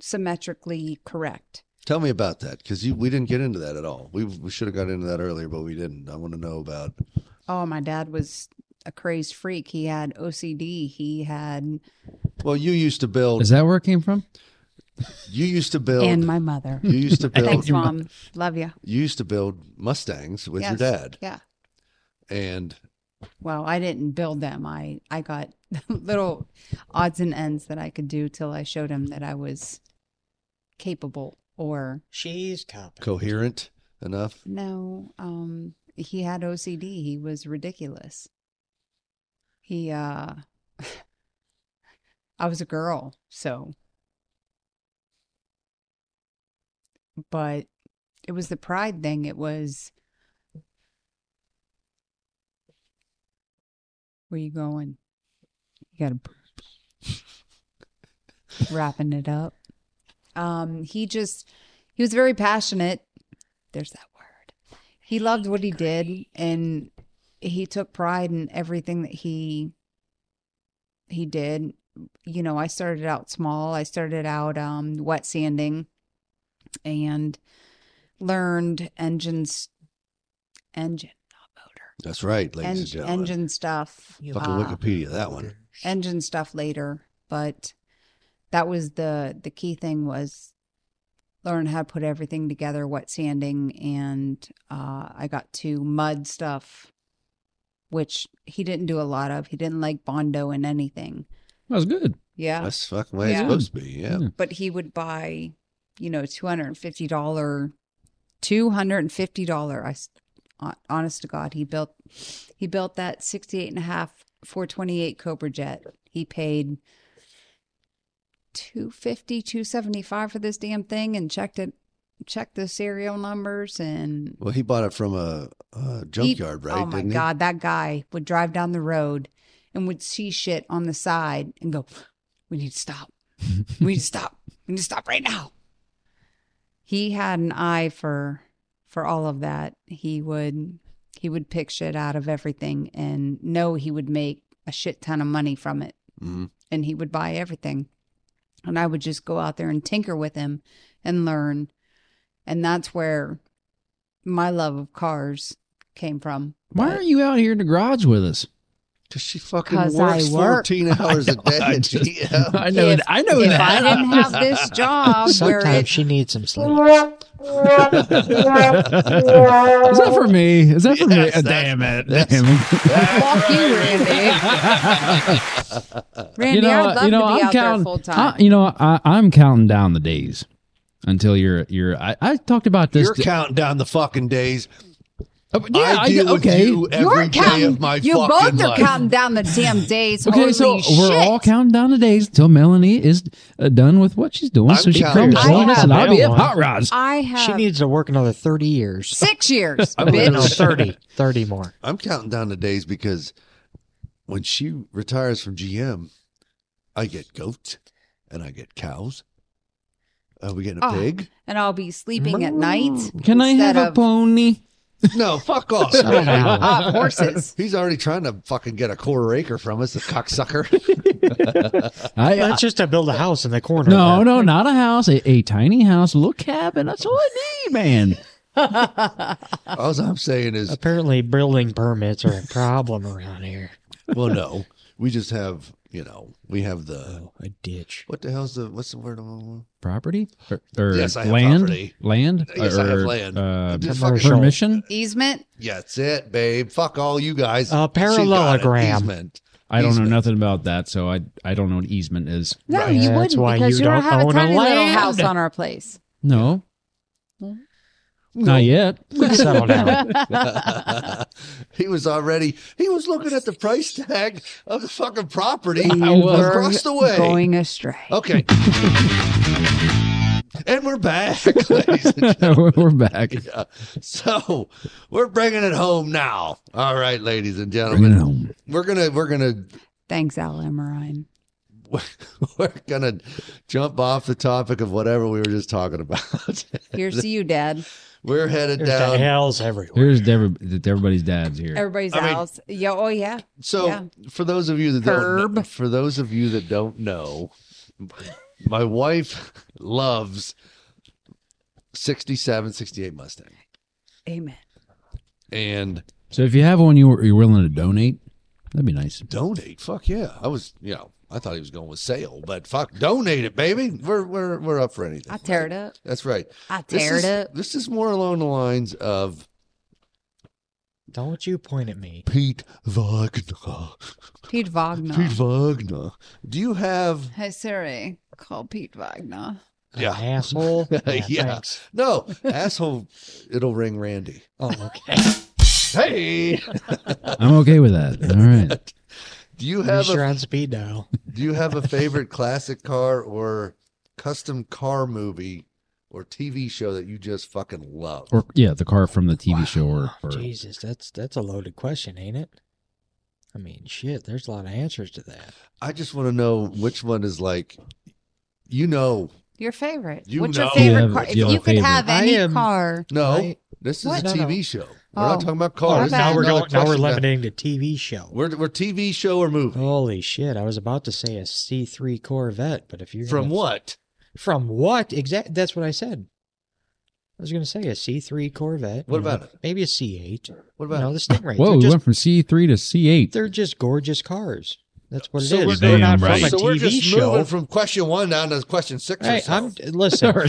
Speaker 4: symmetrically correct.
Speaker 2: Tell me about that because we didn't get into that at all. We, we should have got into that earlier, but we didn't. I want to know about.
Speaker 4: Oh, my dad was a crazed freak. He had OCD. He had,
Speaker 2: Well, you used to build.
Speaker 3: Is that where it came from?
Speaker 2: you used to build.
Speaker 4: and
Speaker 3: [LAUGHS]
Speaker 4: my mother.
Speaker 2: you used to build.
Speaker 4: Thanks, mom. Love you.
Speaker 2: You used to build Mustangs with your
Speaker 4: Yes.
Speaker 2: dad,
Speaker 4: Yeah.
Speaker 2: and
Speaker 4: Well, I didn't build them. I I got [LAUGHS] little odds and ends that I could do till I showed him that I was capable or
Speaker 5: She's copying.
Speaker 2: coherent enough.
Speaker 4: No, um, he had OCD. He was ridiculous. He, uh, [LAUGHS] I was a girl, so. But it was the pride thing. It was. Where you going? You got to. [LAUGHS] Wrapping it up. Um, he just, he was very passionate. There's that word he loved what he did and he took pride in everything that he he did you know i started out small i started out um wet sanding and learned engines engine not motor
Speaker 2: That's right, ladies and
Speaker 4: en-
Speaker 2: gentlemen.
Speaker 4: engine stuff
Speaker 2: Fucking
Speaker 4: uh,
Speaker 2: Wikipedia, that one.
Speaker 4: engine stuff later but that was the the key thing was learn how to put everything together wet sanding and uh, i got to mud stuff which he didn't do a lot of he didn't like bondo and anything
Speaker 3: That was good.
Speaker 4: yeah
Speaker 2: That's fucking way
Speaker 4: uh, Yeah.
Speaker 2: it's supposed to be. Yeah.
Speaker 3: Yeah.
Speaker 4: but he would buy you know $250 $250 i s- hon- honest to god he built he built that 68 and a half 428 cobra jet he paid 250 275 for this damn thing and checked it checked the serial numbers and
Speaker 2: Well, he bought it from a, a
Speaker 4: he-
Speaker 2: junkyard, right?
Speaker 4: oh my
Speaker 2: Didn't he?
Speaker 4: god that guy would drive down the road and would see shit on the side and go we need to
Speaker 2: [LAUGHS]
Speaker 4: stop we need to stop we need to stop right now he had an eye for for all of that he would he would pick shit out of everything and know he would make a shit ton of money from it
Speaker 2: Mhm.
Speaker 4: and he would buy everything and i would just go out there and tinker with him and learn and that's where my love of cars came from
Speaker 3: Why aren't you out here in the garage with us?
Speaker 2: Cause she fucking
Speaker 4: 'Cause I
Speaker 2: works
Speaker 4: work.
Speaker 2: 14 hours a day.
Speaker 3: I
Speaker 2: at [LAUGHS]
Speaker 3: just-
Speaker 2: GM.
Speaker 3: [LAUGHS] I know.
Speaker 4: If-
Speaker 3: I know
Speaker 4: if
Speaker 3: that.
Speaker 4: I didn't have
Speaker 3: [LAUGHS]
Speaker 4: this job where
Speaker 5: Sometimes
Speaker 4: it,
Speaker 5: she needs some sleep.
Speaker 3: Is that for me? Is that for
Speaker 2: Yes,
Speaker 3: me?
Speaker 2: that's-
Speaker 3: Damn it! Damn [LAUGHS]
Speaker 4: fuck you, Randy.
Speaker 3: it!
Speaker 4: Randy, I'd love to be out there full time.
Speaker 3: I, you know, I, I'm counting down the days until you're you're. I, I talked about this.
Speaker 2: You're counting down the fucking days.
Speaker 4: Oh,
Speaker 3: Uh, yeah,
Speaker 2: I do
Speaker 3: I, okay.
Speaker 2: with you every day of my
Speaker 4: you
Speaker 2: fucking
Speaker 4: both are
Speaker 2: life.
Speaker 4: counting down the damn days.
Speaker 3: Okay,
Speaker 4: Holy
Speaker 3: so
Speaker 4: shit.
Speaker 3: we're all counting down the days until Melanie is uh, done with what she's doing.
Speaker 2: I'm
Speaker 3: so she
Speaker 2: counting
Speaker 3: comes
Speaker 4: down.
Speaker 3: join us, and I'll be at
Speaker 5: I have-
Speaker 3: Hot Rods.
Speaker 4: I
Speaker 5: She
Speaker 4: have
Speaker 5: needs to work another 30 years.
Speaker 4: six years,
Speaker 3: [LAUGHS]
Speaker 2: I'm
Speaker 4: bitch.
Speaker 5: No, 30. 30 more.
Speaker 2: I'm counting down the days because when she retires from GM, I get goats and I get cows. Are we getting a
Speaker 4: Oh.
Speaker 2: pig?
Speaker 4: And I'll be sleeping at night.
Speaker 3: Can I
Speaker 4: instead
Speaker 3: have a
Speaker 4: of-
Speaker 3: pony?
Speaker 2: No, fuck
Speaker 4: [LAUGHS]
Speaker 2: off.
Speaker 5: Somehow.
Speaker 4: Ah, horses.
Speaker 2: He's already trying to fucking get a quarter acre from us, the cocksucker.
Speaker 4: [LAUGHS]
Speaker 3: I,
Speaker 4: uh,
Speaker 5: That's just to build a house in the corner.
Speaker 3: no,
Speaker 5: there.
Speaker 3: no, not a house, a, a tiny house, a little cabin. That's all I need, man.
Speaker 2: All I'm saying is,
Speaker 5: Apparently, building permits are a problem
Speaker 2: [LAUGHS]
Speaker 5: around here.
Speaker 2: well, no, we just have, you know, we have the
Speaker 5: Oh, a [LAUGHS] ditch.
Speaker 2: what the hell's the what's the word? I'm-
Speaker 3: Property or, or
Speaker 2: Yes, I have
Speaker 3: land?
Speaker 2: property.
Speaker 3: Land?
Speaker 2: Yes, I have
Speaker 3: Or,
Speaker 2: land.
Speaker 3: uh,
Speaker 2: Just
Speaker 5: Commercial.
Speaker 2: fucking-
Speaker 3: permission?
Speaker 4: Easement.
Speaker 2: yeah, that's it, babe. Fuck all you guys. She's
Speaker 5: A
Speaker 2: got an
Speaker 5: parallelogram.
Speaker 2: easement.
Speaker 3: I don't know
Speaker 2: Easement.
Speaker 3: nothing about that, so I I don't know what easement is.
Speaker 4: No,
Speaker 2: Right.
Speaker 4: you
Speaker 5: That's
Speaker 4: wouldn't
Speaker 5: why
Speaker 4: because
Speaker 5: you
Speaker 4: you don't,
Speaker 5: don't
Speaker 4: have a
Speaker 5: own a
Speaker 4: tiny little
Speaker 5: land.
Speaker 4: house on our place.
Speaker 3: No,
Speaker 2: No. [LAUGHS]
Speaker 3: not yet. [LAUGHS]
Speaker 5: Settle down.
Speaker 2: he was already he was looking at the price tag of the fucking property
Speaker 4: And we're
Speaker 2: across the way.
Speaker 4: Going astray.
Speaker 2: Okay. [LAUGHS] and we're back, [LAUGHS] ladies and
Speaker 3: We're back.
Speaker 2: Yeah. So we're bringing it home now. All right, ladies and
Speaker 3: Bring it
Speaker 2: gentlemen,
Speaker 3: home.
Speaker 2: we're gonna we're gonna [LAUGHS]
Speaker 4: Thanks, Al Emerine.
Speaker 2: we're gonna jump off the topic of whatever we were just talking about. [LAUGHS]
Speaker 4: Here's to you, Dad.
Speaker 2: we're headed
Speaker 5: There's the
Speaker 2: down.
Speaker 5: hells everywhere.
Speaker 3: Here's Dev- everybody's dad's here.
Speaker 4: Everybody's
Speaker 2: I mean-
Speaker 4: Al's. Yeah. Oh, yeah.
Speaker 2: So
Speaker 4: yeah.
Speaker 2: for those of you that don't know,
Speaker 4: Herb.
Speaker 2: for those of you that don't know, my wife loves 67, 68 Mustang,
Speaker 4: Amen.
Speaker 2: and
Speaker 3: So if you have one you were, you're willing to donate, that'd be nice.
Speaker 2: donate. Fuck yeah! I was you know. I thought he was going with sale, but fuck, donate it, baby. We're we're we're up for anything.
Speaker 4: I tear it up.
Speaker 2: That's right.
Speaker 4: I
Speaker 2: This
Speaker 4: tear
Speaker 2: is-
Speaker 4: it up.
Speaker 2: This is more along the lines of
Speaker 5: Don't you point at me.
Speaker 2: Pete Wagner.
Speaker 4: Pete Wagner.
Speaker 2: Pete Wagner. Do you have?
Speaker 4: Hey, Siri, call Pete Wagner.
Speaker 2: Yeah. [LAUGHS]
Speaker 5: Asshole.
Speaker 2: Yeah.
Speaker 5: thanks.
Speaker 2: No, asshole. It'll ring Randy.
Speaker 5: Oh, okay.
Speaker 2: Hey,
Speaker 3: I'm okay with that.
Speaker 2: [LAUGHS]
Speaker 3: All right.
Speaker 2: do you
Speaker 5: Are you
Speaker 2: have
Speaker 5: sure
Speaker 2: a
Speaker 5: on speed dial?
Speaker 2: do you have a favorite classic car or custom car movie or TV show that you just fucking love?
Speaker 3: Or yeah, the car from the TV show or,
Speaker 5: Wow,
Speaker 3: or
Speaker 5: Jesus, that's that's a loaded question, ain't it? I mean, shit. There's a lot of answers to that.
Speaker 2: I just want to know which one is like, you know,
Speaker 4: Your favorite.
Speaker 2: You
Speaker 4: What's
Speaker 2: know.
Speaker 4: your favorite
Speaker 3: Yeah,
Speaker 4: car?
Speaker 3: but
Speaker 4: If
Speaker 3: your
Speaker 4: you could
Speaker 3: favorite.
Speaker 4: have
Speaker 5: I
Speaker 4: any
Speaker 5: am-
Speaker 4: car,
Speaker 2: no.
Speaker 5: Right?
Speaker 2: This is
Speaker 4: What?
Speaker 2: a
Speaker 5: No, no.
Speaker 2: TV show. We're not
Speaker 4: Oh.
Speaker 2: talking about
Speaker 4: Oh,
Speaker 2: cars.
Speaker 4: okay.
Speaker 5: now we're
Speaker 2: Another
Speaker 5: going. Now we're Oh,
Speaker 2: question about-
Speaker 5: limiting to TV show.
Speaker 2: We're, we're TV show or movie.
Speaker 5: Holy shit! I was about to say a C three Corvette, but if you're
Speaker 2: From
Speaker 5: gonna-
Speaker 2: what?
Speaker 5: From what? Exact. That's what I said. I was gonna say a C three Corvette.
Speaker 2: What
Speaker 5: you know,
Speaker 2: about it?
Speaker 5: Maybe a C eight.
Speaker 2: What
Speaker 5: You
Speaker 2: about
Speaker 5: know, the
Speaker 3: [LAUGHS]
Speaker 5: Stingray.
Speaker 3: Whoa,
Speaker 5: they're,
Speaker 3: we
Speaker 5: just,
Speaker 3: went from C three to C
Speaker 5: [LAUGHS]
Speaker 3: eight.
Speaker 5: they're just gorgeous cars. That's what it is.
Speaker 2: So we're
Speaker 5: They're
Speaker 3: damn
Speaker 5: not
Speaker 3: right.
Speaker 5: from a
Speaker 2: so
Speaker 5: TV
Speaker 2: we're just
Speaker 5: show.
Speaker 2: moving from question one down to question six. or
Speaker 5: Hey,
Speaker 2: so.
Speaker 5: I'm listen.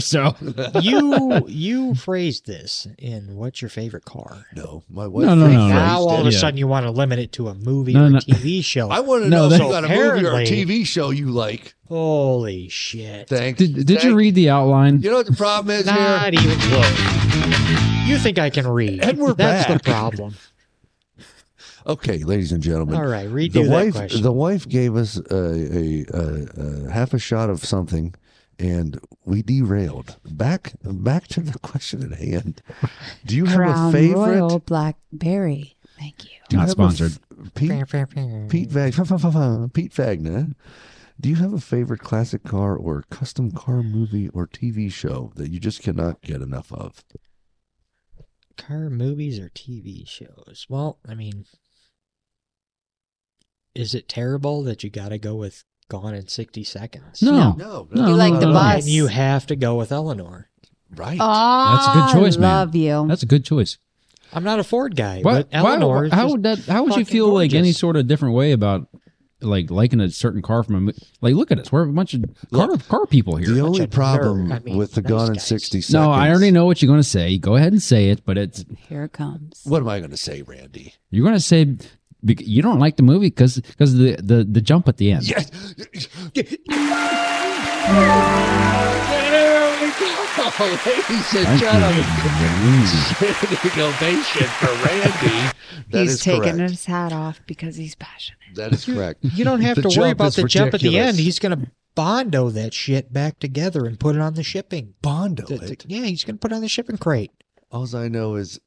Speaker 3: [LAUGHS] so.
Speaker 5: you you phrased this in what's your favorite car?
Speaker 2: no, my wife.
Speaker 3: No, no,
Speaker 2: thinks
Speaker 3: no,
Speaker 2: that
Speaker 3: no.
Speaker 5: now
Speaker 2: he's
Speaker 5: all of
Speaker 2: dead.
Speaker 5: a
Speaker 3: Oh, Yeah.
Speaker 5: sudden you want to limit it to a movie
Speaker 3: No,
Speaker 5: or
Speaker 3: no.
Speaker 5: a TV show.
Speaker 2: I want to
Speaker 3: No,
Speaker 2: know if
Speaker 3: that-
Speaker 2: you got a movie or a
Speaker 5: Apparently-
Speaker 2: TV show you like.
Speaker 5: Holy shit!
Speaker 2: Thanks.
Speaker 3: Did, did you
Speaker 2: Thank-
Speaker 3: read the outline?
Speaker 2: You know what the problem is here?
Speaker 5: Not even close. You think I can read?
Speaker 2: And we're
Speaker 5: That's
Speaker 2: back.
Speaker 5: the problem.
Speaker 2: Okay, ladies and gentlemen.
Speaker 5: All right, redo
Speaker 2: the
Speaker 5: that
Speaker 2: wife,
Speaker 5: question.
Speaker 2: the wife gave us a, a, a, a half a shot of something, and we derailed. Back, back to the question at hand. Do you have a
Speaker 4: Crown
Speaker 2: favorite?
Speaker 4: Royal Blackberry. Thank you.
Speaker 2: Do you
Speaker 3: Not
Speaker 2: have a f-
Speaker 3: sponsored.
Speaker 2: Pete Pete Vag- [LAUGHS] Pete Vagna. Do you have a favorite classic car or custom car movie or TV show that you just cannot get enough of?
Speaker 5: Car movies or TV shows? Well, I mean, is it terrible that you got to go with Gone in 60 Seconds?
Speaker 3: No.
Speaker 2: No,
Speaker 3: No,
Speaker 4: You like the
Speaker 3: no.
Speaker 4: bus.
Speaker 5: And you have to go with Eleanor.
Speaker 2: Right.
Speaker 3: a good choice,
Speaker 4: Oh, I
Speaker 3: man.
Speaker 4: love you.
Speaker 3: That's a good choice.
Speaker 5: I'm not a Ford guy,
Speaker 3: Why,
Speaker 5: but
Speaker 3: why,
Speaker 5: Eleanor. is
Speaker 3: how
Speaker 5: just-
Speaker 3: would that? How would you
Speaker 5: fucking
Speaker 3: feel like any
Speaker 5: gorgeous.
Speaker 3: sort of different way about like liking a certain car from a mo- like? Look at us. We're a bunch of car car people here.
Speaker 2: The only
Speaker 5: of
Speaker 2: problem
Speaker 5: nerd. I mean,
Speaker 2: with the
Speaker 5: nice
Speaker 2: Gone in
Speaker 5: guys.
Speaker 2: 60 Seconds.
Speaker 3: no, I already know what you're going to say. Go ahead and say it, but it's
Speaker 4: Here it comes.
Speaker 2: What am I going to say, Randy?
Speaker 3: you're going to say bec- you don't like the movie because the, the the jump at the end.
Speaker 2: Yes. Ladies and gentlemen, standing ovation for Randy. That
Speaker 4: he's
Speaker 2: is
Speaker 4: taking
Speaker 2: correct.
Speaker 4: his hat off because he's passionate.
Speaker 2: That is correct.
Speaker 5: You don't have
Speaker 2: The
Speaker 5: to worry
Speaker 2: jump
Speaker 5: about
Speaker 2: is
Speaker 5: the jump at the
Speaker 2: ridiculous.
Speaker 5: end. He's going to bondo that shit back together and put it on the shipping.
Speaker 2: [LAUGHS] Bondo
Speaker 5: Th- th-
Speaker 2: it.
Speaker 5: Yeah, he's going to put it on the shipping crate.
Speaker 2: All I know is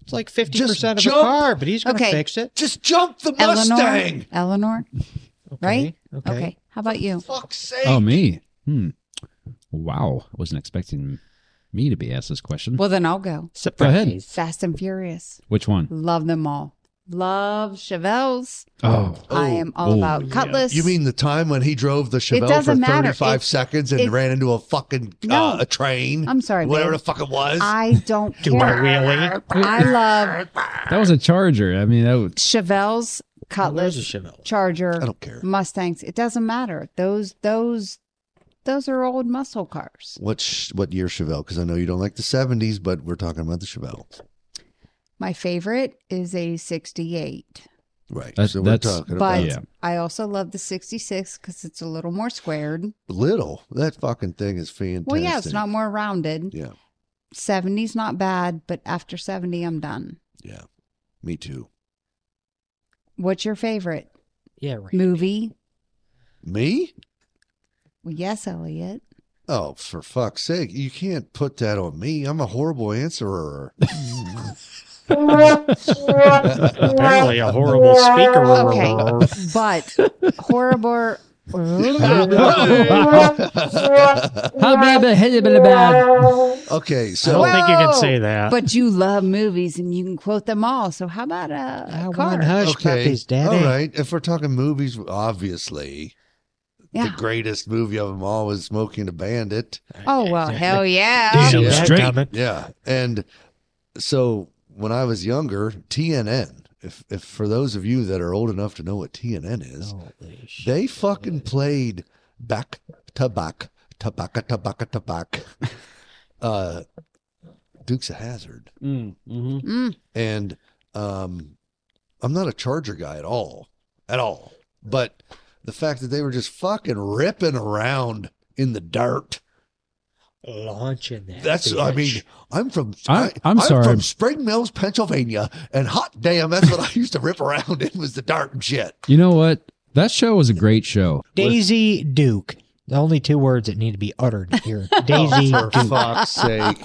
Speaker 5: It's like 50% of
Speaker 2: jump.
Speaker 5: a car, but he's going to
Speaker 4: Okay.
Speaker 5: fix it.
Speaker 2: just jump the Mustang.
Speaker 4: Eleanor. Eleanor. Right?
Speaker 5: Okay.
Speaker 4: Okay. How about you?
Speaker 2: Oh, Fuck's sake.
Speaker 3: Oh me. Hmm. Wow. Wasn't expecting me to be asked this question.
Speaker 4: Well, then I'll go.
Speaker 3: ahead.
Speaker 4: Fast and Furious.
Speaker 3: Which one?
Speaker 4: Love them all. Love Chevelle's.
Speaker 3: Oh,
Speaker 4: I
Speaker 2: Oh,
Speaker 4: am all
Speaker 3: oh,
Speaker 4: about
Speaker 3: yeah.
Speaker 4: Cutlass.
Speaker 2: You mean the time when he drove the Chevelle for
Speaker 4: doesn't matter.
Speaker 2: 35
Speaker 4: It-
Speaker 2: seconds and
Speaker 4: it-
Speaker 2: ran into a fucking
Speaker 4: No.
Speaker 2: uh, a train?
Speaker 4: I'm sorry,
Speaker 2: Whatever
Speaker 4: babe.
Speaker 2: the fuck it was.
Speaker 4: I don't
Speaker 5: Do a
Speaker 4: care.
Speaker 5: wheelie.
Speaker 4: I love
Speaker 3: that was a Charger. I mean, that was,
Speaker 4: Chevelle's,
Speaker 5: There's
Speaker 4: Cutlass,
Speaker 5: a Chevelle.
Speaker 4: Charger,
Speaker 2: I don't care.
Speaker 4: Mustangs. It doesn't matter. Those those those are old muscle cars.
Speaker 2: What sh- what year Chevelle? Because I know you don't like the 70s, but we're talking about the Chevelle.
Speaker 4: My favorite is a 68,
Speaker 2: Right.
Speaker 3: That-
Speaker 2: so we're
Speaker 3: that's-
Speaker 2: talking
Speaker 4: but
Speaker 2: about
Speaker 3: Yeah.
Speaker 4: I also love the 66 because it's a little more squared.
Speaker 2: little. That fucking thing is fantastic.
Speaker 4: Well, yeah, it's not more rounded.
Speaker 2: Yeah.
Speaker 4: 70's not bad, but after 70, I'm done.
Speaker 2: Yeah. Me too.
Speaker 4: What's your favorite
Speaker 5: Yeah, right.
Speaker 4: movie?
Speaker 2: Me?
Speaker 4: Well, yes, Elliot.
Speaker 2: Oh, for fuck's sake. You can't put that on me. I'm a horrible
Speaker 5: [LAUGHS]
Speaker 2: answerer.
Speaker 5: Apparently a horrible speaker.
Speaker 4: Okay. But horrible.
Speaker 2: [LAUGHS] okay,
Speaker 5: [LAUGHS] I don't
Speaker 2: so
Speaker 5: think you can
Speaker 4: Whoa!
Speaker 5: say that.
Speaker 4: But you love movies and you can quote them all. So how about a,
Speaker 5: I
Speaker 4: a car?
Speaker 5: want hush eh?
Speaker 2: okay.
Speaker 5: puppies, daddy.
Speaker 2: All right. If we're talking movies, obviously
Speaker 4: Yeah.
Speaker 2: the greatest movie of them all was Smoking the Bandit.
Speaker 4: Oh well, hell
Speaker 5: You
Speaker 4: yeah.
Speaker 5: [LAUGHS] see
Speaker 2: Yeah.
Speaker 5: that
Speaker 3: Straight.
Speaker 5: coming?
Speaker 2: Yeah. And so when I was younger, TNN, if, if for those of you that are old enough to know what TNN is,
Speaker 5: Holy shit.
Speaker 2: they fucking played back to back, tobacco, tobacco, tobacco,
Speaker 5: [LAUGHS]
Speaker 2: uh, Dukes of Hazard.
Speaker 3: Hmm. Mm-hmm.
Speaker 4: Mm,
Speaker 2: and um, I'm not a Charger guy at all, at all. But the fact that they were just fucking ripping around in the dirt.
Speaker 5: launching that.
Speaker 2: That's, I mean,
Speaker 5: bitch.
Speaker 2: I'm from,
Speaker 3: I- I'm sorry.
Speaker 2: from Spring Mills, Pennsylvania, and hot damn, that's what I used to rip around in was the dirt and shit.
Speaker 3: you know what? That show was a great show.
Speaker 5: Daisy Duke. The only two words that need to be uttered [LAUGHS] here.
Speaker 3: Oh,
Speaker 5: Daisy
Speaker 2: For
Speaker 5: Duke.
Speaker 2: fuck's
Speaker 4: [LAUGHS]
Speaker 2: sake.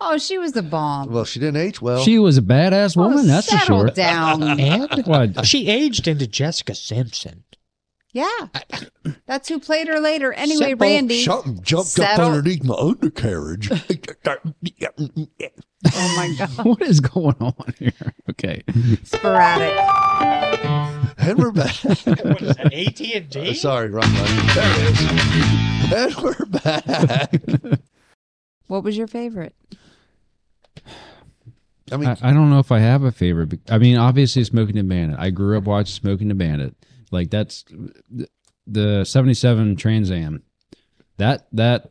Speaker 4: Oh, she was the bomb.
Speaker 2: Well, she didn't age well.
Speaker 3: She was a badass woman,
Speaker 4: Oh,
Speaker 3: that's for
Speaker 4: settle
Speaker 3: sure. [LAUGHS]
Speaker 4: down. [LAUGHS]
Speaker 5: And
Speaker 3: What?
Speaker 5: Oh, she aged into Jessica Simpson.
Speaker 4: yeah, that's who played her later. Anyway,
Speaker 5: Simple
Speaker 4: Randy.
Speaker 2: Something jumped
Speaker 4: Settle-
Speaker 2: up underneath my undercarriage.
Speaker 4: oh my god,
Speaker 3: what is going on here? Okay.
Speaker 4: sporadic.
Speaker 2: and we're
Speaker 3: [LAUGHS]
Speaker 2: back.
Speaker 5: What is that, [LAUGHS] AT&T?
Speaker 2: Sorry, wrong one. There it is. And we're back.
Speaker 4: What was your favorite?
Speaker 2: I mean,
Speaker 3: I, I don't know if I have a favorite. be- I mean, obviously, Smoking the Bandit. I grew up watching Smoking the Bandit. Like that's the- the '77 Trans Am. That that.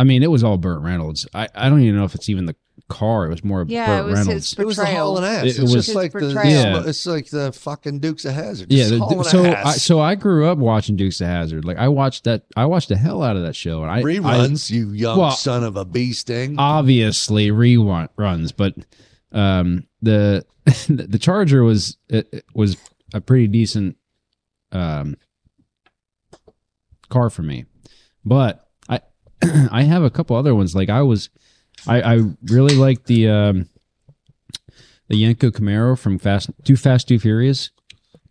Speaker 3: I mean, it was all Burt Reynolds. I, I don't even know if it's even the car. It was more
Speaker 4: Yeah,
Speaker 3: Burt
Speaker 4: it was
Speaker 3: Reynolds.
Speaker 4: his
Speaker 2: it was the
Speaker 4: portrayal.
Speaker 2: hauling ass.
Speaker 3: It-
Speaker 2: it's
Speaker 3: it was-
Speaker 2: just like the
Speaker 4: His portrayal.
Speaker 3: Yeah.
Speaker 2: it's like the fucking Dukes of Hazard.
Speaker 3: yeah,
Speaker 2: Just
Speaker 3: the-
Speaker 2: hauling
Speaker 3: so I,
Speaker 2: ass.
Speaker 3: so I grew up watching Dukes of Hazard. Like I watched that. I watched the hell out of that show, and I I,
Speaker 2: reruns, you young
Speaker 3: Well,
Speaker 2: son of a bee sting.
Speaker 3: obviously reruns, runs, but um, the [LAUGHS] the Charger was it, it was a pretty decent um, car for me, but I [CLEARS THROAT] I have a couple other ones. Like I was, I I really liked the um, the Yanko Camaro from Fast Too Fast Too Furious.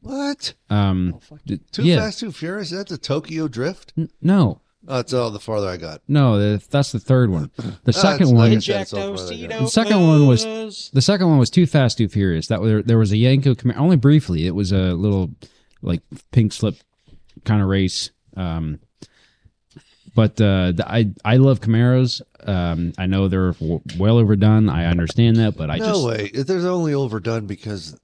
Speaker 2: what?
Speaker 3: Um, d-
Speaker 2: Oh, Too
Speaker 3: yeah,
Speaker 2: fast, too furious. That's a Tokyo drift.
Speaker 3: N- no,
Speaker 2: That's all the farther I got.
Speaker 3: no, the, that's the third one.
Speaker 2: [CLEARS THROAT]
Speaker 3: The second
Speaker 2: Oh, it's
Speaker 3: one,
Speaker 2: like- The
Speaker 3: second one was- The second one was Too Fast, Too Furious. That there, there was a Yanko Camaro. Only briefly, it was a little like pink slip kind of race. Um, but uh, the, I I love Camaros. Um, I know they're w- well overdone. I understand that, but I
Speaker 2: no
Speaker 3: just
Speaker 2: way. There's only overdone because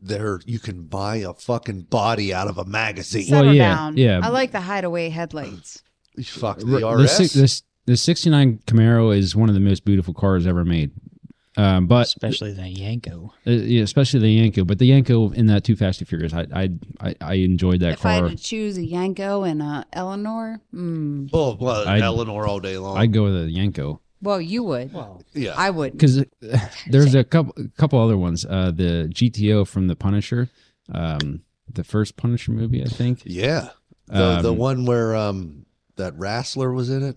Speaker 2: there you can buy a fucking body out of a magazine.
Speaker 4: Settle
Speaker 3: yeah,
Speaker 4: down.
Speaker 3: yeah.
Speaker 4: I like the hideaway headlights.
Speaker 2: Fuck
Speaker 3: the,
Speaker 2: the RS.
Speaker 3: si- this- the '69 Camaro is one of the most beautiful cars ever made. Um, but
Speaker 5: Especially the Yanko.
Speaker 3: uh, yeah, especially the Yanko, but the Yanko in that Too Fast, Too Furious, I I I, I enjoyed that
Speaker 4: If I
Speaker 3: car.
Speaker 4: had to choose a Yanko and a Eleanor, mm,
Speaker 2: oh, well,
Speaker 3: I'd-
Speaker 2: Eleanor all day long.
Speaker 3: I'd go with the Yanko.
Speaker 4: well, you would.
Speaker 5: Well,
Speaker 2: yeah.
Speaker 4: I would.
Speaker 3: because uh,
Speaker 4: [SIGHS]
Speaker 3: there's a couple couple other ones. Uh, the GTO from the Punisher, um, the first Punisher movie, I think.
Speaker 2: yeah. The the
Speaker 3: Um,
Speaker 2: one where um that wrestler was in it.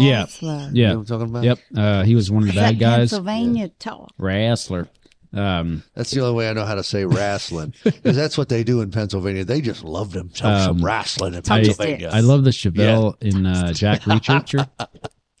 Speaker 3: Yeah.
Speaker 4: Wrestler.
Speaker 2: You know
Speaker 3: Yeah.
Speaker 2: what I'm talking about?
Speaker 3: Yep. Uh, he was one of the
Speaker 4: Is that
Speaker 3: bad guys.
Speaker 4: Pennsylvania talk.
Speaker 3: Wrestler. Um,
Speaker 2: That's the only way I know how to say
Speaker 3: [LAUGHS]
Speaker 2: wrestling because that's what they do in Pennsylvania. They just love themselves
Speaker 3: Um,
Speaker 2: some wrestling in
Speaker 4: I-
Speaker 2: Pennsylvania.
Speaker 4: [LAUGHS]
Speaker 3: I love the Chevelle in uh, Jack Reacher.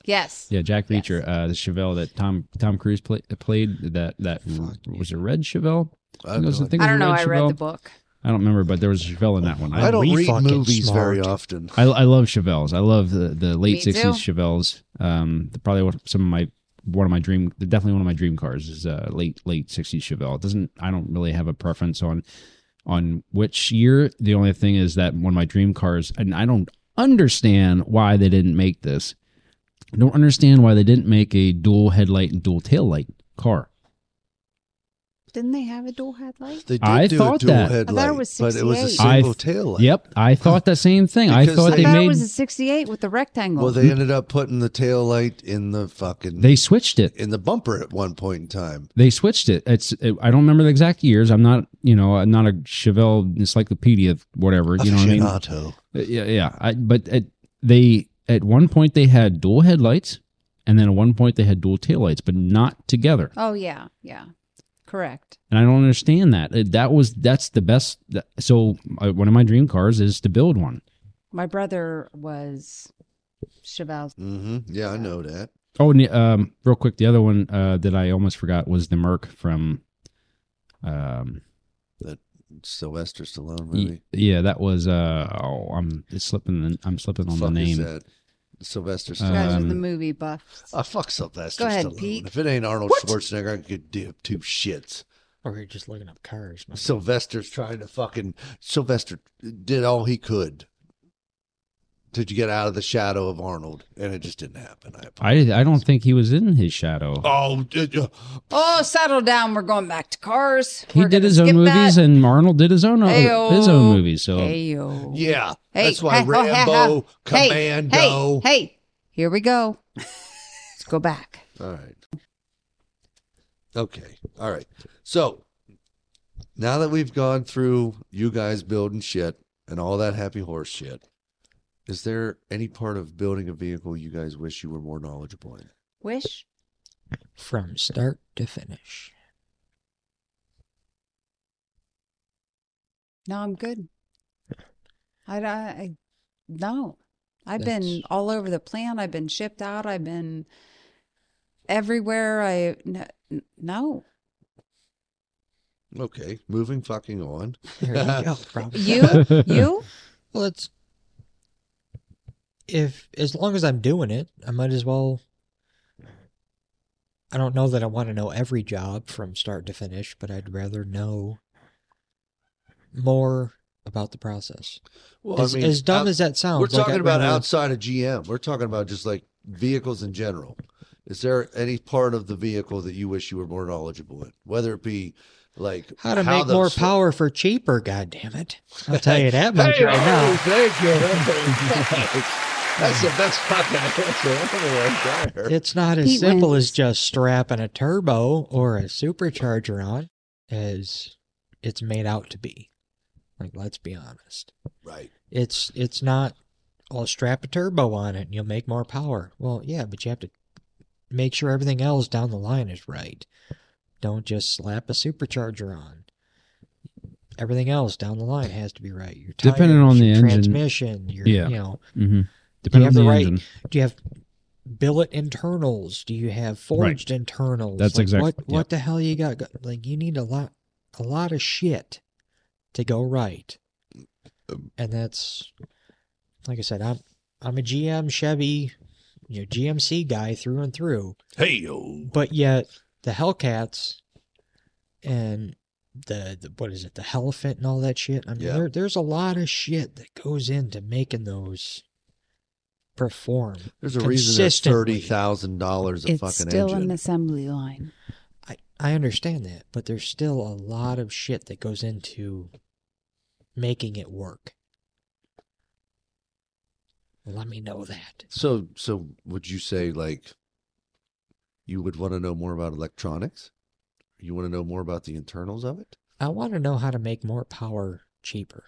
Speaker 4: Yes.
Speaker 3: Yeah, Jack
Speaker 4: Yes.
Speaker 3: Reacher, uh, the Chevelle that Tom Tom Cruise play, played that that
Speaker 2: Fuck,
Speaker 3: was a red Chevelle.
Speaker 2: I
Speaker 3: That
Speaker 2: have
Speaker 3: was
Speaker 2: no
Speaker 3: the thing
Speaker 2: idea.
Speaker 4: I
Speaker 3: with
Speaker 4: don't
Speaker 3: the
Speaker 4: know.
Speaker 3: red
Speaker 4: I read the
Speaker 3: Chevelle.
Speaker 4: book.
Speaker 3: I don't remember, but there was a Chevelle in that one.
Speaker 2: I
Speaker 3: I,
Speaker 5: Are
Speaker 2: don't
Speaker 5: we
Speaker 2: read
Speaker 5: fucking
Speaker 2: movies very
Speaker 5: smart?
Speaker 2: often.
Speaker 3: I, I love Chevelles. I love the, the late
Speaker 4: Me too.
Speaker 3: sixties Chevelles. Um, the- probably what- some of my one of my dream, definitely one of my dream cars is uh late late sixties Chevelle. It doesn't I don't really have a preference on on which year. The only thing is that one of my dream cars, and I don't understand why they didn't make this. I don't understand why they didn't make a dual headlight and dual taillight car.
Speaker 4: Didn't they have a dual headlight?
Speaker 2: They did
Speaker 3: I
Speaker 2: do
Speaker 3: thought
Speaker 2: a dual
Speaker 3: that. I thought
Speaker 4: it
Speaker 2: headlight,
Speaker 4: was
Speaker 2: but it was a
Speaker 4: 68.
Speaker 3: I-
Speaker 2: single tail.
Speaker 3: Yep, I thought the same thing. I
Speaker 2: Because
Speaker 3: thought
Speaker 4: I
Speaker 3: they,
Speaker 4: thought
Speaker 3: made
Speaker 4: it was a 68 with the rectangle.
Speaker 2: Well, they ended up putting the tail light in the fucking
Speaker 3: they switched it.
Speaker 2: in the bumper at one point in time.
Speaker 3: They switched it. It's it, I don't remember the exact years. I'm not you know I'm not a Chevelle encyclopedia of whatever. You know what I mean? Uh,
Speaker 2: Aficionado.
Speaker 3: Yeah, yeah. I, but at, they at one point they had dual headlights, and then at one point they had dual taillights, but not together.
Speaker 4: oh, yeah. Yeah. Correct.
Speaker 3: And I don't understand that. Uh, That was that's the best. that- So uh, one of my dream cars is to build one.
Speaker 4: My brother was Cheval's.
Speaker 2: hmm Yeah, I know that.
Speaker 3: Oh, and the, um, real quick, the other one uh, that I almost forgot was the Merc from, um,
Speaker 2: Sylvester Stallone
Speaker 3: y-
Speaker 2: movie.
Speaker 3: yeah, that was uh, oh, I'm it's slipping, the, I'm slipping on
Speaker 2: Fuck
Speaker 3: the
Speaker 2: is
Speaker 3: name.
Speaker 2: that? Sylvester
Speaker 4: You guys
Speaker 2: Stallone.
Speaker 4: are the
Speaker 3: Um,
Speaker 4: movie buffs.
Speaker 2: Ah, fuck Sylvester
Speaker 4: Go ahead,
Speaker 2: Stallone.
Speaker 4: Pete.
Speaker 2: If it ain't Arnold
Speaker 4: What?
Speaker 2: Schwarzenegger, I could do two shits.
Speaker 5: Or you're just looking up cars. man.
Speaker 2: Sylvester's trying to fucking. Sylvester did all he could to get out of the shadow of Arnold, and it just didn't happen. I
Speaker 3: I I don't think he was in his shadow.
Speaker 2: Oh, did you-
Speaker 4: Oh, settle down. We're going back to cars.
Speaker 3: he
Speaker 4: We're
Speaker 3: did
Speaker 4: gonna
Speaker 3: his own
Speaker 4: skip
Speaker 3: movies,
Speaker 4: that.
Speaker 3: and Arnold did his own uh,
Speaker 4: Heyo.
Speaker 3: his own movies. So
Speaker 4: Heyo.
Speaker 2: yeah.
Speaker 4: Hey,
Speaker 2: That's why
Speaker 4: hey, ho, hey,
Speaker 2: Rambo,
Speaker 4: ho. Hey,
Speaker 2: Commando.
Speaker 4: Hey, hey, here we go. Let's go back.
Speaker 2: All right. Okay. All right. So now that we've gone through you guys building shit and all that happy horse shit, is there any part of building a vehicle you guys wish you were more knowledgeable in?
Speaker 4: Wish.
Speaker 5: From start to finish.
Speaker 4: No, I'm good. I, I, I no. I've been
Speaker 5: That's-
Speaker 4: all over the plant. I've been shipped out. I've been everywhere. I n- n- no.
Speaker 2: Okay. Moving fucking on.
Speaker 5: There
Speaker 2: [LAUGHS]
Speaker 5: you go,
Speaker 3: [LAUGHS]
Speaker 5: Rob.
Speaker 4: You, you.
Speaker 5: Well, it's if as long as I'm doing it, I might as well. I don't know that I want to know every job from start to finish, but I'd rather know more about the process.
Speaker 2: Well,
Speaker 5: As, as dumb
Speaker 2: out-
Speaker 5: as that sounds,
Speaker 2: we're
Speaker 5: like,
Speaker 2: talking
Speaker 5: I'd
Speaker 2: about
Speaker 5: rather-
Speaker 2: outside of GM. We're talking about just like vehicles in general. Is there any part of the vehicle that you wish you were more knowledgeable in? Whether it be like
Speaker 5: how to make more
Speaker 2: power.
Speaker 5: power for cheaper. God damn it!
Speaker 2: [LAUGHS]
Speaker 5: I'll tell you that much right
Speaker 2: oh,
Speaker 5: now.
Speaker 2: Thank you. [LAUGHS] That's the best fucking answer ever right there.
Speaker 5: It's not as
Speaker 4: Pete
Speaker 5: simple
Speaker 4: wins.
Speaker 5: as just strapping a turbo or a supercharger on as it's made out to be. Like let's be honest.
Speaker 2: Right.
Speaker 5: It's it's not I'll strap a turbo on it and you'll make more power. Well, yeah, but you have to make sure everything else down the line is right. Don't just slap a supercharger on. Everything else down the line has to be right. Your tires,
Speaker 3: Depending on the
Speaker 5: your
Speaker 3: engine.
Speaker 5: transmission, your
Speaker 3: Yeah.
Speaker 5: you know,
Speaker 3: hmm depending
Speaker 5: have
Speaker 3: on the
Speaker 5: the right-
Speaker 3: engine,
Speaker 5: do you have billet internals? Do you have forged internals?
Speaker 3: That's
Speaker 5: Like,
Speaker 3: exact-
Speaker 5: What
Speaker 3: yeah.
Speaker 5: What the hell you got? go- Like you need a lot, a lot of shit to go right, and that's like I said. I'm I'm a GM Chevy, you know, GMC guy through and through,
Speaker 2: Hey yo.
Speaker 5: but yet the Hellcats and the, the what is it? The elephant and all that shit. I mean,
Speaker 2: Yeah.
Speaker 5: there, there's a lot of shit that goes into making those perform.
Speaker 2: There's a reason that's
Speaker 5: Consistently.
Speaker 2: thirty thousand dollars a
Speaker 4: It's
Speaker 2: fucking
Speaker 4: still
Speaker 2: engine.
Speaker 4: an assembly line.
Speaker 5: I, I understand that, but there's still a lot of shit that goes into making it work. Let me know that.
Speaker 2: so so would you say like you would want to know more about electronics? You want to know more about the internals of it?
Speaker 5: I want to know how to make more power cheaper.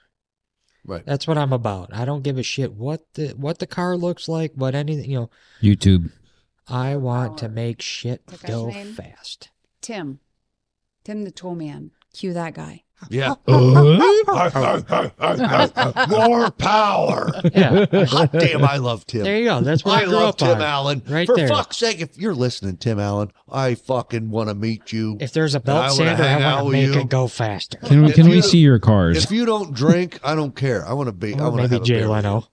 Speaker 2: Right.
Speaker 5: That's what I'm about. I don't give a shit what the what the car looks like, what anything, you know,
Speaker 3: YouTube.
Speaker 5: I want to
Speaker 4: Power.
Speaker 5: make shit
Speaker 4: What's that guy's
Speaker 5: go
Speaker 4: name?
Speaker 5: fast.
Speaker 4: Tim, Tim the tool man. Cue that guy.
Speaker 5: [LAUGHS]
Speaker 2: Yeah. [LAUGHS] More
Speaker 4: More
Speaker 5: [LAUGHS]
Speaker 2: power.
Speaker 5: [LAUGHS] Yeah.
Speaker 2: Hot damn, I love Tim.
Speaker 5: There you go. That's what I,
Speaker 2: I
Speaker 5: grew
Speaker 2: love
Speaker 5: up
Speaker 2: Tim
Speaker 5: on.
Speaker 2: Allen.
Speaker 5: Right
Speaker 2: For
Speaker 5: there.
Speaker 2: fuck's sake, if you're listening, Tim Allen, I fucking want to meet you.
Speaker 5: If there's a
Speaker 2: I
Speaker 5: belt
Speaker 2: wanna
Speaker 5: sander,
Speaker 2: hang
Speaker 5: I
Speaker 2: out
Speaker 5: want
Speaker 2: with
Speaker 5: to make
Speaker 2: you.
Speaker 5: it go faster.
Speaker 3: Can we,
Speaker 2: If
Speaker 3: can
Speaker 2: you-
Speaker 3: we see your cars?
Speaker 2: If you don't drink, I don't care. I want to be. I want
Speaker 5: Or
Speaker 2: to
Speaker 5: Oh, maybe
Speaker 2: have a
Speaker 5: Jay
Speaker 2: beer with you.
Speaker 5: Leno.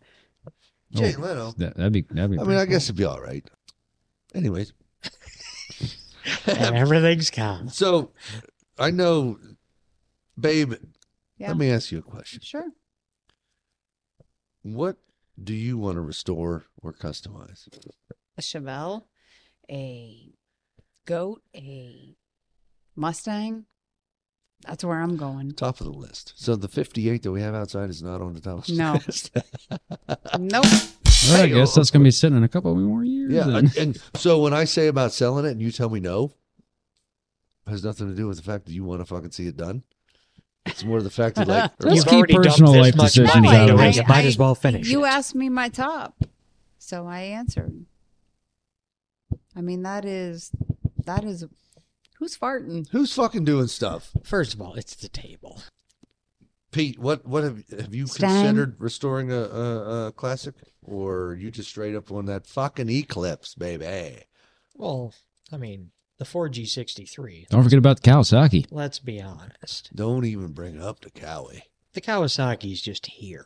Speaker 5: Oh.
Speaker 2: Jay Leno.
Speaker 3: That, would be that'd be.
Speaker 2: I mean,
Speaker 3: pretty
Speaker 2: I
Speaker 3: cool.
Speaker 2: guess it'd be all right. Anyways,
Speaker 5: And everything's calm.
Speaker 2: so I know, babe.
Speaker 4: Yeah.
Speaker 2: Let me ask you a question.
Speaker 4: Sure.
Speaker 2: What do you want to restore or customize?
Speaker 4: A Chevelle, a goat, a Mustang. That's where I'm going.
Speaker 2: Top of the list. So the 58 that we have outside is not on the top of the
Speaker 4: No.
Speaker 2: list.
Speaker 4: [LAUGHS] Nope.
Speaker 3: Well, I guess that's gonna be sitting in a couple more years.
Speaker 2: yeah.
Speaker 3: then.
Speaker 2: And, and so when I say about selling it and you tell me no, it has nothing to do with the fact that you want to fucking see it done. It's more the fact that like
Speaker 3: Let's
Speaker 5: You've
Speaker 3: keep
Speaker 5: already dumped
Speaker 3: personal
Speaker 5: this
Speaker 3: life
Speaker 5: much
Speaker 3: decisions
Speaker 5: money
Speaker 4: out of
Speaker 5: into it.
Speaker 4: it.
Speaker 5: You might as
Speaker 4: I-
Speaker 5: well finish.
Speaker 4: You
Speaker 5: it.
Speaker 4: asked me my top, so I answered. I mean, that is that is who's farting?
Speaker 2: who's fucking doing stuff.
Speaker 5: First of all, it's the table.
Speaker 2: Pete, what what have have you
Speaker 4: Stan?
Speaker 2: considered restoring a, a, a classic, or you just straight up on that fucking Eclipse, baby?
Speaker 5: Well, I mean, the Ford G63.
Speaker 3: Don't forget about the Kawasaki.
Speaker 5: Let's be honest.
Speaker 2: Don't even bring up the Cowie. [LAUGHS]
Speaker 5: The Kawasaki's just here.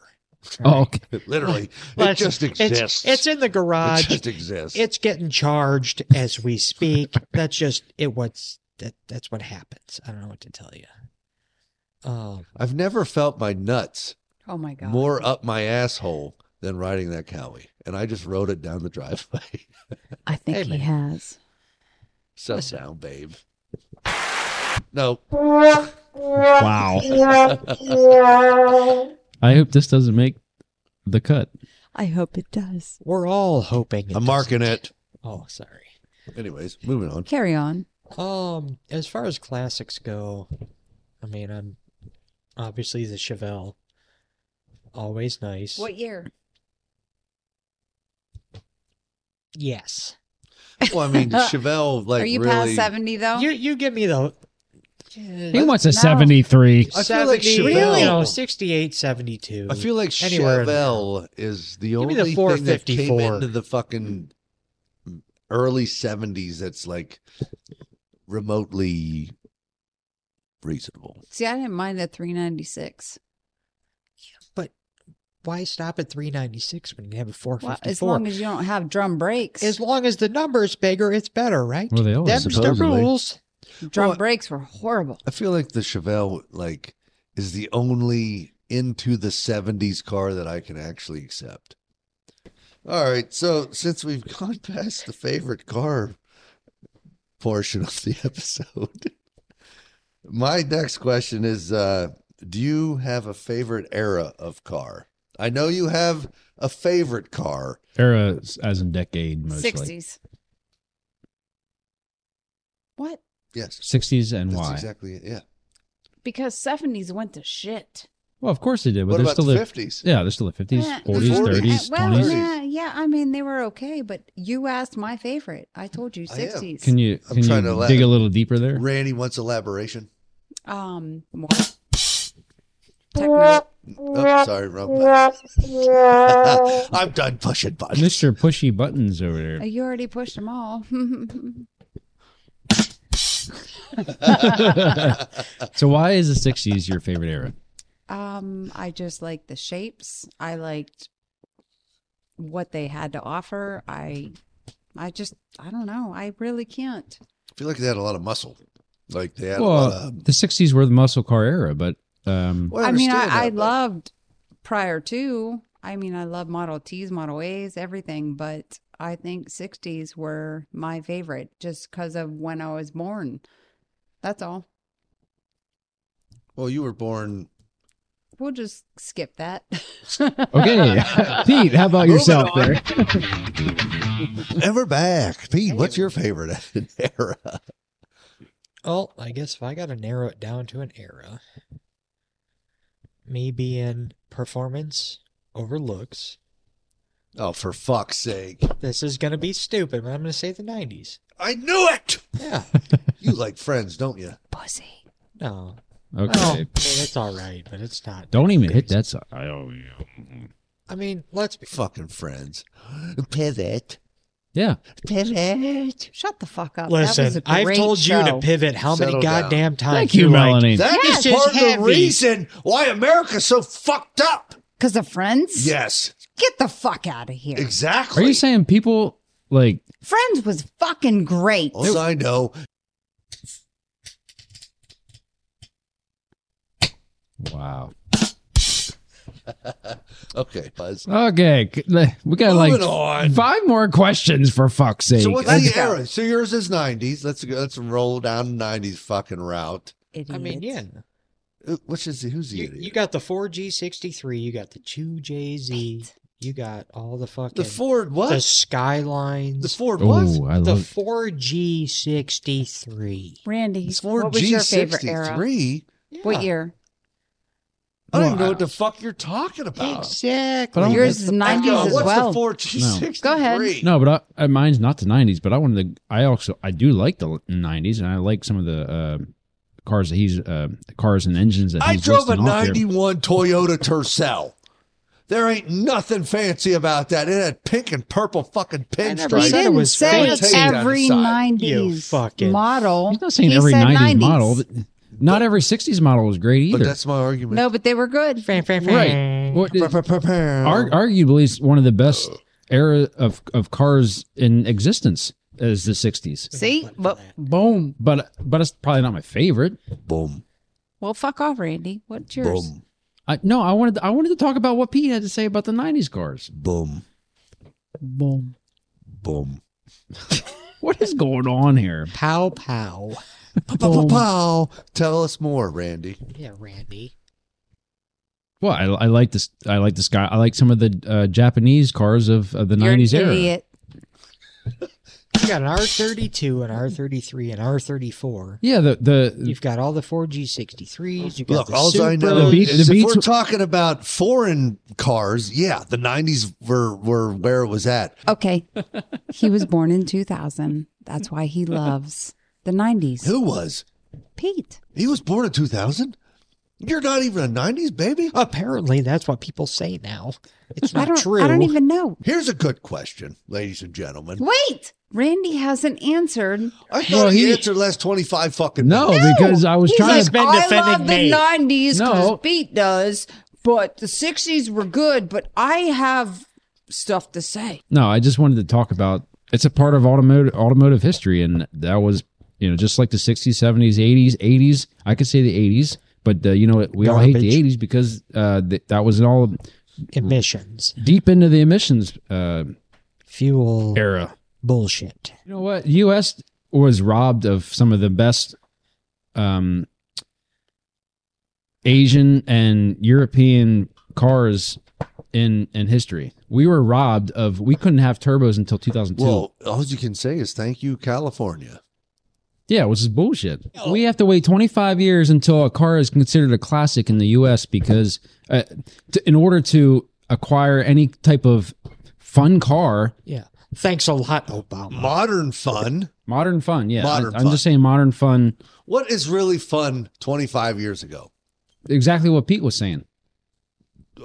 Speaker 3: Oh, okay.
Speaker 2: It literally, it
Speaker 5: Let's-
Speaker 2: just
Speaker 5: it's-
Speaker 2: exists.
Speaker 5: It's, in the
Speaker 2: it
Speaker 5: garage.
Speaker 2: just exists.
Speaker 5: It's getting charged as
Speaker 2: [LAUGHS]
Speaker 5: we speak. That's just it. What's that? That's what happens. I don't know what to tell you. Um,
Speaker 2: I've never felt my nuts
Speaker 4: Oh my god!
Speaker 2: more up my asshole than riding that Cowie, and I just rode it down the driveway. [LAUGHS]
Speaker 4: I think
Speaker 5: Hey,
Speaker 4: he
Speaker 5: man.
Speaker 4: has.
Speaker 2: so
Speaker 5: Listen.
Speaker 2: sound, babe. No,
Speaker 3: Wow. I hope this doesn't make the cut.
Speaker 4: I hope it does.
Speaker 5: we're all hoping. it
Speaker 2: I'm marking
Speaker 5: doesn't.
Speaker 2: it.
Speaker 5: Oh, sorry.
Speaker 2: Anyways, moving
Speaker 5: [LAUGHS]
Speaker 2: on.
Speaker 4: Carry on.
Speaker 5: Um, as far as classics go, I mean, I'm obviously the Chevelle. Always nice.
Speaker 4: What year?
Speaker 5: Yes.
Speaker 2: Well, I mean, Chevelle, like
Speaker 4: Are you
Speaker 2: really,
Speaker 4: past seventy though?
Speaker 5: You you give me the.
Speaker 3: He wants a
Speaker 4: No.
Speaker 3: 73.
Speaker 2: I feel like
Speaker 5: 70,
Speaker 2: Chevelle-
Speaker 5: You know, 68, 72.
Speaker 2: I feel like
Speaker 5: Anywhere in there.
Speaker 2: Chevelle is the
Speaker 5: Give me
Speaker 2: only
Speaker 5: the
Speaker 2: thing that came
Speaker 5: 454.
Speaker 2: into the fucking early seventies that's like remotely reasonable.
Speaker 4: See, I didn't mind the three ninety six.
Speaker 5: But why stop at 396 when you have a
Speaker 4: Well,
Speaker 5: 454?
Speaker 4: as long as you don't have drum brakes.
Speaker 5: As long as the number's bigger, it's better, right?
Speaker 3: Well, they always-
Speaker 5: Them's the
Speaker 2: Supposedly.
Speaker 5: rules.
Speaker 4: drum
Speaker 2: well-
Speaker 4: brakes were horrible.
Speaker 2: I feel like the Chevelle like is the only into the seventies car that I can actually accept. All right, so since we've gone past the favorite car portion of the [LAUGHS] episode, my next question is uh do you have a favorite era of car? I know you have a favorite car.
Speaker 3: Era as in decade, mostly.
Speaker 4: Sixties. What?
Speaker 2: Yes.
Speaker 3: 60s and
Speaker 2: That's
Speaker 3: why?
Speaker 2: exactly it. Yeah.
Speaker 4: Because seventies went to shit.
Speaker 3: Well, of course they did, but
Speaker 2: what
Speaker 3: they're
Speaker 2: about
Speaker 3: still
Speaker 2: the
Speaker 3: the,
Speaker 2: fifties?
Speaker 3: yeah, they're still the 50s,
Speaker 4: Eh,
Speaker 3: 40s,
Speaker 2: 40s,
Speaker 3: 30s,
Speaker 4: eh, well,
Speaker 3: 20s.
Speaker 4: Yeah, yeah, I mean they were okay, but you asked my favorite. I told you
Speaker 2: I am.
Speaker 4: sixties.
Speaker 3: Can you
Speaker 2: I'm
Speaker 3: can you
Speaker 2: trying to
Speaker 3: dig
Speaker 2: la-
Speaker 3: a little deeper there?
Speaker 2: Randy wants elaboration.
Speaker 4: um more techno-
Speaker 3: [LAUGHS]
Speaker 2: Oh, sorry, wrong button. [LAUGHS] I'm done pushing buttons.
Speaker 3: Mr. Pushy Buttons over there.
Speaker 4: you already pushed them all. [LAUGHS]
Speaker 3: [LAUGHS] So why is the 60s your favorite era?
Speaker 4: um, I just liked the shapes. I liked what they had to offer. I I just I don't know. I really can't.
Speaker 2: I feel like they had a lot of muscle. Like they had a lot
Speaker 3: Well,
Speaker 2: of.
Speaker 3: the 60s were the muscle car era, but um,
Speaker 2: Well,
Speaker 4: I mean, I,
Speaker 2: understand
Speaker 4: I
Speaker 2: that, but
Speaker 4: loved prior to. I mean, I love Model Ts, Model As, everything, but I think 60s were my favorite just because of when I was born. That's all.
Speaker 2: Well, you were born.
Speaker 4: We'll just skip that. [LAUGHS]
Speaker 3: okay, Pete, how about yourself
Speaker 2: on.
Speaker 3: there?
Speaker 2: Ever back, Pete. What's your favorite [LAUGHS] era?
Speaker 5: Well, I guess if I got to narrow it down to an era, me being performance overlooks.
Speaker 2: Oh, for fuck's sake!
Speaker 5: This is going to be stupid, but I'm going to say the 90s.
Speaker 2: I knew it.
Speaker 5: Yeah.
Speaker 2: You like Friends, don't you?
Speaker 4: Pussy.
Speaker 5: No.
Speaker 3: Okay.
Speaker 5: Oh, well, that's all right, but it's not.
Speaker 3: Don't even hit
Speaker 5: crazy.
Speaker 3: that side. I owe you.
Speaker 5: I mean, let's be.
Speaker 2: Fucking friends. Pivot.
Speaker 3: Yeah.
Speaker 2: Pivot.
Speaker 4: Shut the fuck up. that was
Speaker 5: Listen,
Speaker 4: a
Speaker 5: I've
Speaker 4: great
Speaker 5: told you
Speaker 4: show.
Speaker 5: to pivot how
Speaker 2: Settle
Speaker 5: many
Speaker 2: down.
Speaker 5: goddamn times.
Speaker 3: Thank you,
Speaker 5: You're like,
Speaker 3: Melanie.
Speaker 2: That
Speaker 4: Yeah,
Speaker 2: is
Speaker 4: it's just
Speaker 2: part of the
Speaker 5: heavy.
Speaker 2: reason why America's so fucked up.
Speaker 4: Because of friends?
Speaker 2: Yes,
Speaker 4: Get the fuck out of here.
Speaker 2: exactly.
Speaker 3: Are you saying people like
Speaker 4: Friends was fucking great.
Speaker 2: All I know,
Speaker 3: wow?
Speaker 2: okay, Buzz.
Speaker 3: Okay, c- le- we got like
Speaker 2: Moving on.
Speaker 3: five more questions for fuck's sake.
Speaker 2: So what's
Speaker 4: Let's
Speaker 2: the
Speaker 4: go.
Speaker 2: era? So yours is '90s. Let's go- let's roll down '90s fucking route.
Speaker 4: Idiots.
Speaker 5: I mean, yeah.
Speaker 2: Uh, Which is the who's the
Speaker 5: You,
Speaker 2: idiot?
Speaker 5: you got the 4G63, you got the 2JZ, you got all the fucking
Speaker 2: the Ford what?
Speaker 5: the
Speaker 2: The,
Speaker 5: Skylines,
Speaker 2: Ford what?
Speaker 3: Oh, I
Speaker 5: the
Speaker 3: love.
Speaker 5: 4G63.
Speaker 4: Randy,
Speaker 2: It's Ford
Speaker 4: what was your favorite era?
Speaker 2: G63.
Speaker 4: What year?
Speaker 2: I don't even
Speaker 3: Well,
Speaker 2: know
Speaker 3: I-
Speaker 2: what the fuck you're talking about.
Speaker 5: Exactly.
Speaker 3: But
Speaker 4: Yours is 90s
Speaker 2: Yo,
Speaker 4: as
Speaker 2: what's
Speaker 4: well.
Speaker 2: the Ford G63?
Speaker 4: Go ahead.
Speaker 3: No, but I, uh, mine's not the '90s. But I wanted to. I also I do like the '90s, and I like some of the uh, cars that he's uh, cars and engines that
Speaker 2: I
Speaker 3: he's
Speaker 2: drove a
Speaker 3: listing off here.
Speaker 2: '91 Toyota Tercel. There ain't nothing fancy about that. It had pink and purple fucking
Speaker 5: I never
Speaker 4: He
Speaker 5: said
Speaker 2: pinstripes.
Speaker 5: it
Speaker 4: didn't
Speaker 5: was
Speaker 4: say
Speaker 2: fancy.
Speaker 4: every
Speaker 2: Take it on the side.
Speaker 4: 90s
Speaker 5: You fucking-
Speaker 4: model.
Speaker 3: He's not saying
Speaker 4: He
Speaker 3: every
Speaker 4: said
Speaker 3: 90s, model, but not every 60s model was great
Speaker 2: But
Speaker 3: either.
Speaker 2: that's my argument.
Speaker 4: no, but they were good.
Speaker 5: Fan, fan,
Speaker 3: right.
Speaker 5: fan.
Speaker 3: What, ar-
Speaker 2: Ar-
Speaker 3: arguably, it's one of the best era of, of cars in existence is the 60s.
Speaker 4: See? But,
Speaker 3: Boom. But but it's probably not my favorite.
Speaker 2: boom,
Speaker 4: well, fuck off, Randy. What's yours?
Speaker 2: boom,
Speaker 3: I, no, I wanted I wanted to talk about what Pete had to say about the 90s cars.
Speaker 2: boom,
Speaker 3: Boom.
Speaker 2: boom.
Speaker 3: What is going on here?
Speaker 5: Pow, pow.
Speaker 2: Pow, pow. Tell us more, Randy.
Speaker 5: Yeah, Randy.
Speaker 3: Well, I, I like this. I like this guy. I like some of the uh, Japanese cars of, of the
Speaker 4: You're an
Speaker 3: 90s era.
Speaker 4: idiot.
Speaker 5: You got an R32, an R33, an R34.
Speaker 3: Yeah, the the
Speaker 5: You've got all the 4G63s. You got
Speaker 2: Look,
Speaker 5: the
Speaker 2: all I know
Speaker 5: Supras.
Speaker 3: The beat-
Speaker 2: is
Speaker 3: the
Speaker 2: if
Speaker 3: beats
Speaker 2: we're
Speaker 3: were-
Speaker 2: talking about foreign cars, yeah, the '90s were were where it was at.
Speaker 4: Okay. he was born in 2000. That's why he loves the 90s.
Speaker 2: Who was?
Speaker 4: Pete.
Speaker 2: He was born in 2000. You're not even a 90s baby? Uh,
Speaker 5: Apparently, that's what people say now. It's
Speaker 4: I
Speaker 5: not
Speaker 4: don't,
Speaker 5: true.
Speaker 4: I don't even know.
Speaker 2: Here's a good question, ladies and gentlemen.
Speaker 4: Wait. Randy hasn't answered.
Speaker 2: I thought
Speaker 3: Well,
Speaker 2: he,
Speaker 3: he-
Speaker 2: answered last 25 fucking
Speaker 3: no,
Speaker 2: minutes.
Speaker 3: because I was
Speaker 4: He's
Speaker 3: trying
Speaker 4: like,
Speaker 3: to.
Speaker 5: been
Speaker 4: I
Speaker 5: defending
Speaker 4: love
Speaker 5: Nate."
Speaker 4: the 90s because
Speaker 3: No.
Speaker 4: Pete does, but the 60s were good, but I have stuff to say.
Speaker 3: No, I just wanted to talk about it's a part of automotive automotive history, and that was you know just like the '60s, '70s, '80s, '80s. I could say the '80s, but uh, you know we all hate the
Speaker 5: Garbage.
Speaker 3: '80s because uh, th- that was all
Speaker 5: Emissions,
Speaker 3: deep into the emissions uh,
Speaker 5: fuel,
Speaker 3: era.
Speaker 5: bullshit.
Speaker 3: You know what? U.S. was robbed of some of the best um, Asian and European cars in in history. We were robbed of. We couldn't have turbos until 2002.
Speaker 2: Well, all you can say is thank you, California.
Speaker 3: Yeah, which is bullshit. We have to wait 25 years until a car is considered a classic in the U.S. because uh, t- in order to acquire any type of fun car,
Speaker 5: Yeah. Thanks a lot,
Speaker 2: [LAUGHS]
Speaker 5: Obama.
Speaker 2: Modern fun.
Speaker 3: modern fun. Yeah,
Speaker 2: Modern
Speaker 3: I,
Speaker 2: fun.
Speaker 3: am just saying modern fun.
Speaker 2: What is really fun 25 years ago?
Speaker 3: Exactly what Pete was saying.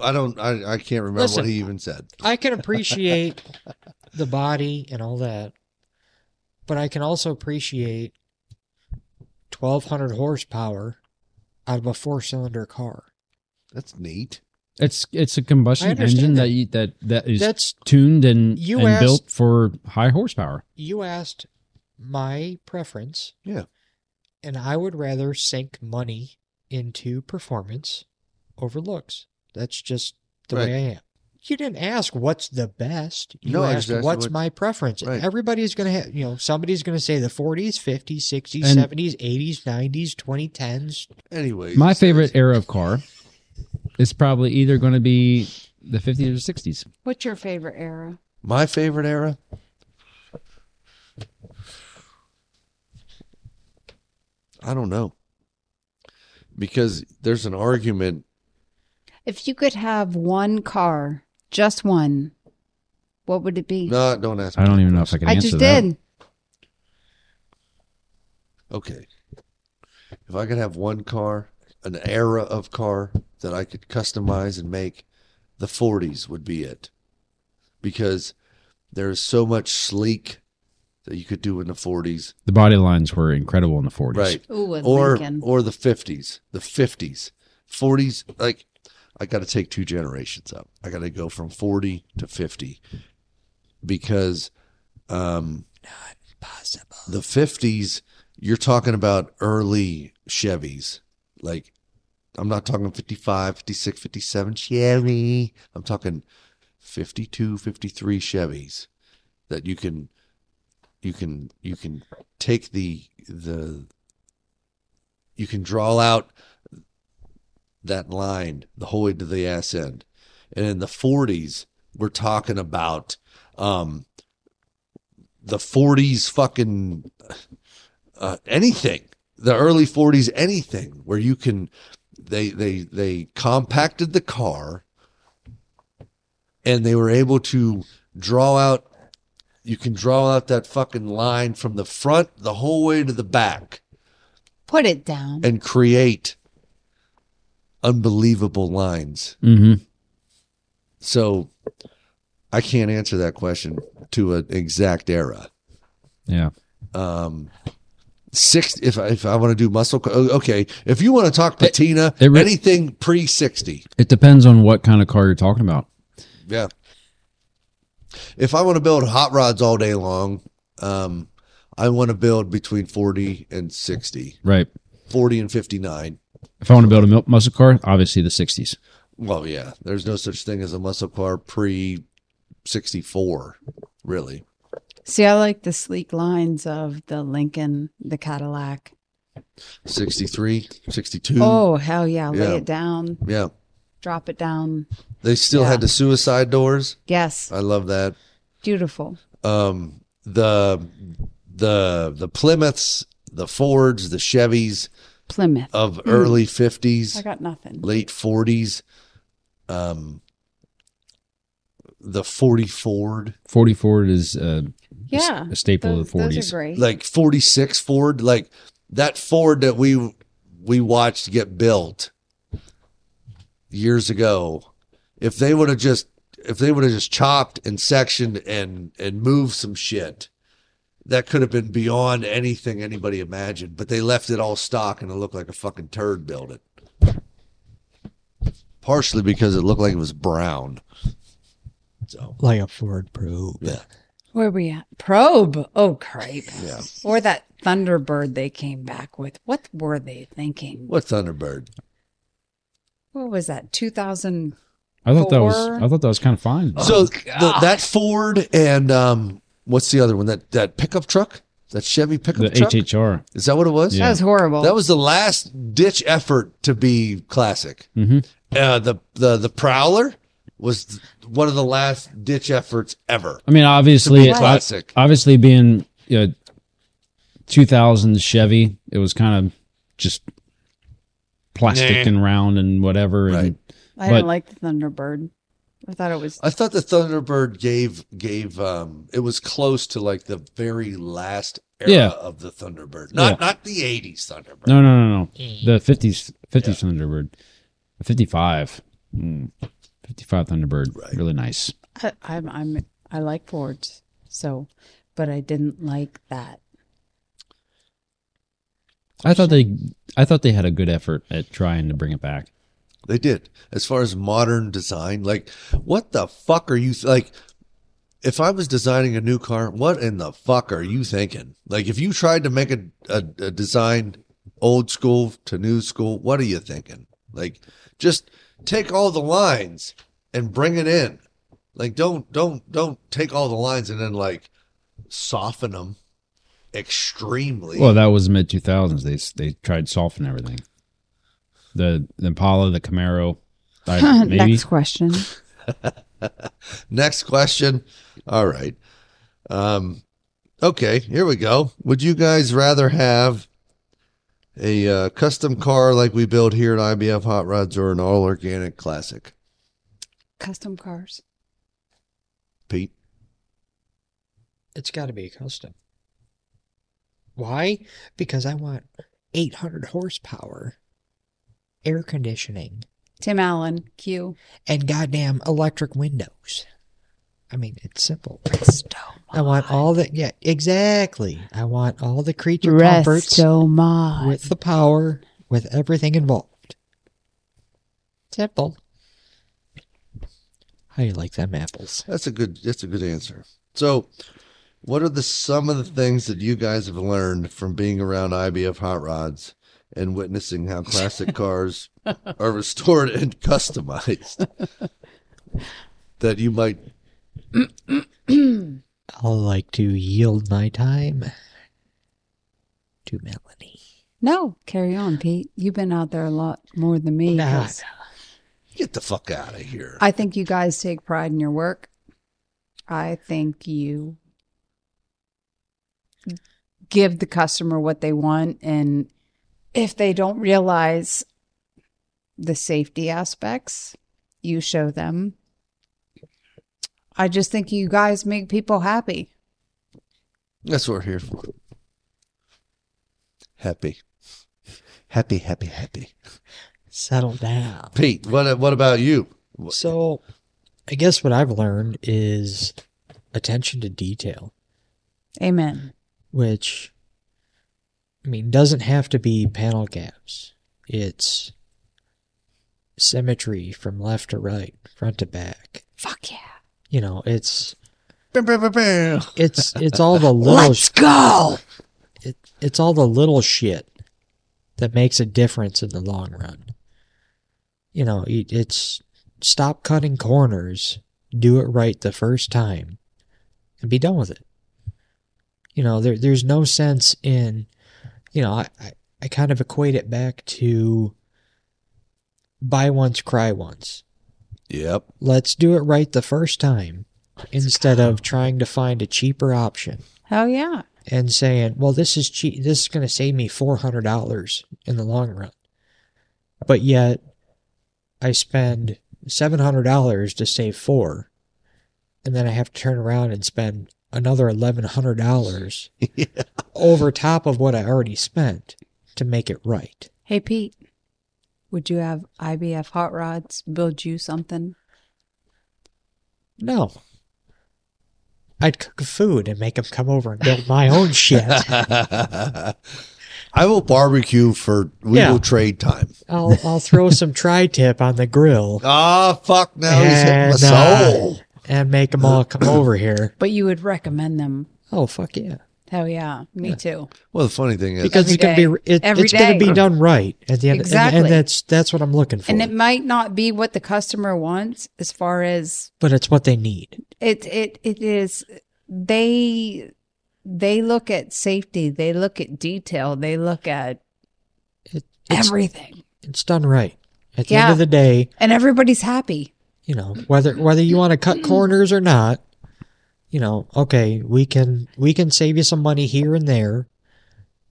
Speaker 2: I don't, I, I can't remember
Speaker 5: Listen.
Speaker 2: what he even said.
Speaker 5: I can appreciate the body and all that, but I can also appreciate 1200 horsepower out of a four cylinder car.
Speaker 2: That's neat.
Speaker 3: It's it's a combustion
Speaker 5: I understand
Speaker 3: engine that
Speaker 5: that.
Speaker 3: you, that that is
Speaker 5: That's,
Speaker 3: tuned and,
Speaker 5: You
Speaker 3: and
Speaker 5: asked-
Speaker 3: built for high horsepower.
Speaker 5: you asked my preference.
Speaker 2: Yeah.
Speaker 5: And I would rather sink money into performance over looks. That's just the
Speaker 2: Right.
Speaker 5: way I am. You didn't ask what's the best. You
Speaker 2: No, I just
Speaker 5: asked
Speaker 2: asked you
Speaker 5: what's
Speaker 2: what-
Speaker 5: my preference.
Speaker 2: Right.
Speaker 5: Everybody's going to have, you know, somebody's going to say the 40s, 50s, 60s,
Speaker 3: And-
Speaker 5: 70s, 80s, 90s, 2010s.
Speaker 2: Anyway,
Speaker 3: My favorite era of car is probably either going to be the 50s or 60s.
Speaker 4: What's your favorite era?
Speaker 2: my favorite era. I don't know. Because there's an argument.
Speaker 4: If you could have one car, just one, what would it be?
Speaker 2: No, don't ask
Speaker 3: I
Speaker 2: me.
Speaker 3: don't e- even know if I can
Speaker 4: I
Speaker 3: answer
Speaker 4: just
Speaker 3: that.
Speaker 4: did.
Speaker 2: Okay. If I could have one car, an era of car that I could customize and make, the 40s would be it. Because there's so much sleek that you could do in the 40s.
Speaker 3: The body lines were incredible in the 40s.
Speaker 2: Right
Speaker 4: Ooh, a
Speaker 2: or
Speaker 4: Lincoln.
Speaker 2: or the fifties, the fifties, forties. Like I got to take two generations up. I got to go from forty to fifty because um,
Speaker 5: Possible.
Speaker 2: the fifties. You're talking about early Chevys. Like I'm not talking 55, 56, 57 Chevy. I'm talking 52, 53 Chevys that you can you can you can take the the you can draw out that line the whole way to the ass end. And in the 40s, we're talking about um the 40s fucking uh, anything. The early 40s anything where you can they they they compacted the car and they were able to draw out you can draw out that fucking line from the front the whole way to the back
Speaker 4: Put it down.
Speaker 3: Eh.
Speaker 2: and create unbelievable lines.
Speaker 3: Mm-hmm.
Speaker 2: So I can't answer that question to an exact era.
Speaker 3: Yeah.
Speaker 2: Um, six. If I, if I want to do muscle, co- oh, okay. If you want to talk patina,
Speaker 3: it re-
Speaker 2: anything pre sixty,
Speaker 3: It depends on what kind of car you're talking about.
Speaker 2: yeah. If I want to build hot rods all day long, um, I want to build between forty and sixty,
Speaker 3: Right.
Speaker 2: forty and fifty nine.
Speaker 3: If I want to build a mil- muscle car, obviously the 60s.
Speaker 2: Well, yeah, there's no such thing as a muscle car pre 64, really.
Speaker 4: See, I like the sleek lines of the Lincoln, the Cadillac.
Speaker 2: 63,
Speaker 3: Mm.
Speaker 2: 62.
Speaker 4: Oh, hell yeah. Lay
Speaker 2: Yeah.
Speaker 4: it down,
Speaker 2: Yeah.
Speaker 4: drop it down.
Speaker 2: They still
Speaker 4: Yeah.
Speaker 2: had the suicide doors.
Speaker 4: Yes.
Speaker 3: Uh,
Speaker 2: I love that.
Speaker 4: Beautiful.
Speaker 2: Um the the the Plymouths, the Fords, the Chevys
Speaker 4: Plymouth.
Speaker 2: of early 50s.
Speaker 3: uh,
Speaker 4: I got nothing.
Speaker 2: late forties. Um the 40 Ford,
Speaker 3: 44 is uh, a s-
Speaker 4: Yeah.
Speaker 3: a staple
Speaker 4: Those,
Speaker 3: of the 40s.
Speaker 4: those are great.
Speaker 2: like 46 Ford, like that Ford that we we watched get built years ago. If they would have just if they would have just chopped and sectioned and and moved some shit, that could have been beyond anything anybody imagined. But they left it all stock and it looked like a fucking turd built it. Partially because it looked like it was brown. So
Speaker 5: Like a Ford probe.
Speaker 2: yeah,
Speaker 4: Where we at? Probe. Oh, cripe.
Speaker 2: yeah.
Speaker 4: Or that Thunderbird they came back with. What were they thinking?
Speaker 2: What Thunderbird?
Speaker 4: What was that? 2000.
Speaker 3: I thought that was
Speaker 4: Four.
Speaker 3: I thought that was kind of fine.
Speaker 2: So the, that Ford and um, what's the other one? That that pickup truck, that Chevy
Speaker 3: the
Speaker 2: pickup truck.
Speaker 3: HHR.
Speaker 2: Is that what it was?
Speaker 3: Yeah.
Speaker 4: That was horrible.
Speaker 2: That was the last ditch effort to be classic.
Speaker 3: Mm-hmm.
Speaker 2: Uh, the the the Prowler was th- one of the last ditch efforts ever.
Speaker 3: I mean, obviously,
Speaker 2: It's a classic.
Speaker 3: o- obviously being you know, 2000 Chevy, it was kind of just plastic
Speaker 2: Nah.
Speaker 3: and round and whatever. And
Speaker 2: Right.
Speaker 4: I didn't
Speaker 3: but-
Speaker 4: like the Thunderbird. I thought it was.
Speaker 2: I thought the Thunderbird gave gave um it was close to like the very last era
Speaker 3: Yeah.
Speaker 2: of the Thunderbird. Not not the 80s Thunderbird.
Speaker 3: No, no, no, no. The 50s, 50s Thunderbird, 55, Mm. 55 Thunderbird,
Speaker 2: Right.
Speaker 3: really nice.
Speaker 4: I, I'm. I'm. I like Fords. So, but I didn't like that.
Speaker 3: I thought they, I thought they had a good effort at trying to bring it back.
Speaker 2: They did. As far as modern design, like what the fuck are you like? If I was designing a new car, what in the fuck are you thinking? Like if you tried to make a, a, a design old school to new school, what are you thinking? Like just take all the lines and bring it in. Like don't don't don't take all the lines and then like soften them extremely.
Speaker 3: Well, that was mid 2000s. They they tried softening everything. The, the Impala, the Camaro, [LAUGHS]
Speaker 4: [CLEARS THROAT]
Speaker 3: I, maybe
Speaker 4: Next question.
Speaker 2: Next question. All right. Um, okay, here we go. Would you guys rather have a uh, custom car like we build here at IBF Hot Rods or an all organic classic?
Speaker 4: Custom cars.
Speaker 2: Pete?
Speaker 5: It's got to be custom. Why? Because I want 800 horsepower air conditioning
Speaker 4: Tim Allen, Q.
Speaker 5: and goddamn electric windows. I mean, it's simple. I
Speaker 4: Restomod.
Speaker 5: want all the yeah, exactly. I want all the creature comforts
Speaker 4: Restomod.
Speaker 5: with the power, with everything involved. Simple. How you like them apples?
Speaker 2: That's a good. That's a good answer. So, what are the some of the things that you guys have learned from being around IBF hot rods and witnessing how classic cars are restored and customized that you might?
Speaker 5: I'll like to yield my time to Melanie.
Speaker 4: No, carry on, Pete. You've been out there a lot more than me.
Speaker 5: Nah,
Speaker 4: 'cause
Speaker 2: Get the fuck out of here.
Speaker 4: I think you guys take pride in your work. I think you give the customer what they want. And if they don't realize the safety aspects, you show them. I just think you guys make people happy.
Speaker 2: That's what we're here for. Happy, happy, happy, happy.
Speaker 5: Settle down.
Speaker 2: Pete, what what about you? What-
Speaker 5: So, I guess what I've learned is attention to detail,
Speaker 4: Amen.
Speaker 5: which I mean doesn't have to be panel gaps. It's symmetry from left to right, front to back.
Speaker 4: Fuck yeah.
Speaker 5: You know, it's
Speaker 2: Bam, bam, bam, bam.
Speaker 5: it's it's
Speaker 4: [LAUGHS]
Speaker 5: all the little
Speaker 4: Let's go.
Speaker 5: it, it's all the little shit that makes a difference in the long run. You know, it, it's stop cutting corners, do it right the first time, and be done with it. You know, there there's no sense in, you know, I, I, I kind of equate it back to buy once, cry once.
Speaker 2: Yep.
Speaker 5: Let's do it right the first time instead of trying to find a cheaper option
Speaker 4: Hell yeah.
Speaker 5: and saying, "Well, this is cheap. This is going to save me four hundred dollars in the long run," but yet I spend seven hundred dollars to save four, and then I have to turn around and spend another eleven hundred dollars
Speaker 2: Yeah.
Speaker 5: over top of what I already spent to make it right.
Speaker 4: Hey, Pete, would you have IBF Hot Rods build you something?
Speaker 5: No. I'd cook food and make them come over and build my own shit.
Speaker 2: I will barbecue for we
Speaker 5: Yeah.
Speaker 2: will trade time.
Speaker 5: I'll, I'll throw some tri tip on the grill
Speaker 2: Ah, fuck! Now he's hitting my
Speaker 5: And, uh,
Speaker 2: soul.
Speaker 5: and make them all come over here.
Speaker 4: But you would recommend them.
Speaker 5: Oh fuck yeah!
Speaker 4: Hell yeah. Me too.
Speaker 2: Well, the funny thing is,
Speaker 5: Because
Speaker 4: Every
Speaker 5: it's gonna be
Speaker 4: day.
Speaker 5: it,
Speaker 4: Every
Speaker 5: it's gonna
Speaker 4: day.
Speaker 5: be done right at the end, and- and,
Speaker 4: Exactly.
Speaker 5: that's that's what I'm looking for.
Speaker 4: And it might not be what the customer wants as far as
Speaker 5: but it's what they need.
Speaker 4: it it it is they they look at safety, they look at detail, they look at
Speaker 5: It, it's,
Speaker 4: everything.
Speaker 5: it's done right at the end
Speaker 4: Yeah.
Speaker 5: of the day.
Speaker 4: And everybody's happy.
Speaker 5: You know whether whether you want to cut
Speaker 4: Mm-hmm.
Speaker 5: corners or not. You know, okay, we can we can save you some money here and there,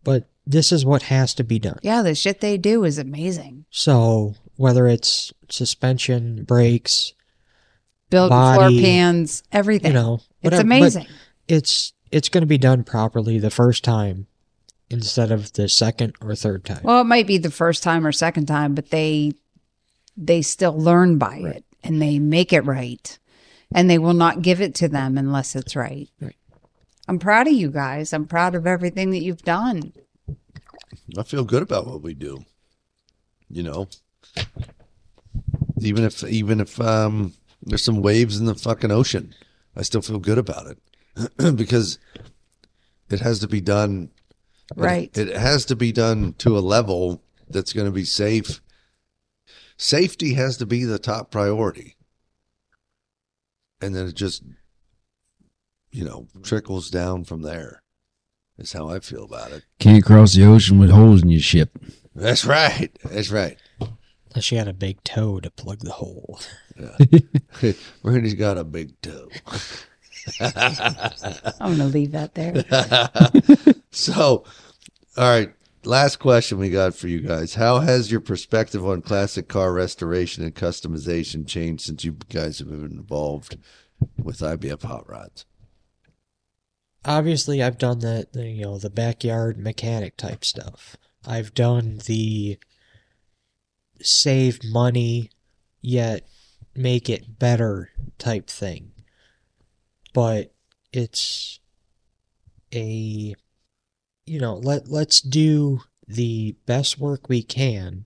Speaker 5: but this is what has to be done.
Speaker 4: Yeah, the shit they do is amazing.
Speaker 5: So whether it's suspension, brakes,
Speaker 4: Built floor
Speaker 5: Body,
Speaker 4: pans, everything.
Speaker 5: you know,
Speaker 4: it's
Speaker 5: whatever, but-
Speaker 4: amazing.
Speaker 5: it's it's going to be done properly the first time instead of the second or third time.
Speaker 4: Well, it might be the first time or second time, but they they still learn by it and they make it right. And they will not give it to them unless it's right.
Speaker 5: Right.
Speaker 4: I'm proud of you guys. I'm proud of everything that you've done.
Speaker 2: I feel good about what we do. You know, even if even if um, there's some waves in the fucking ocean, I still feel good about it [CLEARS THROAT] because it has to be done
Speaker 4: Right.
Speaker 2: It, it has to be done to a level that's going to be safe. Safety has to be the top priority. And then it just, you know, trickles down from there, is how I feel about it.
Speaker 3: Can't cross the ocean with holes in your ship.
Speaker 2: That's right. That's right. [LAUGHS]
Speaker 5: Unless you had a big toe to plug the hole.
Speaker 2: Randy's got a big toe.
Speaker 4: I'm going to leave that there.
Speaker 2: so, all right. Last question we got for you guys. How has your perspective on classic car restoration and customization changed since you guys have been involved with IBF Hot Rods?
Speaker 5: Obviously, I've done the, the you know the backyard mechanic type stuff. I've done the save money yet make it better type thing. But it's a you know, let let's do the best work we can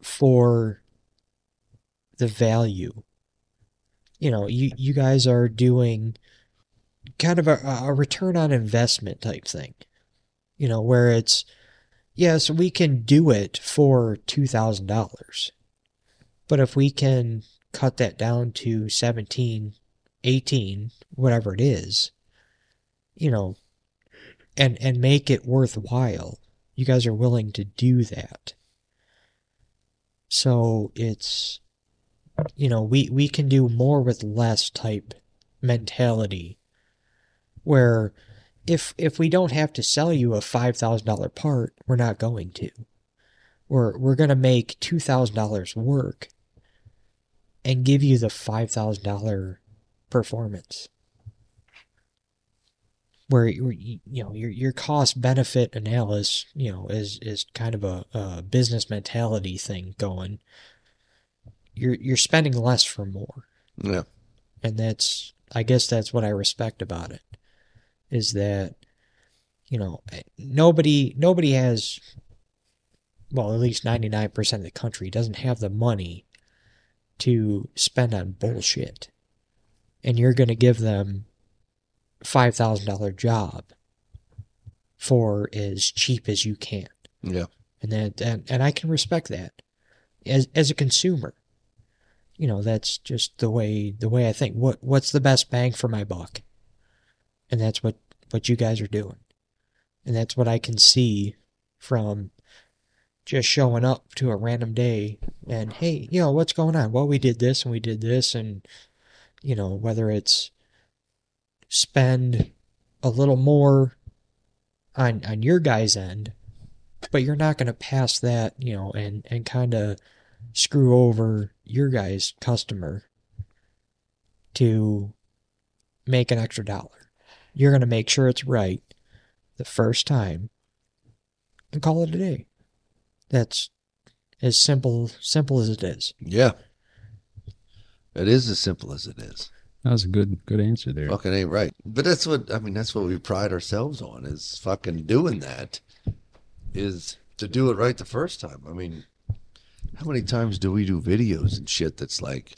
Speaker 5: for the value. You know, you you guys are doing kind of a, a return on investment type thing. You know, where it's yes, we can do it for two thousand dollars. But if we can cut that down to 17, 18, whatever it is, you know, and and make it worthwhile, you guys are willing to do that. So it's you know, we we can do more with less type mentality where if if we don't have to sell you a $5,000 part, we're not going to. We're we're going to make $2,000 work and give you the $5,000 performance where you you know your your cost benefit analysis you know is is kind of a, a business mentality thing going you're you're spending less for more
Speaker 2: Yeah.
Speaker 5: and that's i guess that's what i respect about it is that you know nobody nobody has well at least 99% of the country doesn't have the money to spend on bullshit and you're going to give them $5000 job for as cheap as you can
Speaker 2: Yeah.
Speaker 5: and that and, and I can respect that as as a consumer. You know, that's just the way the way I think. What what's the best bang for my buck? And that's what what you guys are doing. And that's what I can see from just showing up to a random day and hey, you know, what's going on? Well, we did this and we did this and you know, whether it's spend a little more on on your guys' end but you're not going to pass that, you know, and and kind of screw over your guy's customer to make an extra dollar. You're going to make sure it's right the first time and call it a day. That's as simple simple as it is.
Speaker 2: Yeah. It is as simple as it is.
Speaker 3: That was a good good answer there.
Speaker 2: Fucking ain't right. But that's what I mean. That's what we pride ourselves on is fucking doing that. Is to do it right the first time. I mean, how many times do we do videos and shit that's like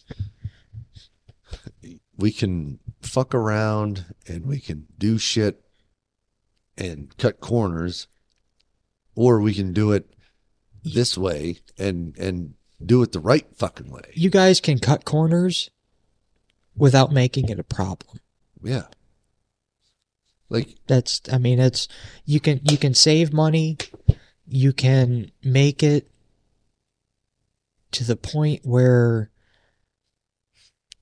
Speaker 2: we can fuck around and we can do shit and cut corners, or we can do it this way and and do it the right fucking way.
Speaker 5: You guys can cut corners without making it a problem.
Speaker 2: Yeah. Like
Speaker 5: that's i mean it's you can you can save money you can make it to the point where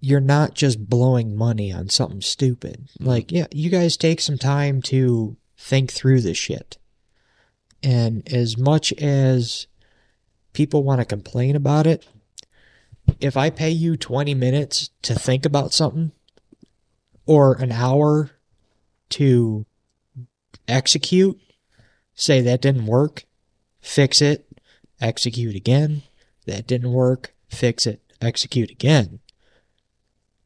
Speaker 5: you're not just blowing money on something stupid like yeah you guys take some time to think through this shit and as much as people want to complain about it if i pay you 20 minutes to think about something or an hour to execute, say that didn't work, fix it, execute again, that didn't work, fix it, execute again.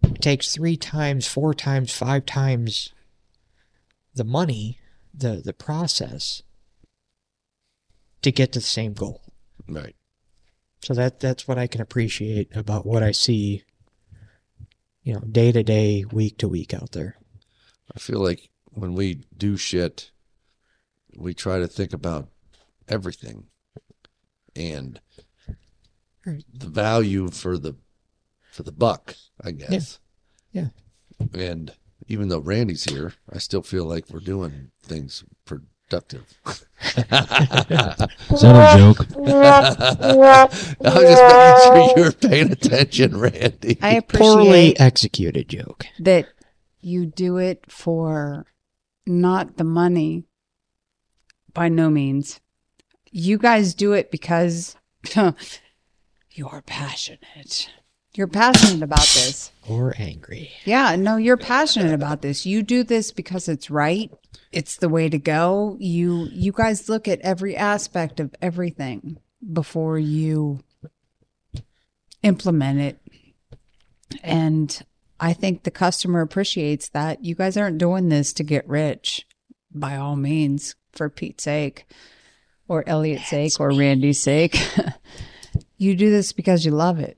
Speaker 5: It takes three times, four times, five times the money, the, the process to get to the same goal.
Speaker 2: right.
Speaker 5: So that that's what I can appreciate about what I see, you know, day to day, week to week out there.
Speaker 2: I feel like when we do shit, we try to think about everything and
Speaker 5: Right.
Speaker 2: the value for the for the buck, I guess.
Speaker 5: Yeah.
Speaker 2: And even though Randy's here, I still feel like we're doing things productive. [LAUGHS]
Speaker 3: Is that a joke?
Speaker 2: I'm just making sure you're paying attention, Randy.
Speaker 4: I
Speaker 5: Poorly
Speaker 4: appreciate
Speaker 5: [LAUGHS] executed joke.
Speaker 4: that you do it for not the money. By no means. You guys do it because [LAUGHS] you're passionate. You're passionate about this.
Speaker 5: or angry.
Speaker 4: Yeah, no, you're passionate about this. You do this because it's right. It's the way to go. You you guys look at every aspect of everything. before you implement it. And I think the customer appreciates that. You guys aren't doing this to get rich, by all means, for Pete's sake, or Elliot's sake, or Randy's sake. [LAUGHS] you do this because you love it.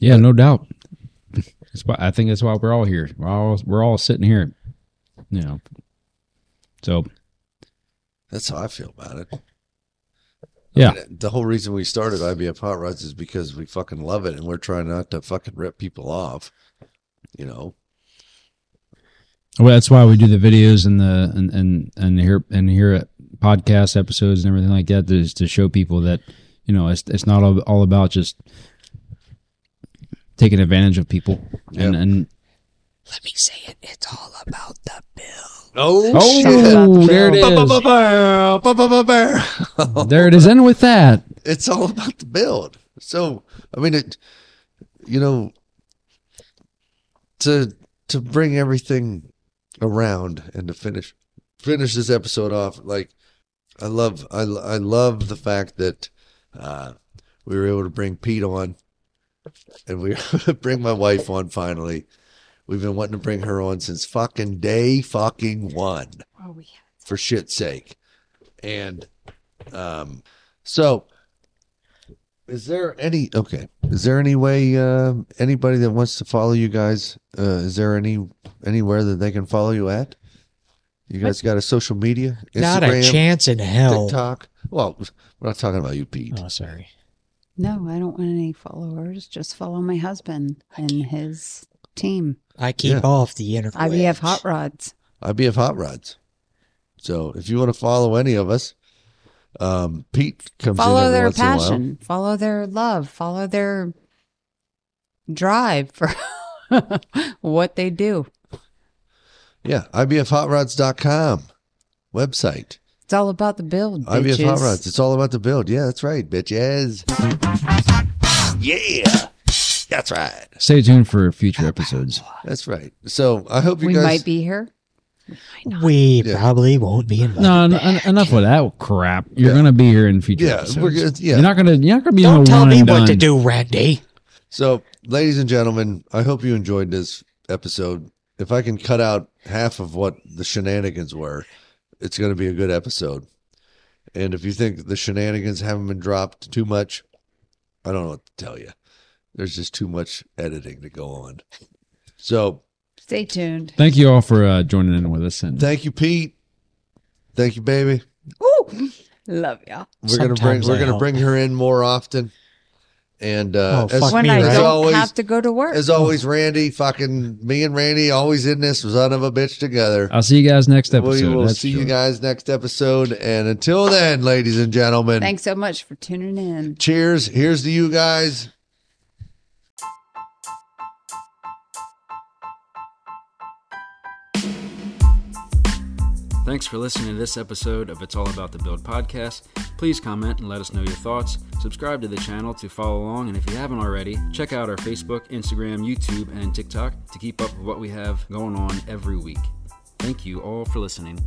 Speaker 3: Yeah, no doubt. That's why I think that's why we're all here. We're all we're all sitting here, you know. So
Speaker 2: That's how I feel about it. I
Speaker 3: Yeah.
Speaker 2: mean, the whole reason we started IBF Hot Rods is because we fucking love it and we're trying not to fucking rip people off. You know,
Speaker 3: well, that's why we do the videos and the and and and here and here at podcast episodes and everything like that is to show people that you know it's it's not all, all about just taking advantage of people and
Speaker 2: Yeah.
Speaker 3: and
Speaker 4: Let me say it. It's all about the bill.
Speaker 2: Oh,
Speaker 3: oh
Speaker 4: shit.
Speaker 3: there it is
Speaker 2: Ba-ba-ba-ba,
Speaker 3: there it is and with that
Speaker 2: it's all about the build. So I mean it you know to to bring everything around and to finish finish this episode off like I love I lo- I love the fact that uh we were able to bring Pete on and we [LAUGHS] were able to bring my wife on finally. We've been wanting to bring her on since fucking day fucking one
Speaker 4: Oh, yeah.
Speaker 2: for shit's sake. And um so is there any okay, is there any way um anybody that wants to follow you guys uh is there any anywhere that they can follow you at? You guys got a social media? Instagram,
Speaker 5: Not a chance in hell.
Speaker 2: TikTok? Well, we're not talking about you, Pete.
Speaker 4: Uh.
Speaker 5: Oh, sorry.
Speaker 4: No, I don't want any followers. Just follow my husband and his team,
Speaker 5: I keep
Speaker 2: Yeah.
Speaker 5: off the internet.
Speaker 4: IVF Hot Rods.
Speaker 2: IBF Hot Rods. So if you want to follow any of us, um Pete comes in
Speaker 4: Follow
Speaker 2: every
Speaker 4: their
Speaker 2: once in a while.
Speaker 4: passion, follow their love, follow their drive for [LAUGHS] what they do.
Speaker 2: Yeah, IBFHotRods.com website.
Speaker 4: It's all about the build.
Speaker 2: IVF Hot
Speaker 4: bitches.
Speaker 2: Rods. It's all about the build. Yeah, that's right, bitches. Yeah, that's right.
Speaker 3: stay tuned for future episodes
Speaker 2: That's right. So I hope you
Speaker 4: We
Speaker 2: guys.
Speaker 4: might be here.
Speaker 5: We
Speaker 2: Yeah.
Speaker 5: probably won't be invited.
Speaker 3: no en- en- enough of that crap you're
Speaker 2: Yeah.
Speaker 3: gonna be here in future
Speaker 2: Yeah,
Speaker 3: episodes
Speaker 2: we're good. Yeah.
Speaker 3: you're not gonna you're not gonna be on a
Speaker 5: Don't tell
Speaker 3: one
Speaker 5: me
Speaker 3: and
Speaker 5: what to
Speaker 3: done.
Speaker 5: do, Randy.
Speaker 2: so, ladies and gentlemen, I hope you enjoyed this episode. If I can cut out half of what the shenanigans were, it's going to be a good episode. And if you think the shenanigans haven't been dropped too much, I don't know what to tell you. There's just too much editing to go on. So,
Speaker 4: Stay tuned.
Speaker 3: Thank you all for uh, joining in with us. And
Speaker 2: thank you, Pete. Thank you, baby.
Speaker 4: Ooh, [LAUGHS] love y'all.
Speaker 2: We're gonna bring
Speaker 5: Sometimes
Speaker 2: we're
Speaker 5: I
Speaker 2: gonna
Speaker 5: hope.
Speaker 2: bring her in more often. And uh,
Speaker 5: Oh,
Speaker 2: as,
Speaker 5: fuck
Speaker 4: When
Speaker 5: me,
Speaker 4: I
Speaker 5: right?
Speaker 2: as
Speaker 4: don't
Speaker 2: always,
Speaker 4: have to go to work.
Speaker 2: as always, Randy, fucking me and Randy, always in this son of a bitch together.
Speaker 3: I'll see you guys next episode.
Speaker 2: we will
Speaker 3: that's
Speaker 2: see
Speaker 3: for
Speaker 2: you
Speaker 3: sure.
Speaker 2: guys next episode, and until then, ladies and gentlemen,
Speaker 4: Thanks so much for tuning in.
Speaker 2: cheers. Here's to you guys.
Speaker 6: Thanks for listening to this episode of It's All About the Build podcast. Please comment and let us know your thoughts. Subscribe to the channel to follow along, and if you haven't already, check out our Facebook, Instagram, YouTube, and TikTok to keep up with what we have going on every week. Thank you all for listening.